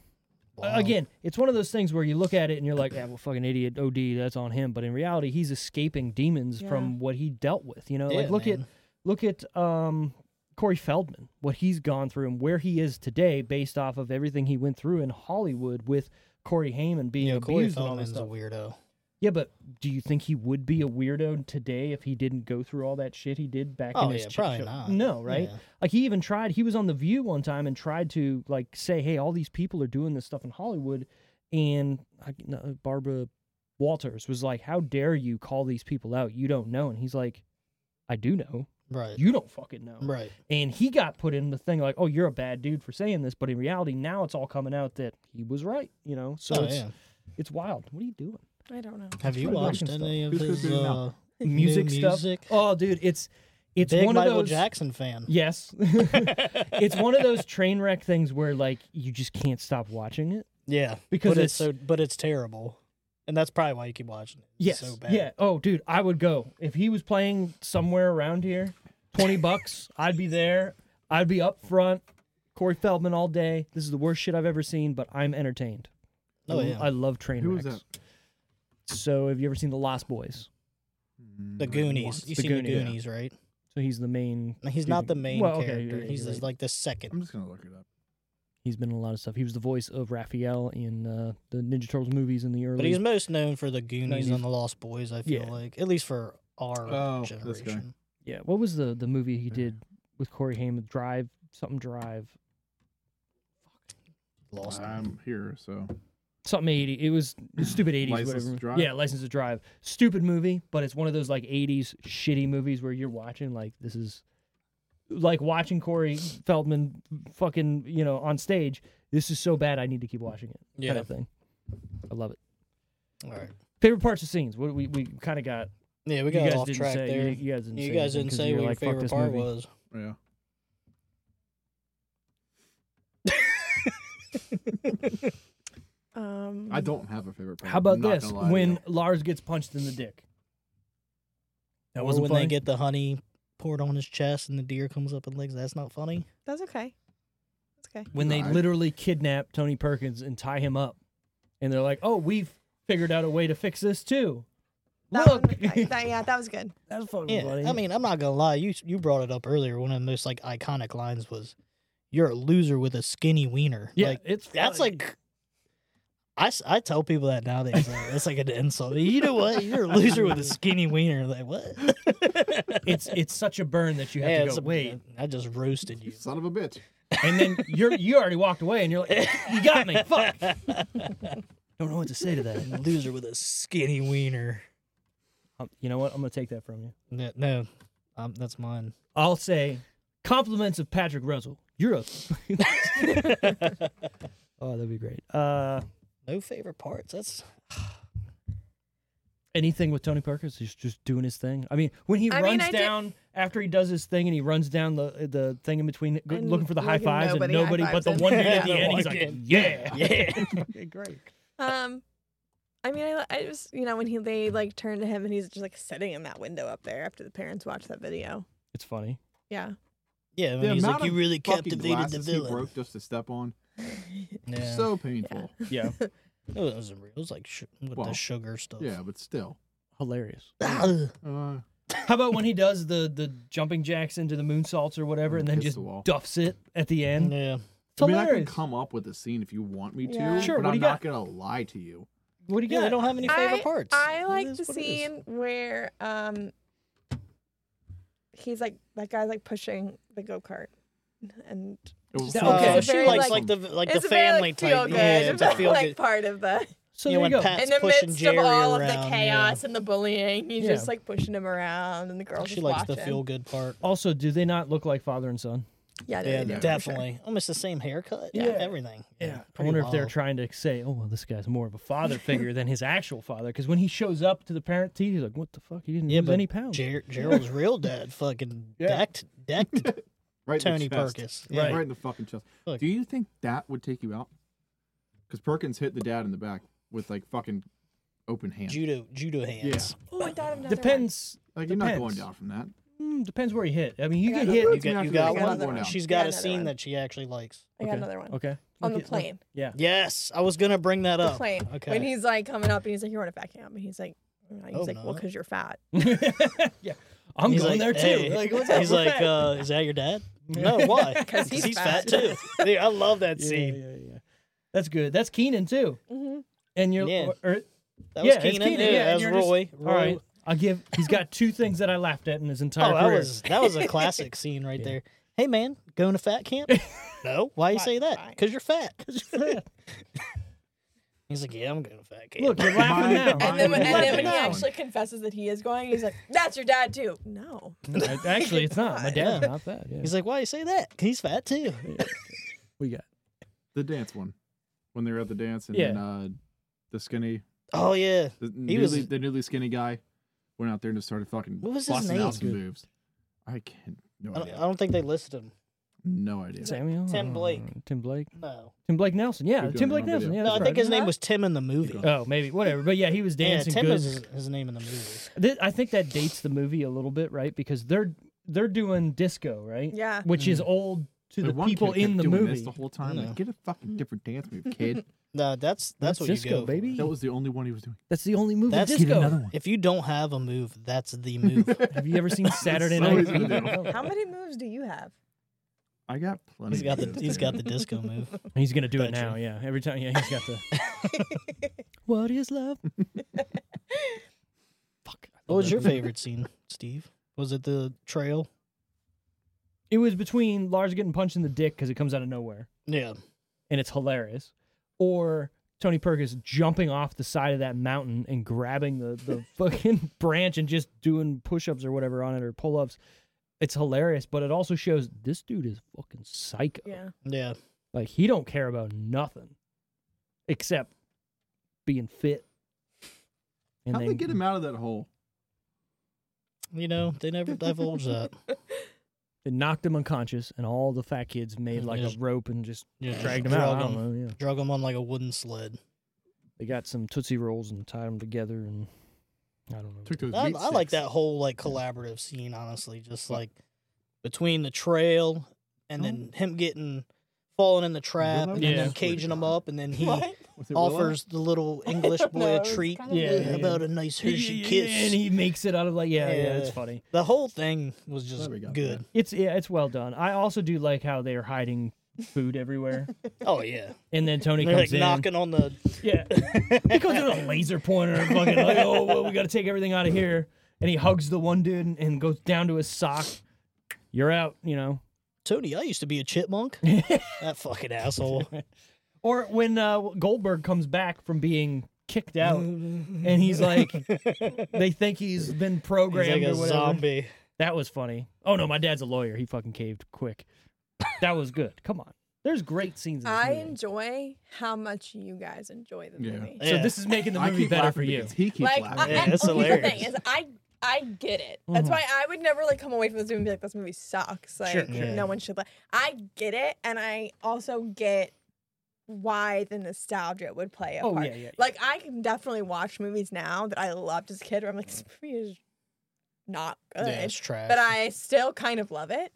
Speaker 5: Wow.
Speaker 2: again it's one of those things where you look at it and you're like yeah well fucking idiot OD that's on him but in reality he's escaping demons
Speaker 4: Yeah.
Speaker 2: from what he dealt with you know
Speaker 5: Yeah,
Speaker 2: like look at
Speaker 5: man.
Speaker 2: look at um, Corey Feldman, what he's gone through and where he is today, based off of everything he went through in Hollywood with Corey Heyman being
Speaker 5: yeah, Corey
Speaker 2: abused and all this
Speaker 5: Feldman's a
Speaker 2: stuff.
Speaker 5: weirdo.
Speaker 2: yeah, but do you think he would be a weirdo today if he didn't go through all that shit he did back
Speaker 5: Oh
Speaker 2: in his
Speaker 5: yeah,
Speaker 2: ch-
Speaker 5: probably
Speaker 2: show?
Speaker 5: not.
Speaker 2: No, right?
Speaker 5: Yeah.
Speaker 2: Like he even tried. He was on the View one time and tried to like say, "Hey, all these people are doing this stuff in Hollywood," and I, no, Barbara Walters was like, "How dare you call these people out? You don't know." And he's like, "I do know.
Speaker 5: Right.
Speaker 2: You don't fucking know."
Speaker 5: right.
Speaker 2: And he got put in the thing like, oh, you're a bad dude for saying this. But in reality, now it's all coming out that he was right, you know? So
Speaker 5: oh
Speaker 2: it's,
Speaker 5: yeah.
Speaker 2: it's wild. What are you doing?
Speaker 4: I don't know.
Speaker 5: Have you
Speaker 2: Right,
Speaker 5: watched
Speaker 2: watching
Speaker 5: any of
Speaker 3: Who's
Speaker 5: his
Speaker 3: good for you now?
Speaker 5: uh,
Speaker 2: Music
Speaker 5: new
Speaker 2: stuff.
Speaker 5: music?
Speaker 2: Oh, dude, it's it's
Speaker 5: Big
Speaker 2: one
Speaker 5: Michael
Speaker 2: of those.
Speaker 5: Jackson fan.
Speaker 2: Yes. it's one of those train wreck things where like you just can't stop watching it.
Speaker 5: Yeah,
Speaker 2: Because
Speaker 5: but it's,
Speaker 2: it's-
Speaker 5: so, but it's terrible, and that's probably why you keep watching it. It's
Speaker 2: Yes.
Speaker 5: so bad.
Speaker 2: Yeah. Oh, dude, I would go. If he was playing somewhere around here, 20 bucks, I'd be there. I'd be up front. Corey Feldman all day. This is the worst shit I've ever seen, but I'm entertained.
Speaker 5: Oh
Speaker 2: I,
Speaker 5: yeah,
Speaker 2: I love train
Speaker 3: Who was
Speaker 2: wrecks.
Speaker 3: that?
Speaker 2: So have you ever seen The Lost Boys?
Speaker 5: Mm-hmm. the Goonies. You
Speaker 2: The
Speaker 5: see the
Speaker 2: Goonies.
Speaker 5: Goonies, right?
Speaker 2: So he's the main.
Speaker 5: No, He's
Speaker 2: dude.
Speaker 5: not the main
Speaker 2: Well, okay,
Speaker 5: character.
Speaker 2: yeah, yeah,
Speaker 5: he's
Speaker 2: you're
Speaker 5: just
Speaker 2: right.
Speaker 5: like the second.
Speaker 3: I'm just gonna look it up.
Speaker 2: He's been in a lot of stuff. He was the voice of Raphael in uh, the Ninja Turtles movies in the early.
Speaker 5: But he's most known for the Goonies
Speaker 2: 90s.
Speaker 5: and the Lost Boys. I feel
Speaker 2: Yeah.
Speaker 5: like, at least for our
Speaker 3: Oh, this guy.
Speaker 5: generation.
Speaker 2: Yeah. What was the the movie he
Speaker 3: Yeah.
Speaker 2: did with Corey Haim? Drive something Drive
Speaker 5: Lost.
Speaker 3: I'm here, so
Speaker 2: something eighty. It was stupid eighties.
Speaker 3: License to
Speaker 2: whatever.
Speaker 3: Drive?
Speaker 2: Yeah, License to Drive. Stupid movie, but it's one of those like eighties shitty movies where you're watching like this is like watching Corey Feldman fucking you know on stage. This is so bad. I need to keep watching it.
Speaker 5: yeah.
Speaker 2: Kind of thing. I love it.
Speaker 5: All right.
Speaker 2: Favorite parts of scenes. What we we kind of got.
Speaker 5: Yeah, we
Speaker 2: you
Speaker 5: got
Speaker 2: guys
Speaker 5: off
Speaker 2: didn't
Speaker 5: track
Speaker 2: say,
Speaker 5: there.
Speaker 2: You, you guys didn't
Speaker 5: You
Speaker 2: say
Speaker 5: guys
Speaker 2: anything
Speaker 5: didn't
Speaker 2: 'cause
Speaker 5: say
Speaker 2: you were
Speaker 5: what your
Speaker 2: like, fuck
Speaker 5: favorite
Speaker 2: this
Speaker 5: part
Speaker 2: movie.
Speaker 5: was.
Speaker 3: yeah.
Speaker 4: Um,
Speaker 3: I don't have a favorite part.
Speaker 2: How about
Speaker 3: I'm not
Speaker 2: this?
Speaker 3: gonna lie to
Speaker 2: When
Speaker 3: you.
Speaker 2: Lars gets punched in the dick. That
Speaker 5: Or
Speaker 2: wasn't
Speaker 5: when
Speaker 2: funny.
Speaker 5: they get the honey poured on his chest and the deer comes up and legs. That's not funny.
Speaker 4: That's okay. That's okay.
Speaker 2: when they
Speaker 3: Right.
Speaker 2: literally kidnap Tony Perkins and tie him up, and they're like, "Oh, we've figured out a way to fix this too."
Speaker 4: That
Speaker 2: Look,
Speaker 4: one- that- that- yeah, that was good.
Speaker 2: that's fucking
Speaker 5: Yeah,
Speaker 2: funny.
Speaker 5: I mean, I'm not gonna lie. You you brought it up earlier. One of the most like iconic lines was, "You're a loser with a skinny wiener."
Speaker 2: yeah,
Speaker 5: like,
Speaker 2: it's
Speaker 5: that's
Speaker 2: funny.
Speaker 5: like. I, s- I tell people that nowadays. Like, that's like an insult. You know what? You're a loser with a skinny wiener. Like what?
Speaker 2: it's it's such a burn that you have
Speaker 5: Yeah,
Speaker 2: to
Speaker 5: it's
Speaker 2: go
Speaker 5: a-
Speaker 2: wait,
Speaker 5: I just roasted you.
Speaker 3: son of a bitch.
Speaker 2: and then you're you already walked away, and you're like, "You got me, fuck." Don't know what to say to that.
Speaker 5: Loser with a skinny wiener.
Speaker 2: Um, you know what? I'm gonna take that from you.
Speaker 5: No, no um, that's mine.
Speaker 2: I'll say compliments of Patrick Russell. You're a. oh, that'd be great. Uh,
Speaker 5: No favorite parts. That's
Speaker 2: anything with Tony Perkins. He's just doing his thing. I mean, when he
Speaker 4: I mean,
Speaker 2: runs
Speaker 4: I did-
Speaker 2: down after he does his thing and he runs down the the thing in between go-
Speaker 4: And
Speaker 2: looking for the high
Speaker 4: looking
Speaker 2: fives
Speaker 4: nobody
Speaker 2: and nobody
Speaker 4: high
Speaker 2: but the
Speaker 4: fives
Speaker 2: one
Speaker 4: him.
Speaker 2: dude at the
Speaker 5: Yeah,
Speaker 2: end,
Speaker 5: the
Speaker 2: he's
Speaker 5: one
Speaker 2: like,
Speaker 5: kid.
Speaker 2: yeah.
Speaker 5: yeah.
Speaker 2: great.
Speaker 4: Um, I mean, I, I just you know when he they like turn to him and he's just like sitting in that window up there after the parents watch that video.
Speaker 2: It's funny.
Speaker 4: Yeah.
Speaker 5: Yeah, when
Speaker 3: The
Speaker 5: he's like,
Speaker 3: amount
Speaker 5: you
Speaker 3: of
Speaker 5: really
Speaker 3: fucking
Speaker 5: captivated the
Speaker 3: glasses he
Speaker 5: villain.
Speaker 3: broke just to step on.
Speaker 5: Yeah.
Speaker 3: So painful.
Speaker 2: Yeah.
Speaker 5: it wasn't real. It was like sh- with
Speaker 3: Well,
Speaker 5: the sugar stuff.
Speaker 3: Yeah, but still.
Speaker 2: Hilarious.
Speaker 5: Ugh.
Speaker 3: Uh,
Speaker 2: How about when he does the the jumping jacks into the moonsaults or whatever
Speaker 3: Mm,
Speaker 2: and then
Speaker 3: hits
Speaker 2: just
Speaker 3: the wall.
Speaker 2: duffs it at the end?
Speaker 5: yeah.
Speaker 2: It's
Speaker 3: I mean, I
Speaker 2: hilarious.
Speaker 3: can come up with a scene if you want me to,
Speaker 4: Yeah.
Speaker 2: Sure,
Speaker 3: but
Speaker 2: what
Speaker 3: I'm
Speaker 2: do you
Speaker 3: not gonna lie to you.
Speaker 2: what do you
Speaker 5: Yeah,
Speaker 2: got?
Speaker 5: I don't have any favorite parts.
Speaker 4: I
Speaker 5: It
Speaker 4: like
Speaker 5: is
Speaker 4: the
Speaker 5: what it is.
Speaker 4: scene where um he's like that guy's like pushing the go kart and
Speaker 3: It was
Speaker 2: That-
Speaker 3: so
Speaker 2: okay.
Speaker 5: Uh,
Speaker 4: it's
Speaker 5: she
Speaker 4: very,
Speaker 5: likes
Speaker 4: like-
Speaker 5: like the like
Speaker 4: it's
Speaker 5: the
Speaker 4: a very,
Speaker 5: family
Speaker 4: like, feel
Speaker 5: type.
Speaker 4: good,
Speaker 5: Yeah, it's a
Speaker 4: very,
Speaker 5: feel
Speaker 4: like
Speaker 5: good.
Speaker 4: part of the
Speaker 2: so
Speaker 5: you
Speaker 2: there
Speaker 5: know,
Speaker 2: you
Speaker 5: when
Speaker 2: go.
Speaker 5: Pat- That's
Speaker 4: in the
Speaker 5: pushing
Speaker 4: midst
Speaker 5: Jerry
Speaker 4: of all of
Speaker 5: around,
Speaker 4: the
Speaker 5: yeah.
Speaker 4: chaos and the bullying. He's
Speaker 2: Yeah.
Speaker 4: just like pushing him around and the girls
Speaker 5: She
Speaker 4: just
Speaker 5: likes
Speaker 4: watching.
Speaker 5: the feel good part.
Speaker 2: also, do they not look like father and son?
Speaker 4: Yeah, they
Speaker 5: Yeah,
Speaker 4: do, for sure.
Speaker 5: definitely. Almost the same haircut. Yeah,
Speaker 2: Yeah.
Speaker 5: everything.
Speaker 2: I
Speaker 5: pretty
Speaker 2: wonder if they're
Speaker 5: wild.
Speaker 2: trying to say, oh, well, this guy's more of a father figure than his actual father. Because when he shows up to the parent team, he's like, what the fuck? He didn't
Speaker 5: Yeah,
Speaker 2: lose
Speaker 5: but
Speaker 2: any pounds.
Speaker 5: Jer- Gerald's real dad fucking
Speaker 2: Yeah.
Speaker 5: decked decked
Speaker 3: right in the
Speaker 5: Tony
Speaker 3: chest.
Speaker 5: Perkins.
Speaker 2: Right.
Speaker 5: Yeah.
Speaker 3: Right in the fucking chest.
Speaker 5: Look.
Speaker 3: Do you think that would take you out? Because Perkins hit the dad in the back with like fucking open hand.
Speaker 5: Judo judo hands.
Speaker 4: Oh, I thought of another one.
Speaker 2: Depends.
Speaker 3: like you're not going
Speaker 2: depends.
Speaker 3: down from that.
Speaker 2: Mm, depends where you hit. I mean, you
Speaker 4: I
Speaker 2: get
Speaker 4: got
Speaker 2: hit.
Speaker 4: another
Speaker 5: You got, you
Speaker 3: Actually,
Speaker 5: got
Speaker 4: I got
Speaker 5: one.
Speaker 4: another
Speaker 3: one.
Speaker 5: She's
Speaker 4: I
Speaker 5: got
Speaker 4: got
Speaker 5: a
Speaker 4: another
Speaker 5: scene
Speaker 4: one.
Speaker 5: that she actually likes.
Speaker 4: I got
Speaker 2: Okay.
Speaker 4: another one.
Speaker 2: Okay.
Speaker 4: On
Speaker 2: Look
Speaker 4: the
Speaker 2: at-
Speaker 4: plane.
Speaker 2: Yeah.
Speaker 5: Yes, I was gonna bring that
Speaker 4: The
Speaker 5: up.
Speaker 4: plane.
Speaker 5: Oh, Okay.
Speaker 4: When he's like coming up and he's like, "You're on a fat camp," and he's like, "No." he's
Speaker 5: Oh,
Speaker 4: like, well,
Speaker 5: no.
Speaker 4: because you're fat.
Speaker 2: yeah. I'm
Speaker 5: He's
Speaker 2: going there
Speaker 5: like,
Speaker 2: too.
Speaker 5: "Hey."
Speaker 2: Like, what's up
Speaker 5: He's
Speaker 2: with
Speaker 5: like,
Speaker 2: that?
Speaker 5: uh, "Is that your dad?" No, why?
Speaker 4: 'Cause he's fat.
Speaker 5: too. Dude, I love that
Speaker 2: yeah,
Speaker 5: scene.
Speaker 2: yeah, yeah. That's good. That's Keenan too.
Speaker 4: Mhm.
Speaker 2: And you're,
Speaker 5: Yeah.
Speaker 2: or, or-
Speaker 5: That was
Speaker 2: Yeah, it's
Speaker 5: Keenan.
Speaker 2: Keenan,
Speaker 5: Yeah,
Speaker 2: yeah,
Speaker 5: that
Speaker 2: and
Speaker 5: was
Speaker 2: you're just-
Speaker 5: Roy. Roy.
Speaker 2: all right. I'll give. He's got two things that I laughed at in his entire
Speaker 5: Oh, that
Speaker 2: career.
Speaker 5: was that was a classic scene right there. Hey man, going to fat camp? no. Why you
Speaker 4: Why-
Speaker 5: say
Speaker 4: why?
Speaker 5: that? Because you're fat. He's like, yeah, I'm going to fat camp.
Speaker 2: Look, you're laughing
Speaker 3: Mine-
Speaker 2: now.
Speaker 3: mine-
Speaker 4: And then, when,
Speaker 3: would
Speaker 4: and
Speaker 3: like
Speaker 4: then when
Speaker 3: that
Speaker 4: he
Speaker 3: one.
Speaker 4: actually confesses that he is going, he's like, "That's your dad too." No,
Speaker 2: No, I- actually, it's not. My dad's not that. Yeah.
Speaker 5: he's like, why you say that? 'Cause He's fat too.
Speaker 2: What you got?
Speaker 3: The dance one, when they were at the dance and
Speaker 2: Yeah.
Speaker 3: then uh, the skinny,
Speaker 5: Oh yeah.
Speaker 3: the
Speaker 5: He
Speaker 3: newly,
Speaker 5: was-
Speaker 3: the newly skinny guy went out there and just started fucking
Speaker 5: What was his
Speaker 3: busting
Speaker 5: name?
Speaker 3: out some moves. I can't. No
Speaker 5: I don't, I
Speaker 3: idea.
Speaker 5: don't think they listed him.
Speaker 3: No idea.
Speaker 2: Samuel.
Speaker 5: Tim
Speaker 2: Uh,
Speaker 5: Blake.
Speaker 2: Tim Blake.
Speaker 5: No.
Speaker 2: Tim Blake Nelson. Yeah,
Speaker 3: You're doing
Speaker 2: Tim
Speaker 3: the
Speaker 2: Blake
Speaker 3: wrong
Speaker 2: Nelson.
Speaker 3: video.
Speaker 2: Yeah,
Speaker 5: No, I
Speaker 2: that's
Speaker 5: think
Speaker 2: right.
Speaker 5: his name was Tim in the movie.
Speaker 3: going.
Speaker 2: Oh, maybe whatever. But yeah, he was
Speaker 5: Yeah,
Speaker 2: dancing
Speaker 5: Tim
Speaker 2: good.
Speaker 5: is his, his name in the movie.
Speaker 2: Th- I think that dates the movie a little bit, right? Because they're they're doing disco, right?
Speaker 4: Yeah.
Speaker 2: Which is old to
Speaker 3: Like,
Speaker 2: the
Speaker 3: Mm. one
Speaker 2: people
Speaker 3: kid kept
Speaker 2: in the
Speaker 3: doing
Speaker 2: movie.
Speaker 3: this the whole time.
Speaker 5: No.
Speaker 3: Like, get a fucking different dance move, kid.
Speaker 5: No, that's that's,
Speaker 2: That's
Speaker 5: what
Speaker 2: disco,
Speaker 5: you go for.
Speaker 2: baby.
Speaker 3: that was the only one he was doing.
Speaker 2: That's the only movie
Speaker 5: That's
Speaker 2: disco.
Speaker 5: If you don't have a move, that's the move.
Speaker 2: Have you ever seen Saturday
Speaker 3: So
Speaker 2: Night?
Speaker 3: easy to
Speaker 2: Fever?
Speaker 3: do.
Speaker 2: No.
Speaker 4: How many moves do you have?
Speaker 3: I got plenty.
Speaker 5: he's got
Speaker 3: of
Speaker 5: the
Speaker 3: moves,
Speaker 5: he's
Speaker 3: man.
Speaker 5: got the disco move.
Speaker 2: He's gonna do it
Speaker 5: Gotcha.
Speaker 2: now. Yeah, every time. Yeah, he's got the. what is love? Fuck.
Speaker 5: What was your favorite scene, Steve? Was it the trail?
Speaker 2: It was between Lars getting punched in the dick because it comes out of nowhere
Speaker 5: Yeah.
Speaker 2: and it's hilarious, or Tony Perkins jumping off the side of that mountain and grabbing the, the fucking branch and just doing push ups or whatever on it or pull ups. It's hilarious, but it also shows this dude is fucking psycho.
Speaker 4: Yeah.
Speaker 5: Yeah.
Speaker 2: Like he don't care about nothing except being fit. And
Speaker 3: How'd they
Speaker 2: then-
Speaker 3: get him out of that hole?
Speaker 5: You know, they never divulge that.
Speaker 2: They knocked him unconscious, and all the fat kids made
Speaker 5: And
Speaker 2: like
Speaker 5: just-
Speaker 2: a rope and just
Speaker 5: You know,
Speaker 2: dragged him
Speaker 5: just
Speaker 2: out.
Speaker 5: drug
Speaker 2: I don't
Speaker 5: 'em-
Speaker 2: know, yeah.
Speaker 5: Drug him on like a wooden sled.
Speaker 2: They got some tootsie rolls and tied them together, and I don't know.
Speaker 3: Took those.
Speaker 5: I,
Speaker 3: meat
Speaker 5: I like
Speaker 3: sticks.
Speaker 5: that whole like collaborative scene, honestly. Just like between the trail and then him getting falling in the trap
Speaker 3: Willow?
Speaker 5: and
Speaker 2: Yeah.
Speaker 5: then caging him up, and then he
Speaker 4: What?
Speaker 3: Was it Willow?
Speaker 5: offers the little English
Speaker 4: don't
Speaker 5: boy
Speaker 4: know,
Speaker 5: a
Speaker 4: it's
Speaker 5: treat.
Speaker 4: kind of Yeah,
Speaker 2: weird. yeah.
Speaker 5: about a nice Hershey kiss.
Speaker 2: and he makes it out of like yeah, yeah, it's
Speaker 5: Yeah.
Speaker 2: funny.
Speaker 5: the whole thing was just
Speaker 3: Glad we got
Speaker 5: good.
Speaker 2: It's yeah, it's well done. I also do like how they are hiding food everywhere,
Speaker 5: Oh yeah,
Speaker 2: and then Tony
Speaker 5: they're like
Speaker 2: comes in.
Speaker 5: knocking on the
Speaker 2: Yeah, he comes in with a laser pointer and fucking like, oh, well, we got to take everything out of here. And he hugs the one dude and, and goes down to his sock. You're out, you know.
Speaker 5: Tony. I used to be a chipmunk. that fucking asshole.
Speaker 2: Or when uh, Goldberg comes back from being kicked out, and he's like, they think he's been
Speaker 5: He's
Speaker 2: programmed
Speaker 5: like a
Speaker 2: or whatever.
Speaker 5: zombie.
Speaker 2: That was funny. Oh no, my dad's a lawyer. He fucking caved quick. That was good. Come on. There's great scenes. In this
Speaker 4: I
Speaker 2: movie.
Speaker 4: enjoy how much you guys enjoy the
Speaker 3: Yeah.
Speaker 4: movie.
Speaker 2: So this is making the
Speaker 3: I
Speaker 2: movie
Speaker 3: keep
Speaker 2: better
Speaker 3: laughing
Speaker 2: for you.
Speaker 3: because He keeps
Speaker 4: Like,
Speaker 3: laughing.
Speaker 5: Yeah,
Speaker 4: I,
Speaker 5: that's
Speaker 4: that's the thing
Speaker 5: hilarious.
Speaker 4: is, I I get it. That's
Speaker 2: Mhm.
Speaker 4: why I would never like come away from this movie and be like, "This movie sucks." Like,
Speaker 2: Sure,
Speaker 5: Mm-hmm. sure. Yeah.
Speaker 4: no one should. Like, I get it, and I also get why the nostalgia would play a
Speaker 2: Oh
Speaker 4: part.
Speaker 2: yeah, yeah.
Speaker 4: Like, I can definitely watch movies now that I loved as a kid, where I'm like, "This movie is not good,"
Speaker 5: Yeah, it's trash.
Speaker 4: but I still kind of love it.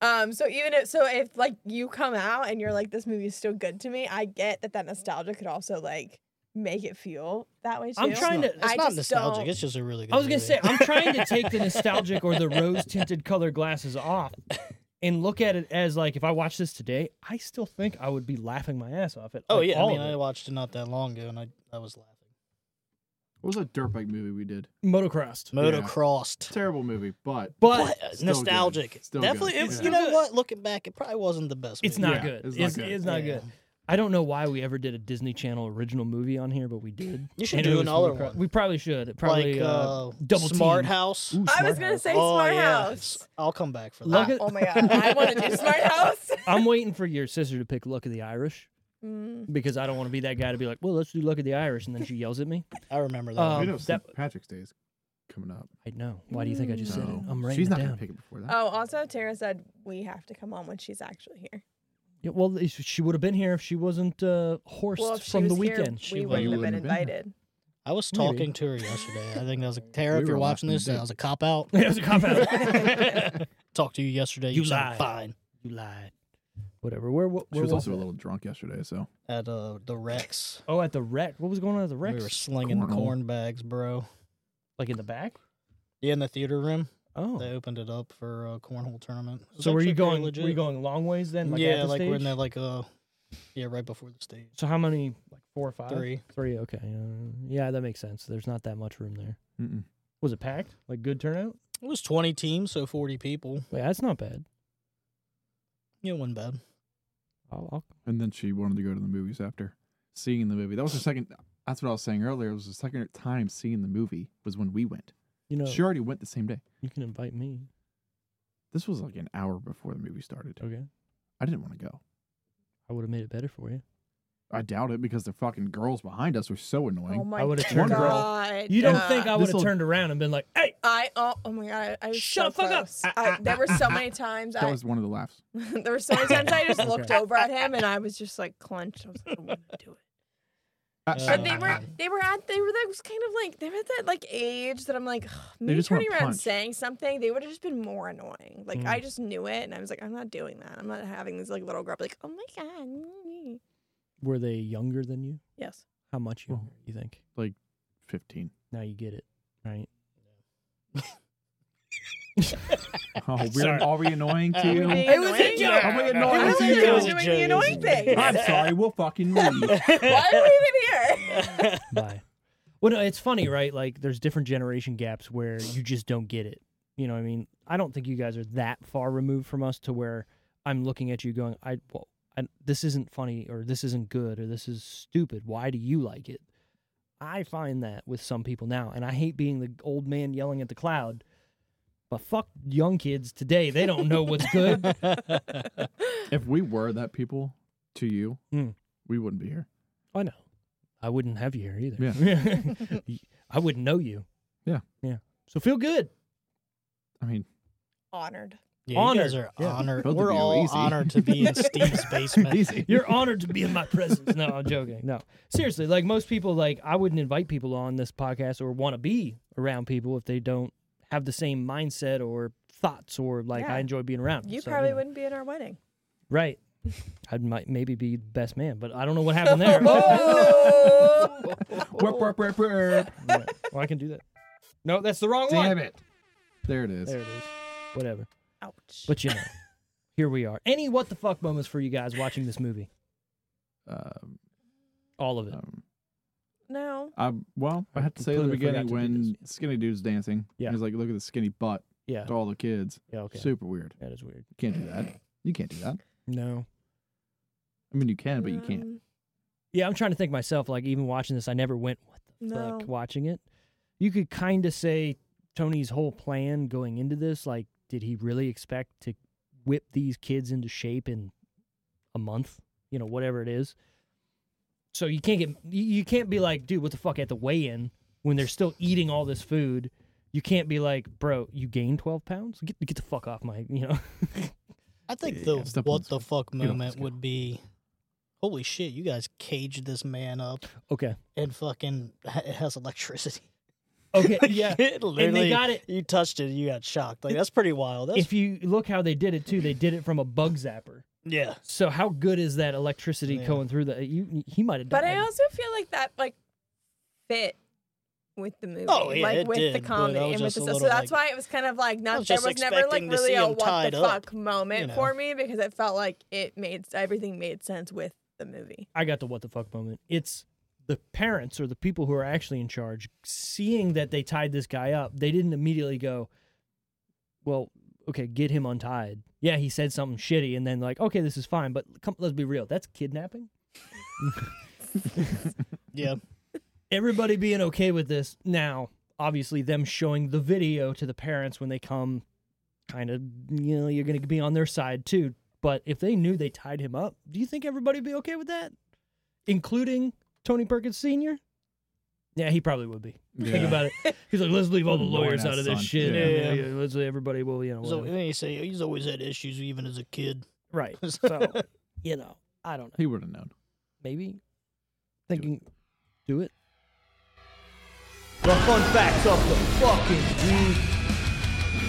Speaker 4: Um, so even if so, if like you come out and you're like, "This movie is still good to me," I get that that nostalgia could also like make it feel that way too.
Speaker 2: I'm
Speaker 5: It's
Speaker 2: trying
Speaker 5: not-
Speaker 2: to-
Speaker 5: It's
Speaker 4: I
Speaker 5: not
Speaker 4: just
Speaker 5: nostalgic.
Speaker 4: don't-
Speaker 5: It's just a really good.
Speaker 2: I was gonna
Speaker 5: movie.
Speaker 2: say I'm trying to take the nostalgic or the rose tinted color glasses off and look at it as like if I watch this today, I still think I would be laughing my ass off at.
Speaker 5: Oh
Speaker 2: like,
Speaker 5: yeah, I
Speaker 2: all
Speaker 5: mean,
Speaker 2: of
Speaker 5: I
Speaker 2: it.
Speaker 5: watched it not that long ago, and I, I was laughing.
Speaker 3: What was that dirt bike movie we did?
Speaker 2: motocrossed.
Speaker 5: Motocrossed,
Speaker 3: Terrible movie, but
Speaker 2: But
Speaker 5: but
Speaker 3: Still good.
Speaker 5: nostalgic.
Speaker 3: Still
Speaker 5: Definitely,
Speaker 3: good.
Speaker 5: it-
Speaker 3: Yeah.
Speaker 5: you know what? Looking back, it probably wasn't the best.
Speaker 2: it's
Speaker 5: movie.
Speaker 2: not
Speaker 3: Yeah,
Speaker 2: good.
Speaker 3: it's
Speaker 2: It's,
Speaker 3: not
Speaker 2: it's,
Speaker 3: good.
Speaker 2: not
Speaker 5: Yeah.
Speaker 2: good. I don't know why we ever did a Disney Channel original movie on here, but we did.
Speaker 5: You should
Speaker 2: And it
Speaker 5: do
Speaker 2: was
Speaker 5: another
Speaker 2: motocross-
Speaker 5: one.
Speaker 2: We probably should. It Probably
Speaker 5: like
Speaker 2: uh,
Speaker 5: uh,
Speaker 2: double
Speaker 5: Smart
Speaker 2: team.
Speaker 5: House.
Speaker 2: Ooh,
Speaker 4: I
Speaker 2: Smart
Speaker 4: was gonna
Speaker 2: House.
Speaker 4: say
Speaker 5: Oh,
Speaker 4: smart
Speaker 5: yeah.
Speaker 4: house.
Speaker 5: I'll come back for that.
Speaker 2: Look
Speaker 4: Uh,
Speaker 2: at-
Speaker 4: oh my god, I want to do smart house.
Speaker 2: I'm waiting for your sister to pick Luck of the Irish
Speaker 4: Mm,
Speaker 2: because I don't want to be that guy to be like, well, let's do Luck of the Irish, and then she yells at me.
Speaker 5: I remember that.
Speaker 2: Um,
Speaker 3: we know St.
Speaker 2: that-
Speaker 3: Patrick's Day is coming up.
Speaker 2: I know. Why do you think I just said it?
Speaker 3: No.
Speaker 2: I'm writing
Speaker 3: She's
Speaker 2: it
Speaker 3: not
Speaker 2: down.
Speaker 3: gonna pick it before that.
Speaker 4: oh, also Tara said we have to come on when she's actually here.
Speaker 2: Yeah, well, is- she would have been here if she wasn't uh, horsed
Speaker 4: Well, if she
Speaker 2: from the
Speaker 4: was here,
Speaker 2: weekend.
Speaker 5: She
Speaker 4: we
Speaker 5: would.
Speaker 4: wouldn't
Speaker 5: You
Speaker 4: have been
Speaker 3: wouldn't have been
Speaker 4: invited.
Speaker 5: I was
Speaker 2: maybe.
Speaker 5: talking to her yesterday. I think that was like Tara.
Speaker 3: We
Speaker 5: if
Speaker 3: were
Speaker 5: you're watching
Speaker 3: laughing
Speaker 5: this,
Speaker 3: deep.
Speaker 5: that was a cop out.
Speaker 2: it was a cop out.
Speaker 5: Talked to you yesterday. You,
Speaker 2: You
Speaker 5: sound
Speaker 2: lied.
Speaker 5: fine
Speaker 2: you lied. Whatever. Where, where,
Speaker 3: She
Speaker 2: where
Speaker 3: was
Speaker 2: was
Speaker 3: also a
Speaker 2: it?
Speaker 3: little drunk yesterday, so
Speaker 5: at uh, the Rex.
Speaker 2: Oh, at the wreck. What was going on at the wreck?
Speaker 5: We were slinging
Speaker 3: Cornhole.
Speaker 5: corn bags, bro.
Speaker 2: Like in the back?
Speaker 5: Yeah, in the theater room,
Speaker 2: Oh.
Speaker 5: they opened it up for a cornhole tournament. It was
Speaker 2: so were you
Speaker 5: actually pretty
Speaker 2: going?
Speaker 5: legit.
Speaker 2: Were you going long ways then? Like at
Speaker 5: yeah,
Speaker 2: the
Speaker 5: like
Speaker 2: stage?
Speaker 5: we're in that like uh, yeah, right before the stage.
Speaker 2: So how many? Like four or five?
Speaker 5: Three.
Speaker 2: Three. Okay. Uh, yeah, that makes sense. There's not that much room there.
Speaker 3: mm-mm.
Speaker 2: Was it packed? Like good turnout?
Speaker 5: It was twenty teams, so forty people.
Speaker 2: Yeah, that's not bad.
Speaker 5: Yeah, it wasn't bad.
Speaker 2: I'll, I'll
Speaker 3: and then she wanted to go to the movies after seeing the movie. That was her second. That's what I was saying earlier. It was the second time seeing the movie was when we went.
Speaker 2: you know
Speaker 3: She already went the same day.
Speaker 2: you can invite me.
Speaker 3: This was like an hour before the movie started.
Speaker 2: Okay.
Speaker 3: I didn't want to go.
Speaker 2: I would have made it better for you.
Speaker 3: I doubt it because the fucking girls behind us were so annoying.
Speaker 4: Oh my
Speaker 2: I would've
Speaker 4: god!
Speaker 2: turned girl. You don't think I would have
Speaker 3: Uh, This'll-
Speaker 2: turned around and been like, "Hey,
Speaker 4: I oh, oh my god! I, I was
Speaker 2: Shut
Speaker 4: so
Speaker 2: the fuck up.
Speaker 4: close. I, there were so many times
Speaker 3: that
Speaker 4: I
Speaker 3: was one of the laughs.
Speaker 4: there were so many times I just looked over at him and I was just like clenched. I was like, I'm gonna do it.
Speaker 3: Um,
Speaker 4: But they were
Speaker 5: Uh,
Speaker 4: they were at they were that was kind of like they were at that like age that I'm like me
Speaker 3: just wanna
Speaker 4: turning around and
Speaker 3: punch.
Speaker 4: saying something they would have just been more annoying. Like
Speaker 2: Mm.
Speaker 4: I just knew it and I was like I'm not doing that. I'm not having this like little girl be like oh my god. mm."
Speaker 2: were they younger than you?
Speaker 4: Yes.
Speaker 2: How much
Speaker 3: Well-
Speaker 2: younger you think?"
Speaker 3: fifteen.
Speaker 2: Now you get it, right?
Speaker 3: Oh, we're
Speaker 2: Sorry.
Speaker 3: are we annoying to
Speaker 5: Are we
Speaker 3: you?
Speaker 4: being-
Speaker 2: It was a
Speaker 4: Annoying?
Speaker 2: joke.
Speaker 3: Are we
Speaker 4: I
Speaker 3: annoying
Speaker 4: don't
Speaker 3: to
Speaker 4: think I was
Speaker 3: you?
Speaker 5: a
Speaker 4: doing
Speaker 5: Joe.
Speaker 4: the annoying thing.
Speaker 3: I'm sorry. We'll fucking leave.
Speaker 4: Why are we even here?
Speaker 2: Bye. Well, no, it's funny, right? Like, there's different generation gaps where you just don't get it. You know what I mean? I don't think you guys are that far removed from us to where I'm looking at you going, I, well, I this isn't funny or this isn't good or this is stupid. Why do you like it? I find that with some people now, and I hate being the old man yelling at the cloud. But fuck young kids today; they don't know what's good.
Speaker 3: If we were that people to you,
Speaker 4: Hmm.
Speaker 2: Mm.
Speaker 3: we wouldn't be here.
Speaker 2: I know. I wouldn't have you here either.
Speaker 3: Yeah.
Speaker 2: Y- I wouldn't know you.
Speaker 3: Yeah.
Speaker 2: Yeah. So feel good.
Speaker 3: I mean,
Speaker 4: Honored.
Speaker 5: Yeah, you guys
Speaker 2: Honored.
Speaker 5: are
Speaker 2: Yeah.
Speaker 5: honored.
Speaker 3: Both of
Speaker 5: We're
Speaker 3: you,
Speaker 5: all
Speaker 3: easy.
Speaker 5: honored to be in Steve's basement.
Speaker 3: easy.
Speaker 2: You're honored to be in my presence. No, I'm joking. No. Seriously, like most people like I wouldn't invite people on this podcast or want to be around people if they don't have the same mindset or thoughts or like
Speaker 4: Yeah.
Speaker 2: I enjoy being around. 'em.
Speaker 4: You
Speaker 2: So,
Speaker 4: probably
Speaker 2: know.
Speaker 4: wouldn't be at our wedding.
Speaker 2: Right. I might maybe be the best man, but I don't know what happened there.
Speaker 4: Oh,
Speaker 3: Warp, warp, warp, warp.
Speaker 2: Yeah. Well, I can do that. No, that's the wrong
Speaker 3: Damn
Speaker 2: one.
Speaker 3: it. There it is.
Speaker 2: There it is. Whatever.
Speaker 4: Ouch.
Speaker 2: But you know, here we are. Any what the fuck moments for you guys watching this movie?
Speaker 3: Um,
Speaker 2: All of it.
Speaker 3: um,
Speaker 4: no.
Speaker 3: I, well, I have to say in the
Speaker 2: completely forgot
Speaker 3: beginning
Speaker 2: to do
Speaker 3: when Skinny Dude's dancing,
Speaker 2: Yeah.
Speaker 3: he's like, look at the skinny butt
Speaker 2: Yeah.
Speaker 3: to all the kids.
Speaker 2: Yeah. Okay.
Speaker 3: Super weird.
Speaker 2: That is weird.
Speaker 3: Can't do that. You can't do that.
Speaker 2: No.
Speaker 3: I mean, you can, but you
Speaker 2: Uh,
Speaker 3: can't.
Speaker 4: Um,
Speaker 2: Yeah, I'm trying to think myself. Like even watching this, I never went what the
Speaker 4: No.
Speaker 2: fuck watching it. You could kind of say Tony's whole plan going into this. Like, did he really expect to whip these kids into shape in a month? You know, whatever it is. So you can't get you you can't be like, dude, what the fuck at the weigh-in when they're still eating all this food. You can't be like, bro, you gained twelve pounds. Get get the fuck off my, you know.
Speaker 5: I think
Speaker 3: Yeah,
Speaker 5: the
Speaker 3: step on
Speaker 5: what
Speaker 3: this
Speaker 5: the fuck
Speaker 3: Get off
Speaker 5: moment
Speaker 3: this guy.
Speaker 5: would be, holy shit, you guys caged this man up
Speaker 2: okay.
Speaker 5: and fucking it has electricity.
Speaker 2: Okay. Yeah.
Speaker 5: It
Speaker 2: and
Speaker 5: literally,
Speaker 2: they got it.
Speaker 5: you touched it, you got shocked. Like that's pretty wild. That's
Speaker 2: If you look how they did it too, they did it from a bug zapper.
Speaker 5: yeah.
Speaker 2: So how good is that electricity
Speaker 5: Yeah.
Speaker 2: going through the? You, he might have died.
Speaker 4: But I also feel like that like fit with the movie,
Speaker 5: Oh, yeah,
Speaker 4: like
Speaker 5: it
Speaker 4: with the
Speaker 5: did, but I
Speaker 4: comedy
Speaker 5: was
Speaker 4: and with
Speaker 5: just
Speaker 4: the
Speaker 5: a
Speaker 4: stuff. So
Speaker 5: little,
Speaker 4: that's
Speaker 5: like-
Speaker 4: why it was kind of like
Speaker 5: I
Speaker 4: not
Speaker 5: was
Speaker 4: there
Speaker 5: just
Speaker 4: was never like
Speaker 5: expecting to
Speaker 4: really
Speaker 5: see
Speaker 4: a
Speaker 5: him
Speaker 4: what
Speaker 5: tied
Speaker 4: the
Speaker 5: up,
Speaker 4: fuck moment
Speaker 5: you know.
Speaker 4: for me because it felt like it made everything made sense with the movie.
Speaker 2: I got the what the fuck moment. It's the parents or the people who are actually in charge seeing that they tied this guy up. They didn't immediately go, "Well, okay, get him untied." Yeah, he said something shitty, and then like, "Okay, this is fine." But come, let's be real. That's kidnapping.
Speaker 5: Yeah.
Speaker 2: everybody being okay with this now obviously them showing the video to the parents when they come kind of you know you're going to be on their side too but if they knew they tied him up do you think everybody would be okay with that including tony perkins senior yeah he probably would be think
Speaker 3: Yeah.
Speaker 2: about it he's like let's leave all the
Speaker 3: Annoying
Speaker 2: lawyers
Speaker 3: ass
Speaker 2: out of this
Speaker 3: son.
Speaker 2: shit
Speaker 5: Yeah.
Speaker 2: yeah, yeah, let's say everybody will you know
Speaker 5: So
Speaker 2: whatever.
Speaker 5: then you say he's always had issues even as a kid.
Speaker 2: right
Speaker 5: So
Speaker 2: you know i don't know
Speaker 3: He would have known.
Speaker 2: maybe thinking do it
Speaker 5: the fun facts of the fucking week.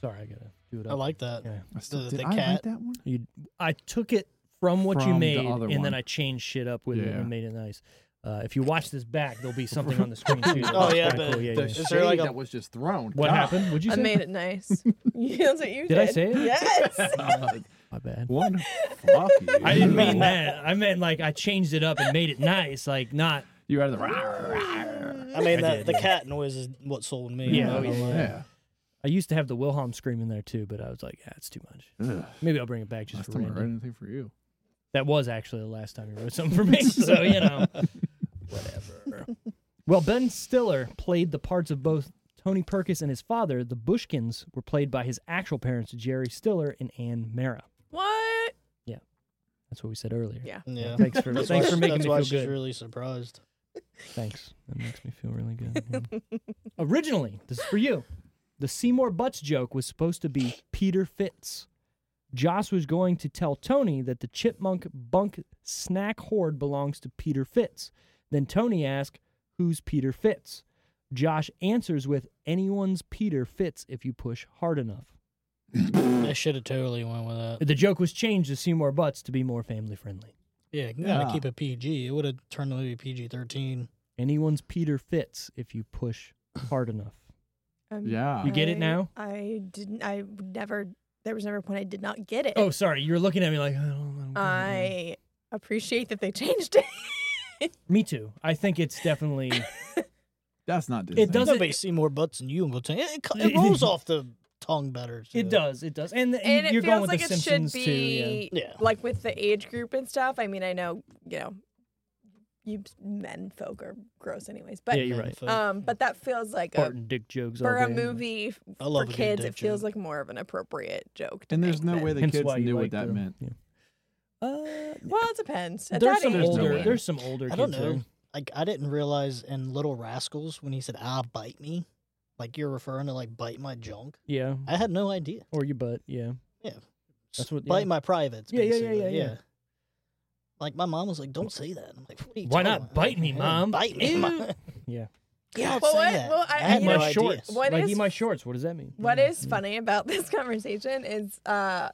Speaker 2: sorry i gotta do it
Speaker 5: I
Speaker 2: up.
Speaker 5: like that.
Speaker 2: yeah
Speaker 3: I still,
Speaker 5: The-
Speaker 3: did
Speaker 5: the
Speaker 3: I
Speaker 5: cat.
Speaker 3: like that one?
Speaker 2: You, I took it from what you
Speaker 3: From the
Speaker 2: made,
Speaker 3: other
Speaker 2: and then
Speaker 3: one.
Speaker 2: I changed shit up with it
Speaker 3: Yeah.
Speaker 2: and made it nice. Uh, if you watch this back, there'll be something on the screen too.
Speaker 5: Oh, yeah,
Speaker 2: That's kinda
Speaker 5: but
Speaker 2: cool. yeah,
Speaker 3: The
Speaker 2: yeah.
Speaker 5: Is there like
Speaker 3: shade
Speaker 5: a-
Speaker 3: that was just thrown.
Speaker 2: What
Speaker 3: God.
Speaker 2: happened? Would you
Speaker 4: I
Speaker 2: say?
Speaker 4: made it nice. That's what you did.
Speaker 2: Did I say it?
Speaker 4: Yes.
Speaker 3: God,
Speaker 2: My bad.
Speaker 3: One fuck you.
Speaker 2: I didn't mean that. I meant like I changed it up and made it nice, like not.
Speaker 3: You out of the. Yeah.
Speaker 5: I mean,
Speaker 2: I
Speaker 5: the,
Speaker 2: did,
Speaker 5: the
Speaker 2: yeah.
Speaker 5: cat noise is what sold me.
Speaker 2: Yeah,
Speaker 5: I'm
Speaker 2: oh,
Speaker 5: not gonna lie.
Speaker 3: yeah.
Speaker 2: I used to have the Wilhelm scream in there too, but I was like, yeah, it's too much.
Speaker 3: Ugh.
Speaker 2: Maybe I'll bring it back just
Speaker 3: Last
Speaker 2: for
Speaker 3: time I
Speaker 2: random.
Speaker 3: read anything for you.
Speaker 2: That was actually the last time you wrote something for me, so you know, whatever. Well, Ben Stiller played the parts of both Tony Perkis and his father. The Bushkins were played by his actual parents, Jerry Stiller and Ann Mara.
Speaker 4: what?
Speaker 2: That's what we said earlier.
Speaker 4: Yeah.
Speaker 5: Yeah.
Speaker 2: Thanks for
Speaker 5: That's
Speaker 2: thanks
Speaker 5: why-
Speaker 2: for making
Speaker 5: that's
Speaker 2: me
Speaker 5: why
Speaker 2: feel
Speaker 5: she's
Speaker 2: good.
Speaker 5: really surprised.
Speaker 2: Thanks. That makes me feel really good. Originally, this is for you. The Seymour Butts joke was supposed to be Peter Fitz. Joss was going to tell Tony that the chipmunk bunk snack horde belongs to Peter Fitz. Then Tony asks, Who's Peter Fitz? Josh answers with, Anyone's Peter Fitz if you push hard enough.
Speaker 5: I should have totally went with that.
Speaker 2: The joke was changed to Seymour Butts to be more family friendly.
Speaker 5: Yeah, you gotta
Speaker 3: Yeah.
Speaker 5: keep it PG. It would have turned the movie PG thirteen.
Speaker 2: Anyone's Peter Fitz if you push hard enough.
Speaker 4: Um,
Speaker 3: Yeah.
Speaker 2: You get it
Speaker 4: I-
Speaker 2: now?
Speaker 4: I didn't. I never. There was never a point I did not get it.
Speaker 2: Oh, sorry. You were looking at me like, I don't know.
Speaker 4: I appreciate that they changed it.
Speaker 2: Me too. I think it's definitely
Speaker 3: That's not Disney.
Speaker 2: doesn't-
Speaker 5: Nobody see more butts than you and go to it, it, it rolls off the tongue better. so-
Speaker 2: it does it does and, the-
Speaker 4: and it
Speaker 2: you're
Speaker 4: feels
Speaker 2: going with
Speaker 4: like
Speaker 2: the
Speaker 4: it
Speaker 2: Simpsons
Speaker 4: should
Speaker 2: too. Yeah.
Speaker 4: be
Speaker 5: Yeah.
Speaker 4: like with the age group and stuff. I mean, I know you know, you men folk are gross anyways, but
Speaker 2: yeah, you're right.
Speaker 5: Fuck.
Speaker 4: um, but that feels like a,
Speaker 2: Fart and dick jokes
Speaker 4: for
Speaker 2: all
Speaker 4: a
Speaker 2: day.
Speaker 4: movie f-
Speaker 5: I love a
Speaker 4: for
Speaker 5: good
Speaker 4: kids.
Speaker 5: dick
Speaker 4: It feels
Speaker 5: joke.
Speaker 4: like more of an appropriate joke. To
Speaker 3: and there's
Speaker 4: make
Speaker 3: no
Speaker 4: than-
Speaker 3: way the
Speaker 2: Hence
Speaker 3: kids
Speaker 2: why you
Speaker 3: knew
Speaker 2: like
Speaker 3: what that
Speaker 2: the-
Speaker 3: meant.
Speaker 2: Uh,
Speaker 4: Well, it depends. At
Speaker 2: there's
Speaker 4: that
Speaker 2: some
Speaker 4: age,
Speaker 3: no
Speaker 2: older.
Speaker 3: way.
Speaker 2: there's some older.
Speaker 5: I don't
Speaker 2: kids there.
Speaker 5: know. Like I didn't realize in Little Rascals when he said "I bite me," like you're referring to like bite my junk.
Speaker 2: Yeah,
Speaker 5: I had no idea.
Speaker 2: or your butt. Yeah, That's what-
Speaker 5: bite
Speaker 2: yeah.
Speaker 5: my privates.
Speaker 2: Yeah, yeah, yeah,
Speaker 5: basically,
Speaker 2: yeah, yeah.
Speaker 5: Like my mom was like, "Don't say that." I'm like, what are you
Speaker 2: Why
Speaker 5: talking
Speaker 2: not
Speaker 5: about?
Speaker 2: bite me,
Speaker 5: Yeah,
Speaker 2: Mom?
Speaker 5: Bite me,
Speaker 2: Ew.
Speaker 5: mom.
Speaker 2: Yeah.
Speaker 5: Yeah, I'd
Speaker 4: Well,
Speaker 5: say
Speaker 4: what-
Speaker 5: that.
Speaker 4: well, I-
Speaker 5: I
Speaker 4: I
Speaker 5: had
Speaker 4: eat
Speaker 5: no
Speaker 4: my
Speaker 5: idea.
Speaker 2: shorts.
Speaker 4: What
Speaker 2: like
Speaker 4: is-
Speaker 2: eat my shorts. What does that mean?
Speaker 4: What
Speaker 2: Yeah.
Speaker 4: is funny about this conversation is uh,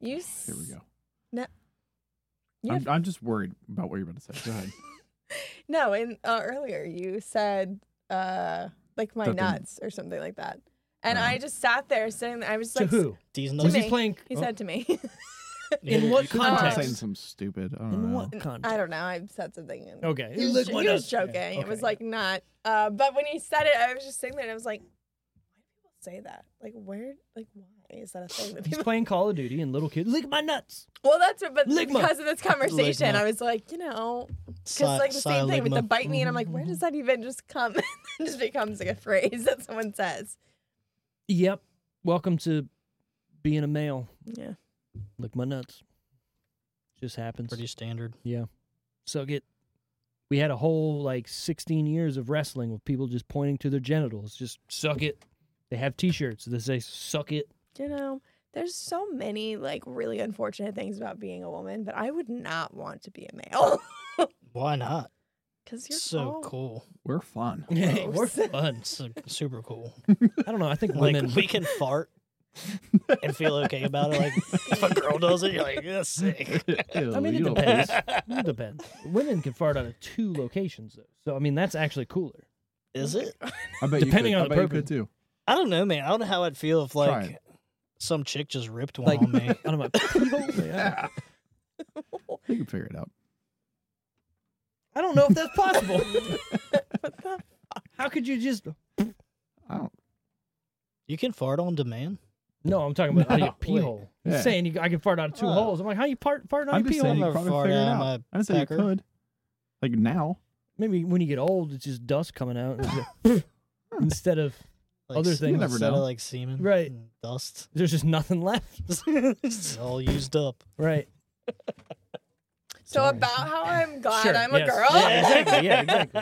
Speaker 4: you. s-
Speaker 3: Here we go.
Speaker 4: you
Speaker 3: I'm, I'm just worried about what you're about to say. Go ahead.
Speaker 4: No, and uh, earlier you said uh, like my
Speaker 3: That the-
Speaker 4: nuts or something like that, and
Speaker 3: Uh-huh.
Speaker 4: I just sat there sitting. I was just
Speaker 2: To
Speaker 4: like,
Speaker 2: who?
Speaker 5: These
Speaker 4: To
Speaker 2: Was
Speaker 5: nuts.
Speaker 2: he
Speaker 4: me.
Speaker 2: playing?
Speaker 4: He
Speaker 2: oh,
Speaker 4: said to me,
Speaker 2: in what
Speaker 3: I'm
Speaker 4: context?
Speaker 3: saying some stupid. Uh, I don't
Speaker 2: in
Speaker 3: know.
Speaker 2: what context?
Speaker 4: "I don't know." I said something. And
Speaker 2: Okay.
Speaker 4: He was,
Speaker 2: Look
Speaker 4: jo-
Speaker 2: what
Speaker 4: he
Speaker 2: I
Speaker 4: was
Speaker 2: said.
Speaker 4: joking. It was
Speaker 2: Okay.
Speaker 4: like not. Uh, but when he said it, I was just sitting there and I was like, "Why do people say that? Like, where? Like, why is that a thing that
Speaker 2: He's
Speaker 4: people?"
Speaker 2: playing Call of Duty and little kid. Lick my nuts.
Speaker 4: Well, that's what, but
Speaker 2: Ligma.
Speaker 4: because of this conversation,
Speaker 5: Ligma.
Speaker 4: I was like, you know,
Speaker 5: Si-
Speaker 4: because like the same thing with the
Speaker 5: siligma.
Speaker 4: bite me, and I'm like, where does that even just come? it just becomes like a phrase that someone says.
Speaker 2: Yep. Welcome to being a male.
Speaker 4: Yeah.
Speaker 2: Lick my nuts. Just happens.
Speaker 5: Pretty standard.
Speaker 2: So get. We had a whole like 16 years of wrestling with people just pointing to their genitals. Just suck it. They have T-shirts that say "suck it."
Speaker 4: you know, there's so many like really unfortunate things about being a woman, but I would not want to be a male
Speaker 5: Why not?
Speaker 4: because you're
Speaker 5: So
Speaker 4: all-
Speaker 5: cool.
Speaker 3: We're fun.
Speaker 2: We're
Speaker 4: Gross.
Speaker 2: fun.
Speaker 5: It's like, super cool.
Speaker 2: I don't know. I think
Speaker 5: Like
Speaker 2: women.
Speaker 5: we can fart and feel okay about it. Like if a girl does it, you're like, that's sick.
Speaker 2: I mean, it
Speaker 3: Ew, you don't-
Speaker 2: depends. it depends. Women can fart out of two locations though, so I mean that's actually cooler.
Speaker 5: Is it?
Speaker 3: I bet you
Speaker 2: Depending
Speaker 3: could.
Speaker 2: on the
Speaker 3: I bet you could
Speaker 2: purpose.
Speaker 3: too.
Speaker 5: I don't know, man. I don't know how I'd feel if
Speaker 3: Try
Speaker 5: like some chick just ripped one
Speaker 2: Like-
Speaker 5: on me.
Speaker 2: Out of my peehole. Yeah.
Speaker 3: You can figure it out.
Speaker 2: I don't know if that's possible.
Speaker 4: What the-
Speaker 2: How could you just?
Speaker 3: I don't.
Speaker 5: You can fart on demand.
Speaker 2: No, I'm talking about out of your
Speaker 3: No,
Speaker 2: pee
Speaker 3: wait.
Speaker 2: hole. He's
Speaker 3: Yeah.
Speaker 2: Saying you, I can fart out of two
Speaker 5: Oh.
Speaker 2: holes. I'm like, how you part fart out
Speaker 3: I'm
Speaker 2: of your
Speaker 3: just
Speaker 2: pee hole?
Speaker 3: saying you
Speaker 5: I've
Speaker 3: could probably
Speaker 5: farted
Speaker 3: figure it
Speaker 5: out of
Speaker 3: out.
Speaker 5: my
Speaker 3: I didn't say you
Speaker 5: pecker.
Speaker 3: could. Like now.
Speaker 2: Maybe when you get old, it's just dust coming out and it's like, instead of
Speaker 5: Like,
Speaker 2: Other
Speaker 5: s-
Speaker 2: things. You
Speaker 3: never
Speaker 5: instead of
Speaker 3: know.
Speaker 5: like semen,
Speaker 2: Right.
Speaker 5: and Dust.
Speaker 2: there's just nothing left.
Speaker 5: it's all used up.
Speaker 2: Right.
Speaker 4: So
Speaker 2: Sorry.
Speaker 4: about how I'm glad
Speaker 2: Sure,
Speaker 4: I'm a
Speaker 2: yes.
Speaker 4: girl.
Speaker 2: Yeah, exactly. Yeah, exactly.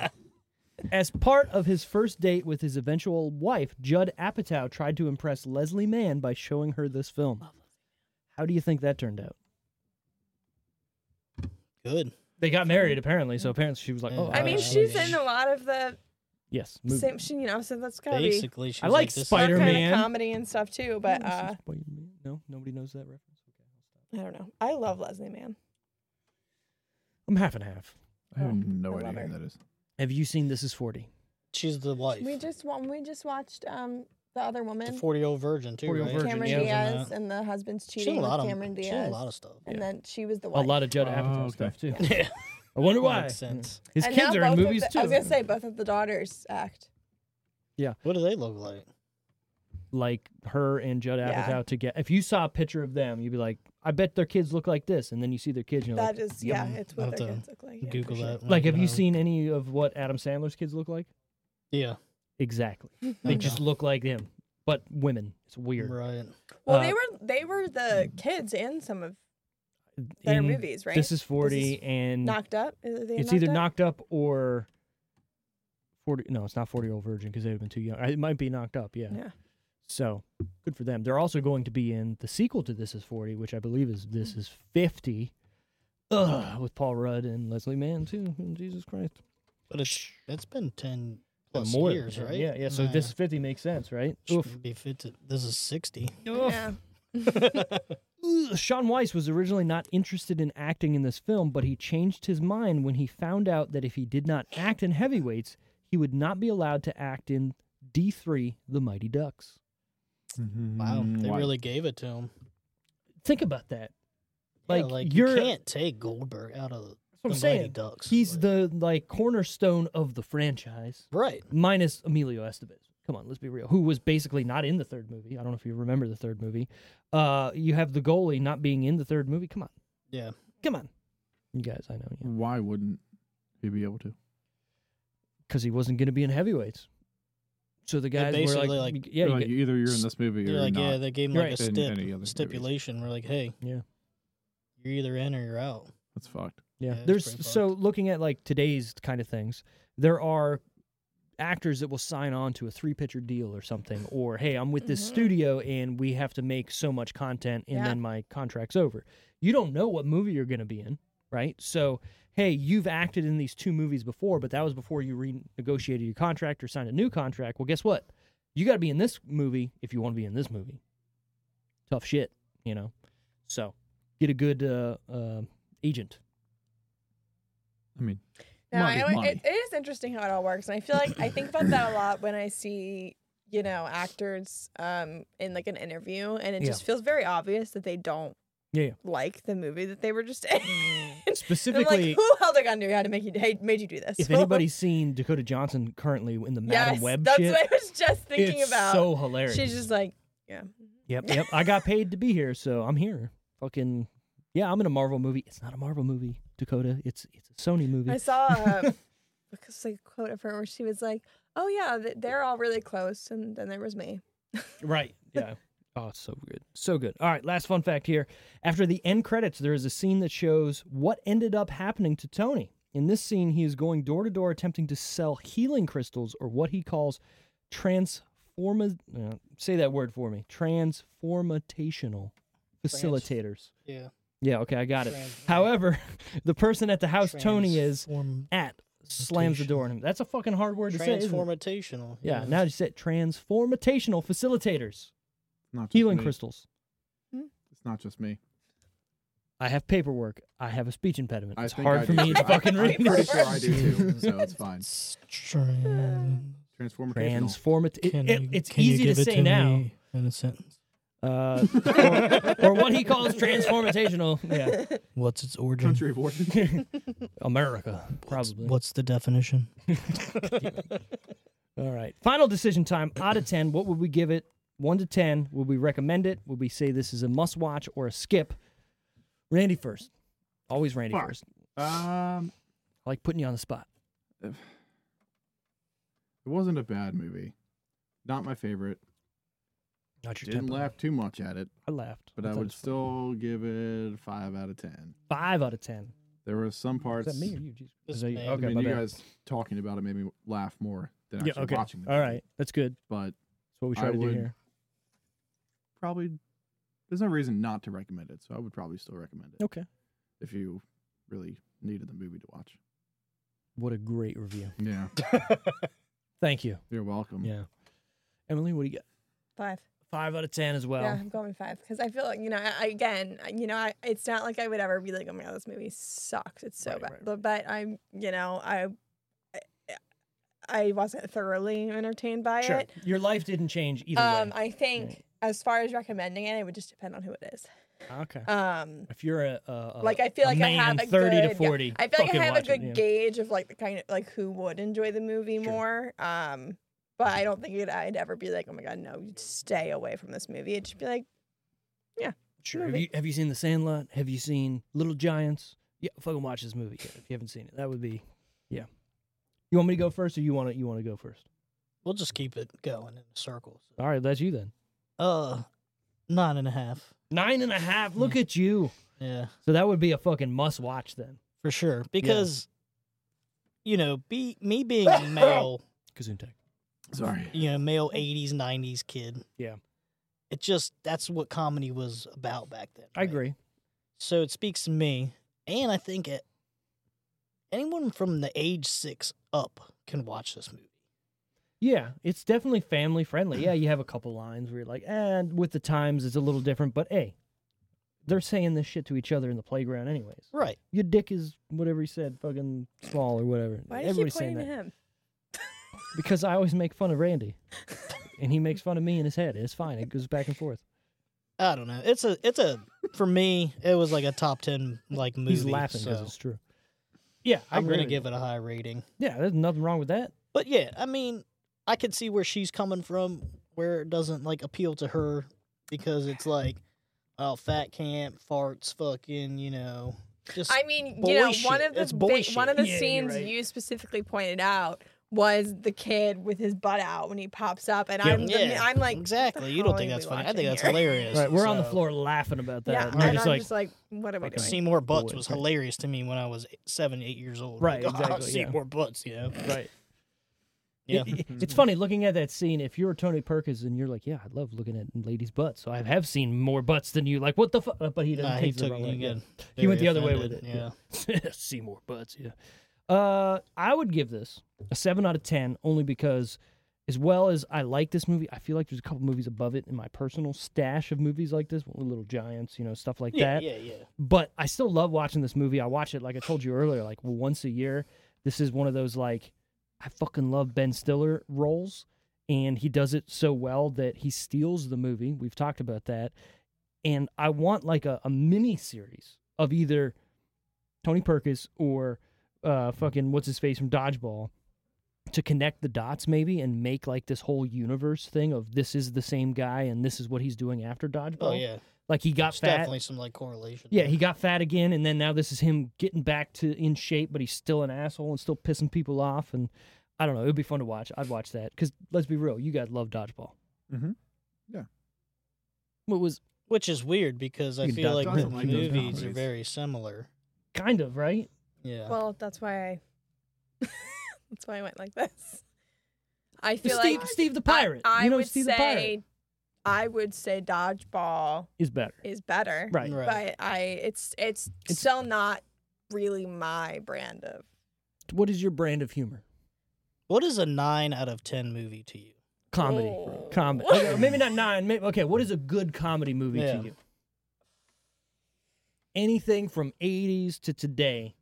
Speaker 2: As part of his first date with his eventual wife, Judd Apatow tried to impress Leslie Mann by showing her this film. How do you think that turned out?
Speaker 5: Good.
Speaker 2: They got married apparently, so apparently she was like,
Speaker 5: Yeah.
Speaker 2: "Oh,
Speaker 4: I mean,
Speaker 2: uh,
Speaker 4: she's in a lot of the
Speaker 2: yes, movie.
Speaker 4: same. She, you know, so that's gotta be
Speaker 5: Basically, she
Speaker 2: I
Speaker 5: was
Speaker 2: like
Speaker 5: like this.
Speaker 4: some
Speaker 2: Spider-Man.
Speaker 4: kind of comedy and stuff too. But
Speaker 2: This is
Speaker 4: uh,
Speaker 2: Spider-Man. No, nobody knows that reference. Okay, I'll stop.
Speaker 4: I don't know. I love Leslie Mann.
Speaker 2: I'm half and half.
Speaker 3: I have
Speaker 4: Oh, I
Speaker 3: no
Speaker 4: love
Speaker 3: idea
Speaker 4: her.
Speaker 3: who that is.
Speaker 2: Have you seen This Is 40?
Speaker 5: She's the wife.
Speaker 4: We just wa- we just watched um the other
Speaker 5: the
Speaker 4: woman,
Speaker 5: forty-year-old virgin too.
Speaker 2: 40-year-old
Speaker 5: right?
Speaker 2: virgin,
Speaker 4: Cameron
Speaker 2: yeah. She was in
Speaker 4: Diaz, and the husband's
Speaker 5: She did
Speaker 4: cheating
Speaker 5: a lot
Speaker 4: with
Speaker 5: of
Speaker 4: Cameron
Speaker 5: She did
Speaker 4: Diaz,
Speaker 5: a lot of stuff.
Speaker 4: and
Speaker 2: yeah.
Speaker 4: then she was the
Speaker 2: A
Speaker 4: wife.
Speaker 2: lot of Judd
Speaker 3: Oh,
Speaker 2: Apatow
Speaker 3: okay.
Speaker 2: stuff too.
Speaker 5: Yeah.
Speaker 2: I wonder why.
Speaker 5: Makes sense.
Speaker 2: His
Speaker 4: and
Speaker 2: kids
Speaker 4: now
Speaker 2: are in
Speaker 4: both of
Speaker 2: movies
Speaker 4: the-
Speaker 2: too.
Speaker 4: I was gonna say both of the daughters act.
Speaker 5: What do they look like?
Speaker 2: like her and Judd Apatow
Speaker 4: Yeah.
Speaker 2: together. If you saw a picture of them, you'd be like, I bet their kids look like this. And then you see their kids, and you're
Speaker 4: That
Speaker 2: like,
Speaker 4: is, yeah,
Speaker 5: Mm,
Speaker 4: it's
Speaker 5: I'll
Speaker 4: what
Speaker 5: have
Speaker 4: their
Speaker 5: to
Speaker 4: kids look like. yeah, for
Speaker 5: Google
Speaker 4: sure.
Speaker 5: that. when
Speaker 2: like,
Speaker 5: I
Speaker 2: have
Speaker 5: get
Speaker 2: you
Speaker 5: home.
Speaker 2: seen any of what Adam Sandler's kids look like?
Speaker 5: Yeah.
Speaker 2: Exactly. They just look like him, but women. It's weird.
Speaker 5: Right.
Speaker 2: Uh,
Speaker 4: Well,
Speaker 2: hmm.
Speaker 4: they were they were the kids in some of their
Speaker 2: In
Speaker 4: movies, right?
Speaker 2: This is 40 and
Speaker 4: knocked up. Is it they in
Speaker 2: it's either
Speaker 4: knocked.
Speaker 2: knocked up or 40. No, it's not 40 year old virgin because they'd have been too young. Uh, It might be knocked up, yeah.
Speaker 4: Up? Yeah.
Speaker 2: So good for them. They're also going to be in the sequel to This Is 40, which I believe is This
Speaker 5: Hmm.
Speaker 2: Is 50, Ugh, with Paul Rudd and Leslie Mann, too. Oh, Jesus Christ.
Speaker 5: But it's it's been ten
Speaker 2: And
Speaker 5: plus
Speaker 2: more than
Speaker 5: years,
Speaker 2: that.
Speaker 5: right?
Speaker 2: Yeah, yeah. So This Is 50 makes sense, right? Oof.
Speaker 5: should be fit to- This is sixty.
Speaker 4: Yeah.
Speaker 2: Ugh. Sean Weiss was originally not interested in acting in this film, but he changed his mind when he found out that if he did not act in Heavyweights, he would not be allowed to act in D3 The Mighty Ducks.
Speaker 5: Wow, they
Speaker 2: Mm-hmm. Mm,
Speaker 3: Why?
Speaker 5: really gave it to him.
Speaker 2: Think about that. Like,
Speaker 5: yeah, like
Speaker 2: you're
Speaker 5: you can't take Goldberg out of
Speaker 2: that's what I'm
Speaker 5: the Mighty
Speaker 2: saying.
Speaker 5: Ducks.
Speaker 2: He's
Speaker 5: like-
Speaker 2: the like cornerstone of the franchise,
Speaker 5: right.
Speaker 2: minus Emilio Estevez. Come on, let's be real. Who was basically not in the third movie? I don't know if you remember the third movie. Uh, you have the goalie not being in the third movie. Come on,
Speaker 5: Yeah.
Speaker 2: come on, you guys. I know you
Speaker 3: Why wouldn't he be able to?
Speaker 2: because he wasn't going to be in heavyweights. So the
Speaker 5: They
Speaker 2: guys were
Speaker 5: basically,
Speaker 2: like,
Speaker 5: like-
Speaker 2: yeah, you
Speaker 3: like,
Speaker 2: get-
Speaker 3: either you're in this movie or
Speaker 5: They're
Speaker 3: you're
Speaker 5: like,
Speaker 3: not.
Speaker 5: yeah, they gave him
Speaker 2: Right.
Speaker 5: like a
Speaker 3: In
Speaker 5: step,
Speaker 3: any other movies.
Speaker 5: stipulation. We're like, hey,
Speaker 2: yeah.
Speaker 5: you're either in or you're out.
Speaker 3: That's fucked.
Speaker 2: Yeah,
Speaker 5: Yeah, it's pretty
Speaker 2: there's so
Speaker 5: fucked.
Speaker 2: looking at like today's kind of things, there are actors that will sign on to a three picture deal or something, or hey, I'm with this
Speaker 4: Mhm.
Speaker 2: studio and we have to make so much content and
Speaker 4: Yeah.
Speaker 2: then my contract's over. You don't know what movie you're going to be in, right? So, hey, you've acted in these two movies before, but that was before you renegotiated your contract or signed a new contract. Well, guess what? You got to be in this movie if you want to be in this movie. Tough shit, you know? So, get a good uh, uh, agent.
Speaker 3: I mean,
Speaker 4: No,
Speaker 3: money,
Speaker 4: I always,
Speaker 3: money.
Speaker 4: It, it is interesting how it all works, and I feel like I think about that a lot when I see you know actors um in like an interview, and it
Speaker 2: Yeah.
Speaker 4: just feels very obvious that they don't
Speaker 2: Yeah, yeah.
Speaker 4: like the movie that they were just in.
Speaker 3: Mm.
Speaker 4: And I'm
Speaker 2: Specifically,
Speaker 4: like, who held a gun to your head to make you hey, made you do this?
Speaker 2: if anybody's seen Dakota Johnson currently in the Madam
Speaker 4: yes,
Speaker 2: Web
Speaker 4: that's
Speaker 2: shit,
Speaker 4: what I was just thinking
Speaker 2: it's
Speaker 4: about.
Speaker 2: so hilarious.
Speaker 4: She's just like, yeah,
Speaker 2: yep, yep. I got paid to be here, so I'm here. Fucking yeah, I'm in a Marvel movie. It's not a Marvel movie, Dakota. It's it's a Sony movie.
Speaker 4: I saw a, because like a quote of her where she was like, "Oh yeah, th- they're all really close," and then there was me.
Speaker 2: Right. Yeah. Oh, it's so good. So good. All right, last fun fact here. After the end credits, there is a scene that shows what ended up happening to Tony. In this scene, he is going door to door attempting to sell healing crystals or what he calls transforma uh, say that word for me. Transformational facilitators.
Speaker 5: Yeah.
Speaker 2: Yeah, okay, I got it.
Speaker 5: Trans-
Speaker 2: However, the person at the house Tony is
Speaker 5: Transform-
Speaker 2: at slams the door on him. That's a fucking hard word to say. isn't it?
Speaker 5: transformational.
Speaker 2: Yeah, now you said transformational facilitators
Speaker 3: not just
Speaker 2: healing
Speaker 3: me.
Speaker 2: crystals.
Speaker 3: It's not just me.
Speaker 2: I have paperwork. I have a speech impediment.
Speaker 3: I
Speaker 2: It's
Speaker 3: think
Speaker 2: hard
Speaker 3: I
Speaker 2: for
Speaker 3: do
Speaker 2: me
Speaker 3: too.
Speaker 2: to fucking
Speaker 3: I,
Speaker 2: read.
Speaker 3: I'm pretty sure I do too,
Speaker 5: this.
Speaker 3: so it's fine.
Speaker 5: Stran-
Speaker 3: Transformational.
Speaker 2: Transformative. It,
Speaker 5: Can
Speaker 2: it-
Speaker 5: you-
Speaker 2: it's
Speaker 5: can you
Speaker 2: easy
Speaker 5: give
Speaker 2: to
Speaker 5: it
Speaker 2: say now,
Speaker 5: me in a sentence.
Speaker 2: uh, or, or what he calls transformational. Yeah,
Speaker 5: What's its origin?
Speaker 3: Country of origin.
Speaker 2: America probably.
Speaker 5: What's the definition?
Speaker 2: All right. Final decision time. Out of ten, what would we give it? One to ten. Would we recommend it? Would we say this is a must-watch or a skip? Randy first. Always Randy
Speaker 3: Fuck.
Speaker 2: first.
Speaker 3: Um,
Speaker 2: I like putting you on the spot.
Speaker 3: it wasn't a bad movie. Not my favorite.
Speaker 2: Not your
Speaker 3: Didn't
Speaker 2: tempo.
Speaker 3: laugh too much at it,
Speaker 2: I laughed.
Speaker 3: but I,
Speaker 2: thought it
Speaker 3: would
Speaker 2: was fun.
Speaker 3: still give it a five out of ten.
Speaker 2: five out of ten.
Speaker 3: There were some
Speaker 2: Is
Speaker 3: parts.
Speaker 2: that me or you? Jesus?
Speaker 5: This
Speaker 2: Is that you?
Speaker 5: man.
Speaker 2: Okay,
Speaker 3: I
Speaker 2: my
Speaker 3: mean, you
Speaker 2: bad.
Speaker 3: guys talking about it made me laugh more than
Speaker 2: yeah,
Speaker 3: actually
Speaker 2: okay.
Speaker 3: watching. the
Speaker 2: All
Speaker 3: movie.
Speaker 2: right, that's good.
Speaker 3: but
Speaker 2: That's what we
Speaker 3: I
Speaker 2: try to do
Speaker 3: would-
Speaker 2: here.
Speaker 3: probably there's no reason not to recommend it. So I would probably still recommend it
Speaker 2: Okay.
Speaker 3: if you really needed the movie to watch.
Speaker 2: What a great review.
Speaker 3: Yeah,
Speaker 2: Thank you.
Speaker 3: you're welcome.
Speaker 2: Yeah. Emily, what do you got?
Speaker 4: Five.
Speaker 2: Five out of ten as well.
Speaker 4: Yeah, I'm going with five because I feel like you know. I, I- again, I- you know, I, it's not like I would ever be like, "Oh my god, this movie sucks. It's so
Speaker 2: Right,
Speaker 4: bad."
Speaker 2: right,
Speaker 4: But, but I'm, you know, I, I, I wasn't thoroughly entertained by
Speaker 2: Sure.
Speaker 4: it.
Speaker 2: Your life didn't change either
Speaker 4: Um,
Speaker 2: way.
Speaker 4: I think
Speaker 2: Right.
Speaker 4: as far as recommending it, it would just depend on who it is.
Speaker 2: okay.
Speaker 4: Um,
Speaker 2: if you're a, a, a
Speaker 4: like I feel
Speaker 2: Uh, a
Speaker 4: like I
Speaker 2: man,
Speaker 4: have a
Speaker 2: thirty
Speaker 4: good,
Speaker 2: to
Speaker 4: yeah,
Speaker 2: forty.
Speaker 4: I feel like
Speaker 2: fucking
Speaker 4: I have a
Speaker 2: watch it,
Speaker 4: good
Speaker 2: yeah.
Speaker 4: gauge of like the kind of like who would enjoy the movie
Speaker 2: Sure.
Speaker 4: more. Um, but I don't think it, I'd ever be like, "Oh my god, no, you stay away from this movie." It'd just be like,
Speaker 2: Sure. Have
Speaker 4: movie.
Speaker 2: you have you seen The Sandlot? Have you seen Little Giants? Yeah, fucking watch this movie if you haven't seen it. That would be yeah. You want me to go first, or you want to you want to go first?
Speaker 5: We'll just keep it going in circles.
Speaker 2: All right, that's you then.
Speaker 5: Uh, nine and a half.
Speaker 2: Nine and a half. Look at you.
Speaker 5: Yeah,
Speaker 2: So that would be a fucking must watch then.
Speaker 5: for sure. Because, you know, be me being a male,
Speaker 2: Kazuntek.
Speaker 3: Sorry.
Speaker 5: you know, male '80s '90s kid.
Speaker 2: Yeah.
Speaker 5: It just that's what comedy was about back then.
Speaker 2: I
Speaker 5: right?
Speaker 2: agree.
Speaker 5: So it speaks to me, and I think it, anyone from the age six up can watch this movie.
Speaker 2: Yeah, it's definitely family friendly. Yeah, you have a couple lines where you're like, and with the times, it's a little different, but hey, they're saying this shit to each other in the playground, anyways.
Speaker 5: Right.
Speaker 2: Your dick is whatever he said, fucking small or whatever.
Speaker 4: "Why do you keep
Speaker 2: Everybody's saying
Speaker 4: pointing to
Speaker 2: that
Speaker 4: him?"
Speaker 2: because I always make fun of Randy, and he makes fun of me in his head. It's fine. It goes back and forth.
Speaker 5: I don't know. It's a it's a for me, it was like a top ten like movie.
Speaker 2: He's laughing because
Speaker 5: so
Speaker 2: it's true. Yeah, I
Speaker 5: I'm
Speaker 2: agree
Speaker 5: gonna
Speaker 2: with
Speaker 5: give
Speaker 2: you.
Speaker 5: it a high rating.
Speaker 2: Yeah, there's nothing wrong with that.
Speaker 5: But yeah, I mean, I could see where she's coming from, where it doesn't like appeal to her because it's like, oh, fat camp farts, fucking, you know, just
Speaker 4: I mean,
Speaker 5: boy
Speaker 4: you know,
Speaker 5: shit.
Speaker 4: one of the
Speaker 5: It's boy
Speaker 4: bi- one of the
Speaker 2: shit. Yeah, you're
Speaker 4: scenes
Speaker 2: right.
Speaker 4: you specifically pointed out was the kid with his butt out when he pops up, and
Speaker 2: Yep.
Speaker 4: I'm the-
Speaker 5: Mm, Yeah,
Speaker 4: I'm like,
Speaker 5: exactly. You
Speaker 4: hell
Speaker 5: don't think
Speaker 4: are
Speaker 5: that's
Speaker 4: we
Speaker 5: funny? I
Speaker 4: watching
Speaker 5: think that's
Speaker 4: here?
Speaker 5: hilarious.
Speaker 2: Right, we're on the
Speaker 5: So,
Speaker 2: floor laughing about that.
Speaker 4: yeah,
Speaker 2: and
Speaker 4: and
Speaker 2: we're
Speaker 4: I'm
Speaker 2: just like,
Speaker 4: just like, what am I
Speaker 2: fucking
Speaker 4: doing?
Speaker 5: Seymour Butts
Speaker 2: Boy,
Speaker 5: was
Speaker 2: right.
Speaker 5: hilarious to me when I was eight- seven, eight years old.
Speaker 2: Right,
Speaker 5: Like, "Oh,
Speaker 2: exactly, yeah.
Speaker 5: Seymour Butts, you know.
Speaker 2: right.
Speaker 5: Yeah. Mm-hmm.
Speaker 2: It- it- it's funny looking at that scene. If you're Tony Perkins and you're like, yeah, I love looking at ladies' butts, so I have seen more butts than you. Like, what the fuck? But he doesn't
Speaker 5: Nah,
Speaker 2: take
Speaker 5: he
Speaker 2: the
Speaker 5: took
Speaker 2: wrong
Speaker 5: it
Speaker 2: way. yeah.
Speaker 5: again.
Speaker 2: He went
Speaker 5: Very
Speaker 2: the other way
Speaker 5: offended,
Speaker 2: with it,
Speaker 5: Yeah.
Speaker 2: see more butts. Yeah. Uh, I would give this a seven out of ten, only because, as well as I like this movie, I feel like there's a couple movies above it in my personal stash of movies like this, Little Giants, you know, stuff like
Speaker 5: Yeah,
Speaker 2: that.
Speaker 5: yeah, yeah.
Speaker 2: But I still love watching this movie. I watch it like I told you earlier, like once a year. This is one of those like I fucking love Ben Stiller roles, and he does it so well that he steals the movie. We've talked about that, and I want like a, a mini series of either Tony Perkis or uh, fucking what's his face from Dodgeball to connect the dots maybe and make like this whole universe thing of this is the same guy and this is what he's doing after Dodgeball.
Speaker 5: Oh yeah.
Speaker 2: Like he got
Speaker 5: There's
Speaker 2: fat.
Speaker 5: definitely some like correlation.
Speaker 2: Yeah, he got fat again, and then now this is him getting back to in shape, but he's still an asshole and still pissing people off. And I don't know, it would be fun to watch. I'd watch that because let's be real, you guys love dodgeball.
Speaker 3: Mhm. Yeah.
Speaker 2: What was
Speaker 5: Which is weird because I
Speaker 2: You
Speaker 5: feel
Speaker 2: don't-
Speaker 5: like
Speaker 3: I
Speaker 5: the
Speaker 3: don't like those
Speaker 5: movies are
Speaker 3: nowadays.
Speaker 5: very similar.
Speaker 2: kind of right?
Speaker 5: Yeah.
Speaker 4: Well, that's why I. that's why I went like this. I
Speaker 2: Steve,
Speaker 4: feel like
Speaker 2: Steve the pirate.
Speaker 4: I, I
Speaker 2: you know,
Speaker 4: would
Speaker 2: Steve
Speaker 4: say,
Speaker 2: the pirate
Speaker 4: I would say dodgeball
Speaker 2: is better,
Speaker 4: is better,
Speaker 2: right?
Speaker 4: but I it's, it's
Speaker 2: It's-
Speaker 4: still not really my brand of.
Speaker 2: What is your brand of humor?
Speaker 5: What is a nine out of ten movie to you?
Speaker 2: Comedy,
Speaker 4: Oh.
Speaker 2: comedy. Okay, maybe not nine. Maybe okay. What is a good comedy movie
Speaker 5: Yeah.
Speaker 2: to you? Anything from '80s to today.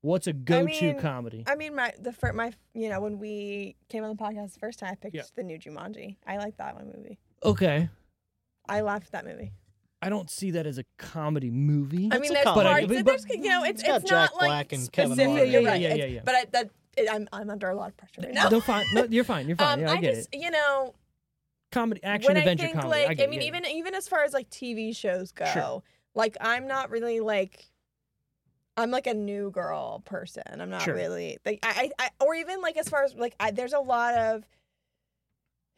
Speaker 2: What's a go-to
Speaker 4: mean,
Speaker 2: comedy?
Speaker 4: I mean, my the first my you know when we came on the podcast the first time, I picked
Speaker 2: Yeah.
Speaker 4: the new Jumanji. I like that one movie.
Speaker 2: okay.
Speaker 4: I
Speaker 2: Mm.
Speaker 4: laughed at that movie.
Speaker 2: I don't see that as a comedy movie.
Speaker 4: I
Speaker 5: It's
Speaker 4: mean,
Speaker 5: a
Speaker 4: there's
Speaker 5: comedy.
Speaker 4: parts,
Speaker 2: But-
Speaker 4: that
Speaker 2: but-
Speaker 4: there's you know, it's,
Speaker 5: It's got
Speaker 4: it's not
Speaker 5: Jack
Speaker 4: like
Speaker 5: Black and Kevin
Speaker 4: specific-
Speaker 5: Hart.
Speaker 2: Yeah,
Speaker 4: you're
Speaker 2: yeah,
Speaker 4: right.
Speaker 2: yeah,
Speaker 4: It's-
Speaker 2: yeah, yeah.
Speaker 4: But I, that it, I'm I'm under a lot of pressure right now.
Speaker 2: No, fine. No, you're fine. You're fine.
Speaker 4: Um,
Speaker 2: yeah, I,
Speaker 4: I,
Speaker 2: get
Speaker 4: just
Speaker 2: it.
Speaker 4: you know
Speaker 2: Comedy, action,
Speaker 4: when
Speaker 2: adventure
Speaker 4: I think
Speaker 2: comedy.
Speaker 4: like
Speaker 2: I, get it,
Speaker 4: mean
Speaker 2: yeah,
Speaker 4: even even as far as like TV shows go,
Speaker 2: Sure.
Speaker 4: like I'm not really like I'm like a new girl person. I'm not
Speaker 2: Sure.
Speaker 4: really like I, I I or even like as far as like I, there's a lot of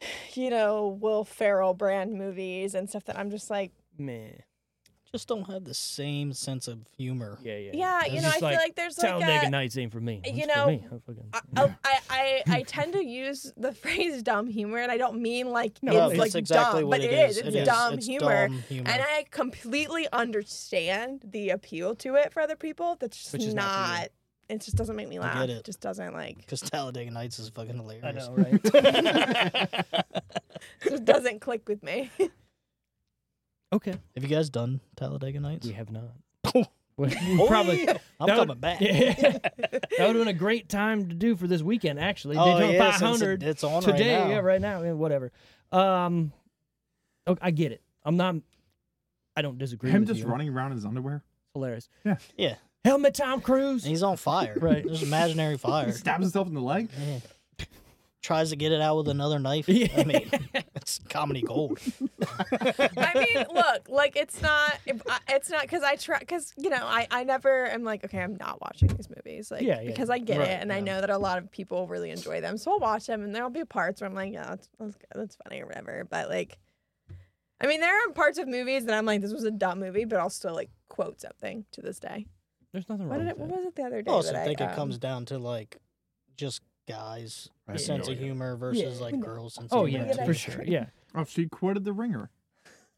Speaker 4: you know Will Ferrell brand movies and stuff that I'm just like
Speaker 2: yeah. man.
Speaker 5: Just don't have the same sense of humor.
Speaker 2: Yeah, yeah.
Speaker 4: yeah,
Speaker 5: It's
Speaker 4: you know I
Speaker 2: just
Speaker 4: feel
Speaker 2: like
Speaker 4: like there's like
Speaker 2: Talladega
Speaker 4: a
Speaker 2: Nights ain't for me.
Speaker 4: you
Speaker 2: It's for
Speaker 4: know,
Speaker 2: me. I fucking-
Speaker 4: I, I, I, I tend to use the phrase dumb humor, and I don't mean like
Speaker 2: No,
Speaker 4: it's,
Speaker 2: it's
Speaker 4: like dumb, but it is. It's dumb
Speaker 5: It's
Speaker 4: humor.
Speaker 5: dumb humor.
Speaker 4: And I completely understand the appeal to it for other people. That's just
Speaker 5: Which is not for you.
Speaker 4: not, it just doesn't make me laugh.
Speaker 5: get it.
Speaker 4: just doesn't like,
Speaker 5: Because Talladega Nights is fucking hilarious.
Speaker 2: I know, right?
Speaker 4: it just doesn't click with me.
Speaker 2: okay.
Speaker 5: Have you guys done Talladega Nights?
Speaker 2: We have not.
Speaker 5: Oh.
Speaker 2: We- we probably.
Speaker 5: I'm
Speaker 2: that would-
Speaker 5: coming back.
Speaker 2: Yeah. that would have been a great time to do for this weekend, actually.
Speaker 5: Oh,
Speaker 2: Daytona
Speaker 5: yeah, since
Speaker 2: 500.
Speaker 5: it- it's on right
Speaker 2: today,
Speaker 5: now.
Speaker 2: yeah, right now, yeah, whatever. Um, okay, I get it. I'm not. I don't disagree.
Speaker 3: Him
Speaker 2: with
Speaker 3: just
Speaker 2: you.
Speaker 3: running around in his underwear.
Speaker 2: hilarious.
Speaker 5: Yeah.
Speaker 2: Helmet, Tom Cruise.
Speaker 5: And he's on fire.
Speaker 2: Right.
Speaker 5: There's imaginary
Speaker 3: He
Speaker 5: fire.
Speaker 3: stabs himself in the leg.
Speaker 5: Yeah. Tries to get it out with another knife.
Speaker 2: Yeah.
Speaker 5: I mean, it's comedy gold.
Speaker 4: I mean, look, like it's not, if I- it's not because I try, because you know, I, I never am like, okay, I'm not watching these movies, like,
Speaker 2: Yeah, yeah,
Speaker 4: because I get
Speaker 5: right,
Speaker 4: it, and I
Speaker 5: yeah.
Speaker 4: know that a lot of people really enjoy them, so I'll watch them, and there'll be parts where I'm like, yeah, that's that's, good, that's funny or whatever, but like, I mean, there are parts of movies that I'm like, this was a dumb movie, but I'll still like quote something to this day.
Speaker 2: There's nothing
Speaker 4: What
Speaker 2: wrong
Speaker 4: did
Speaker 2: with
Speaker 4: it,
Speaker 2: that.
Speaker 4: what was it the other day?
Speaker 5: Oh, I
Speaker 2: Oh,
Speaker 5: also
Speaker 4: that I,
Speaker 5: think it
Speaker 4: um,
Speaker 5: comes down to like just guys'
Speaker 3: Right,
Speaker 5: sense
Speaker 3: yeah,
Speaker 5: of
Speaker 3: yeah.
Speaker 5: humor versus
Speaker 4: Yeah.
Speaker 5: like girls' sense
Speaker 2: Oh
Speaker 5: of humor.
Speaker 2: yeah,
Speaker 5: too.
Speaker 2: for sure. Yeah.
Speaker 3: Oh, she quoted the ringer.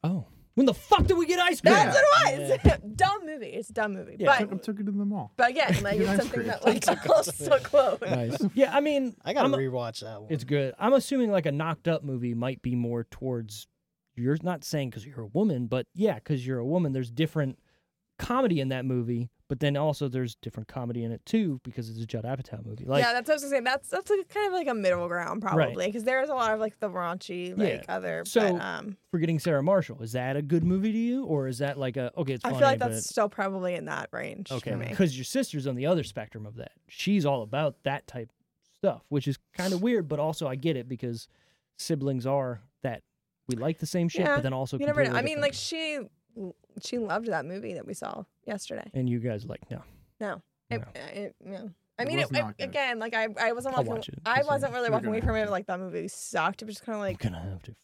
Speaker 2: Oh, when the fuck did we get ice cream?
Speaker 4: That's what it was. dumb movie. It's a dumb movie,
Speaker 2: Yeah.
Speaker 3: I
Speaker 4: but
Speaker 3: took it to the mall.
Speaker 4: but again,
Speaker 3: Ice
Speaker 4: like it's something
Speaker 3: cream.
Speaker 4: that like I'll still quote.
Speaker 2: nice. Yeah, I mean,
Speaker 5: I gotta
Speaker 2: I'm-
Speaker 5: rewatch that one.
Speaker 2: it's good. I'm assuming like a knocked up movie might be more towards. You're not saying because you're a woman, but yeah, because you're a woman. There's different comedy in that movie, But then also there's different comedy in it too because it's a Judd Apatow movie. Like
Speaker 4: yeah, that's what I was gonna say. That's that's like kind of like a middle ground probably because there is a lot of like the raunchy
Speaker 2: Yeah.
Speaker 4: like other.
Speaker 2: So,
Speaker 4: but, um,
Speaker 2: Forgetting Sarah Marshall, is that a good movie to you or is that like a okay? It's
Speaker 4: I
Speaker 2: funny,
Speaker 4: feel like
Speaker 2: but
Speaker 4: that's still probably in that range
Speaker 2: okay
Speaker 4: for me.
Speaker 2: because your sister's on the other spectrum of that. She's all about that type stuff, which is kind of weird, but also I get it because siblings are that we like the same shit,
Speaker 4: Yeah,
Speaker 2: but then also
Speaker 4: You never know.
Speaker 2: completely
Speaker 4: I mean,
Speaker 2: different.
Speaker 4: like she she loved that movie that we saw yesterday.
Speaker 2: and you guys are like no,
Speaker 4: It-
Speaker 2: No.
Speaker 4: it- no. I
Speaker 3: It
Speaker 4: mean, it,
Speaker 3: was
Speaker 4: it-
Speaker 3: not good.
Speaker 4: again, like I, I wasn't
Speaker 2: I'll
Speaker 4: walking,
Speaker 2: watch it.
Speaker 4: I
Speaker 2: It's
Speaker 4: wasn't
Speaker 2: fine.
Speaker 4: really
Speaker 3: You're
Speaker 4: walking
Speaker 3: gonna
Speaker 4: away from
Speaker 3: have
Speaker 4: it
Speaker 3: to.
Speaker 4: like that movie sucked. It was just kind of
Speaker 2: I'm
Speaker 4: like,
Speaker 2: gonna have to.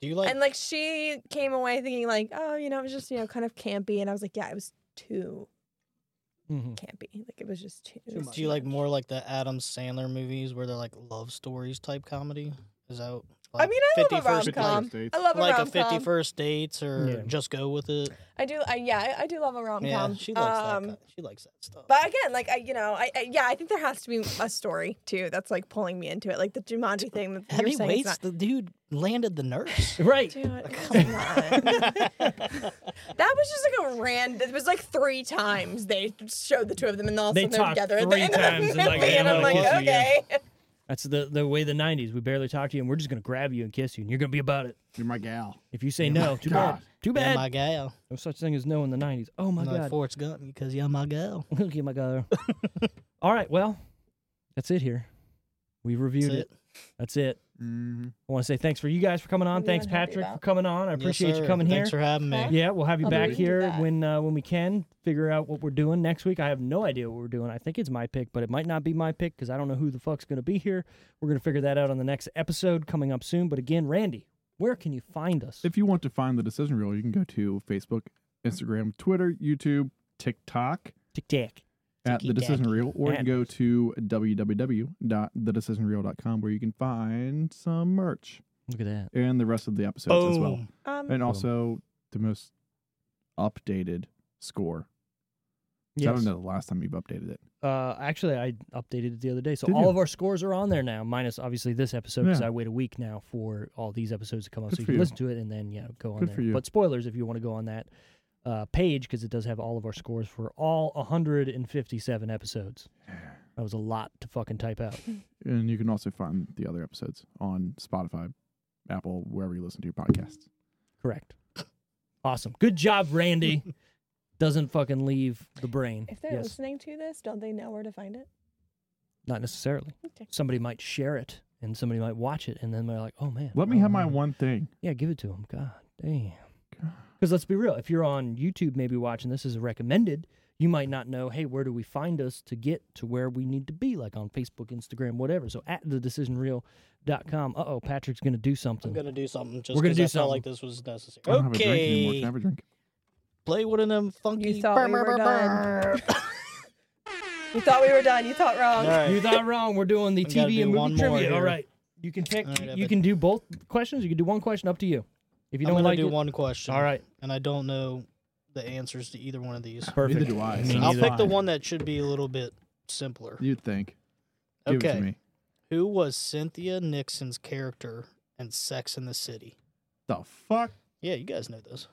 Speaker 5: Do you like?
Speaker 4: and like she came away thinking like, oh, you know, it was just you know kind of campy, and I was like, yeah, it was too
Speaker 2: Mhm.
Speaker 4: campy. Like it was just too.
Speaker 5: do you like more like the Adam Sandler movies where they're like love stories type comedy? Is that?
Speaker 2: uh,
Speaker 4: I mean, I love a
Speaker 5: 51st
Speaker 4: rom com.
Speaker 3: Dates.
Speaker 4: I love a
Speaker 5: like a
Speaker 4: rom
Speaker 5: Fifty
Speaker 4: com.
Speaker 5: First Dates or
Speaker 2: Yeah.
Speaker 5: Just Go with It.
Speaker 4: I do. I, yeah, I, I do love a rom com.
Speaker 5: Yeah, she likes that. kind- She likes that stuff.
Speaker 4: Um, But again, like I, you know, I, I yeah, I think there has to be a story too that's like pulling me into it, like the Jumanji thing. That you're saying it's
Speaker 5: Heavyweights,
Speaker 4: not.
Speaker 5: the dude landed the nurse.
Speaker 2: Right.
Speaker 4: Dude, come on.
Speaker 5: Come
Speaker 4: That was just like a random. It was like three times they showed the two of them, and all of a
Speaker 2: They
Speaker 4: sudden they're
Speaker 2: talked
Speaker 4: together at
Speaker 2: three
Speaker 4: the end
Speaker 2: times
Speaker 4: of
Speaker 2: and,
Speaker 4: the movie,
Speaker 2: like,
Speaker 4: and
Speaker 2: they
Speaker 4: I'm like,
Speaker 2: don't kiss you, yeah.
Speaker 4: okay.
Speaker 2: That's the the way the '90s. We barely talk to you, and we're just gonna grab you and kiss you, and you're gonna be about it.
Speaker 3: You're my gal.
Speaker 2: If you say no, too bad.
Speaker 3: God.
Speaker 2: Too
Speaker 5: You're
Speaker 2: bad.
Speaker 5: my gal.
Speaker 2: no such thing as no in the '90s. Oh my
Speaker 5: I'm like
Speaker 2: god.
Speaker 5: Forrest Gump because you're my gal.
Speaker 2: Look at my god. All right. Well, that's it here. We've reviewed
Speaker 5: That's
Speaker 2: it. That's it.
Speaker 3: Mm-hmm.
Speaker 2: I want to say thanks for you guys for coming on.
Speaker 4: What are you
Speaker 2: Thanks,
Speaker 4: unhappy
Speaker 2: Patrick, for
Speaker 4: about?
Speaker 2: coming on. I
Speaker 5: Yes,
Speaker 2: appreciate you
Speaker 5: sir.
Speaker 2: coming
Speaker 5: Thanks
Speaker 2: here.
Speaker 5: for having me.
Speaker 4: Huh?
Speaker 2: Yeah, we'll have you
Speaker 4: I'll
Speaker 2: back
Speaker 4: believe you
Speaker 2: here
Speaker 4: that.
Speaker 2: when uh, when we can figure out what we're doing next week. I have no idea what we're doing. I think it's my pick, but it might not be my pick because I don't know who the fuck's going to be here. We're going to figure that out on the next episode coming up soon. But again, Randy, where can you find us?
Speaker 3: If you want to find the decision reel, you can go to Facebook, Instagram, Twitter, YouTube, TikTok
Speaker 2: Tic Tac.
Speaker 3: at the decision reel, or you can
Speaker 2: And-
Speaker 3: go to www.thedecisionreel.com where you can find some merch
Speaker 2: Look at that.
Speaker 3: and the rest of the episodes as well,
Speaker 5: Boom.
Speaker 4: Um,
Speaker 3: and also the most updated score. 'Cause I
Speaker 2: Yes.
Speaker 3: don't know the last time you've updated it.
Speaker 2: Uh, actually, I updated it the other day, so
Speaker 3: Did
Speaker 2: all
Speaker 3: you?
Speaker 2: of our scores are on there now. Minus obviously this episode because
Speaker 3: Yeah.
Speaker 2: I wait a week now for all these episodes to come up,
Speaker 3: Good
Speaker 2: so you
Speaker 3: for
Speaker 2: can
Speaker 3: you.
Speaker 2: listen to it and then yeah, go on
Speaker 3: Good
Speaker 2: there.
Speaker 3: for you.
Speaker 2: But spoilers if you want to go on that uh, page because it does have all of our scores for all 157 episodes. That was a lot to fucking type out.
Speaker 3: And you can also find the other episodes on Spotify, Apple, wherever you listen to your podcasts.
Speaker 2: Correct. Awesome. Good job, Randy. Doesn't fucking leave the brain.
Speaker 4: if they're
Speaker 2: um, yes,
Speaker 4: listening to this, don't they know where to find it?
Speaker 2: not necessarily.
Speaker 4: Okay.
Speaker 2: Somebody might share it and somebody might watch it and then they're like, oh man.
Speaker 3: Let me
Speaker 2: oh,
Speaker 3: have my
Speaker 2: man."
Speaker 3: one thing.
Speaker 2: Yeah, give it to them. God damn. Because let's be real, if you're on YouTube, maybe watching this is recommended, you might not know, hey, where do we find us to get to where we need to be, like on Facebook, Instagram, whatever. So at thedecisionreel.com. Uh oh, Patrick's going to do something.
Speaker 5: I'm gonna do something. Just
Speaker 2: We're gonna
Speaker 5: 'cause
Speaker 2: do
Speaker 5: I felt like
Speaker 2: something.
Speaker 5: this was necessary.
Speaker 3: I don't have a drink anymore. Can I
Speaker 5: Okay.
Speaker 3: have a drink?
Speaker 5: Play one of them funky.
Speaker 4: You thought we were done. You thought we were done. You thought wrong.
Speaker 2: You thought wrong. We're doing the
Speaker 5: We gotta
Speaker 2: TV
Speaker 5: do
Speaker 2: and
Speaker 5: one
Speaker 2: movie
Speaker 5: more
Speaker 2: trivia. All
Speaker 5: here.
Speaker 2: right. You can pick,
Speaker 5: All right,
Speaker 2: you
Speaker 5: Evan.
Speaker 2: can do both questions. You can do one question up to you. If you
Speaker 5: I'm
Speaker 2: don't
Speaker 5: gonna
Speaker 2: like
Speaker 5: do
Speaker 2: it,
Speaker 5: one question.
Speaker 2: all right.
Speaker 5: And I don't know the answers to either one of these.
Speaker 2: Perfect.
Speaker 3: Neither do I,
Speaker 2: Me
Speaker 3: so it's
Speaker 5: I'll
Speaker 2: neither.
Speaker 5: pick the
Speaker 3: fine.
Speaker 5: one that should be a little bit simpler.
Speaker 3: You'd think. Give it
Speaker 5: Okay.
Speaker 3: to me.
Speaker 5: Who was Cynthia Nixon's character in Sex in the City?
Speaker 3: The fuck?
Speaker 5: Yeah, you guys know this.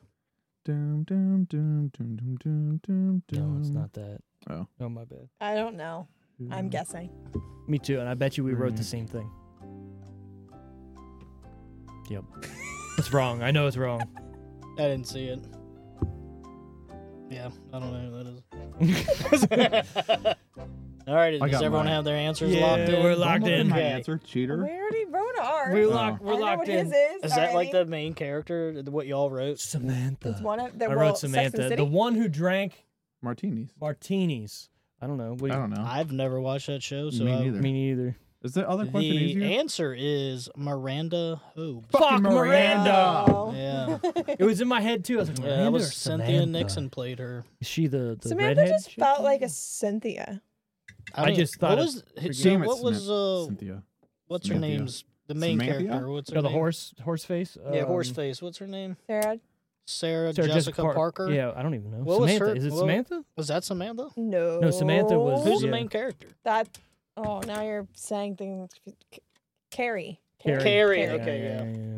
Speaker 3: Dum, dum, dum, dum, dum, dum, dum,
Speaker 2: No, it's
Speaker 3: dum.
Speaker 2: not that.
Speaker 3: Oh.
Speaker 2: Oh, my bad.
Speaker 4: I don't know. I'm guessing.
Speaker 2: Me too, and I bet you we wrote the
Speaker 3: Mm.
Speaker 2: same thing. Yep. it's wrong. I know it's wrong.
Speaker 5: I didn't see it. Yeah, I don't know who that is. All right,
Speaker 3: I
Speaker 5: does
Speaker 3: got
Speaker 5: everyone
Speaker 3: mine.
Speaker 5: have their answers
Speaker 2: Yeah,
Speaker 5: locked in?
Speaker 2: we're locked
Speaker 3: Don't look at
Speaker 2: in.
Speaker 3: My
Speaker 5: Okay.
Speaker 3: answer,
Speaker 4: We
Speaker 3: cheater.
Speaker 4: already wrote ours.
Speaker 2: We're
Speaker 3: Oh.
Speaker 2: locked. We're
Speaker 4: I know
Speaker 2: locked
Speaker 4: what
Speaker 2: in.
Speaker 4: his is.
Speaker 5: Is that like
Speaker 4: already.
Speaker 5: the main character? What y'all wrote?
Speaker 2: Samantha.
Speaker 4: It's one of the
Speaker 2: I
Speaker 4: well,
Speaker 2: wrote
Speaker 4: Sex and
Speaker 2: Samantha,
Speaker 4: City?
Speaker 2: the one who drank
Speaker 3: Martinis.
Speaker 2: martinis. I don't know. What
Speaker 3: I
Speaker 2: do you-
Speaker 3: don't know.
Speaker 5: I've never watched that show, so
Speaker 3: me
Speaker 5: I-
Speaker 3: neither.
Speaker 2: Me neither.
Speaker 3: Is the other question
Speaker 5: the
Speaker 3: easier?
Speaker 5: answer is Miranda Hope.
Speaker 2: Fuck Miranda.
Speaker 4: Oh.
Speaker 5: Yeah,
Speaker 2: it was in my head too. I was like,
Speaker 5: yeah that
Speaker 2: Miranda or
Speaker 5: was Cynthia
Speaker 2: Samantha?
Speaker 5: Nixon played her.
Speaker 2: Is she the the
Speaker 4: Samantha
Speaker 2: redhead?
Speaker 4: just
Speaker 2: chick?
Speaker 4: felt like a Cynthia.
Speaker 2: I
Speaker 5: don't-
Speaker 2: just thought
Speaker 5: What
Speaker 2: of-
Speaker 5: was
Speaker 3: Forget
Speaker 5: so
Speaker 3: it,
Speaker 5: what was
Speaker 3: Samantha-
Speaker 5: uh
Speaker 3: Cynthia.
Speaker 5: what's her
Speaker 3: Samantha.
Speaker 5: name's the main
Speaker 3: Samantha?
Speaker 5: character? What's
Speaker 2: You
Speaker 5: her
Speaker 2: know, the
Speaker 5: name?
Speaker 2: horse horse face.
Speaker 5: Yeah, horse
Speaker 2: Um,
Speaker 5: face. What's her name?
Speaker 4: Sarah?
Speaker 5: Sarah,
Speaker 2: Sarah
Speaker 5: Jessica,
Speaker 2: Par-
Speaker 5: Parker.
Speaker 2: Yeah, I don't even know.
Speaker 5: What was
Speaker 2: Samantha.
Speaker 5: her-
Speaker 2: Is it
Speaker 5: what-
Speaker 2: Samantha?
Speaker 5: Was that Samantha?
Speaker 4: No.
Speaker 2: Samantha was-
Speaker 5: Who's
Speaker 2: Yeah.
Speaker 5: the main character?
Speaker 4: that. Oh, now you're saying things. Carrie.
Speaker 2: Carrie.
Speaker 5: Carrie,
Speaker 4: Carrie.
Speaker 5: okay, yeah.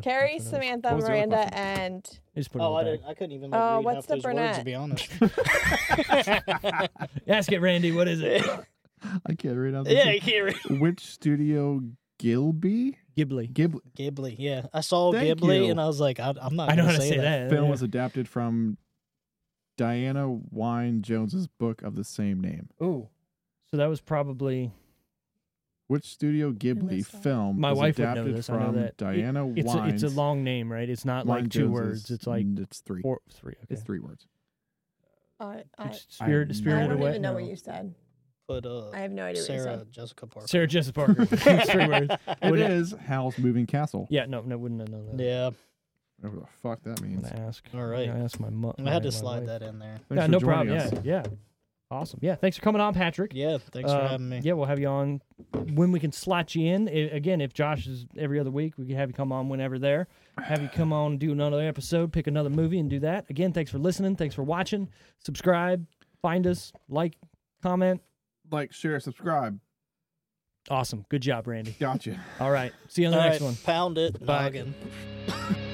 Speaker 4: Carrie,
Speaker 2: That's what it is.
Speaker 4: Samantha,
Speaker 3: What was the other
Speaker 4: Miranda,
Speaker 3: question?
Speaker 4: and
Speaker 2: They just put it
Speaker 5: Oh, I
Speaker 2: in the
Speaker 5: didn't.
Speaker 2: back.
Speaker 5: I couldn't even like,
Speaker 4: Oh,
Speaker 5: read
Speaker 4: what's
Speaker 5: half
Speaker 4: the
Speaker 5: those words to
Speaker 4: brunette?
Speaker 5: be honest.
Speaker 2: Ask it, Randy. What is it?
Speaker 3: I can't read out.
Speaker 5: yeah,
Speaker 3: this.
Speaker 5: Carrie.
Speaker 3: Which studio? Gilby?
Speaker 2: Ghibli.
Speaker 3: Ghibli
Speaker 5: Ghibli. Yeah, I saw
Speaker 3: Thank
Speaker 5: Ghibli
Speaker 3: you.
Speaker 5: and I was like, I, I'm not.
Speaker 2: I know
Speaker 5: gonna
Speaker 2: how to say
Speaker 5: that.
Speaker 2: that.
Speaker 3: film
Speaker 2: yeah.
Speaker 3: was adapted from Diana Wine Jones's book of the same name.
Speaker 2: Ooh. So that was probably
Speaker 3: Which Studio Ghibli
Speaker 4: messed up.
Speaker 3: film
Speaker 2: My
Speaker 3: was
Speaker 2: wife would know
Speaker 3: adapted
Speaker 2: this, I know
Speaker 3: from
Speaker 2: that. It-
Speaker 3: Diana
Speaker 2: it's a,
Speaker 3: Wine's
Speaker 2: it's a long name, right? It's not
Speaker 3: Wine
Speaker 2: like two
Speaker 3: Jones's-
Speaker 2: words. It's like
Speaker 3: n- it's three.
Speaker 2: four, three. Okay.
Speaker 3: It's three words.
Speaker 4: uh, I,
Speaker 2: It's spirit,
Speaker 3: I
Speaker 4: I
Speaker 2: spirited
Speaker 4: don't
Speaker 3: Miranda
Speaker 2: away.
Speaker 4: even know
Speaker 2: No.
Speaker 4: what you said.
Speaker 5: Put uh,
Speaker 4: I have no idea what you
Speaker 5: Sarah
Speaker 4: said.
Speaker 5: Jessica Parker.
Speaker 2: Sarah Jessica Parker. It's three words.
Speaker 3: It
Speaker 2: Would it-
Speaker 3: is Howl's Moving Castle.
Speaker 2: Yeah, no, no, wouldn't have known that.
Speaker 5: yeah.
Speaker 3: Whatever the fuck that
Speaker 2: I'm
Speaker 3: means.
Speaker 2: gonna ask.
Speaker 5: All right.
Speaker 2: I asked my mom.
Speaker 5: I had to slide that in there.
Speaker 3: Thanks
Speaker 2: yeah,
Speaker 3: for
Speaker 2: no
Speaker 3: joining
Speaker 2: problem.
Speaker 3: us.
Speaker 2: Yeah, yeah. Awesome. Yeah, thanks for coming on, Patrick.
Speaker 5: Yeah. Thanks for
Speaker 2: Uh,
Speaker 5: having me.
Speaker 2: Yeah, we'll have you on when we can slot you in. I- again, if Josh is every other week, we can have you come on whenever there. Have you come on, do another episode, pick another movie, and do that. Again, thanks for listening. Thanks for watching. Subscribe. Find us. Like, comment.
Speaker 3: Like, share, subscribe.
Speaker 2: Awesome. Good job, Randy.
Speaker 3: Gotcha.
Speaker 2: All right. See you on
Speaker 5: All
Speaker 2: the
Speaker 5: right.
Speaker 2: next one.
Speaker 5: Pound it.
Speaker 2: Bye.
Speaker 5: Noggin.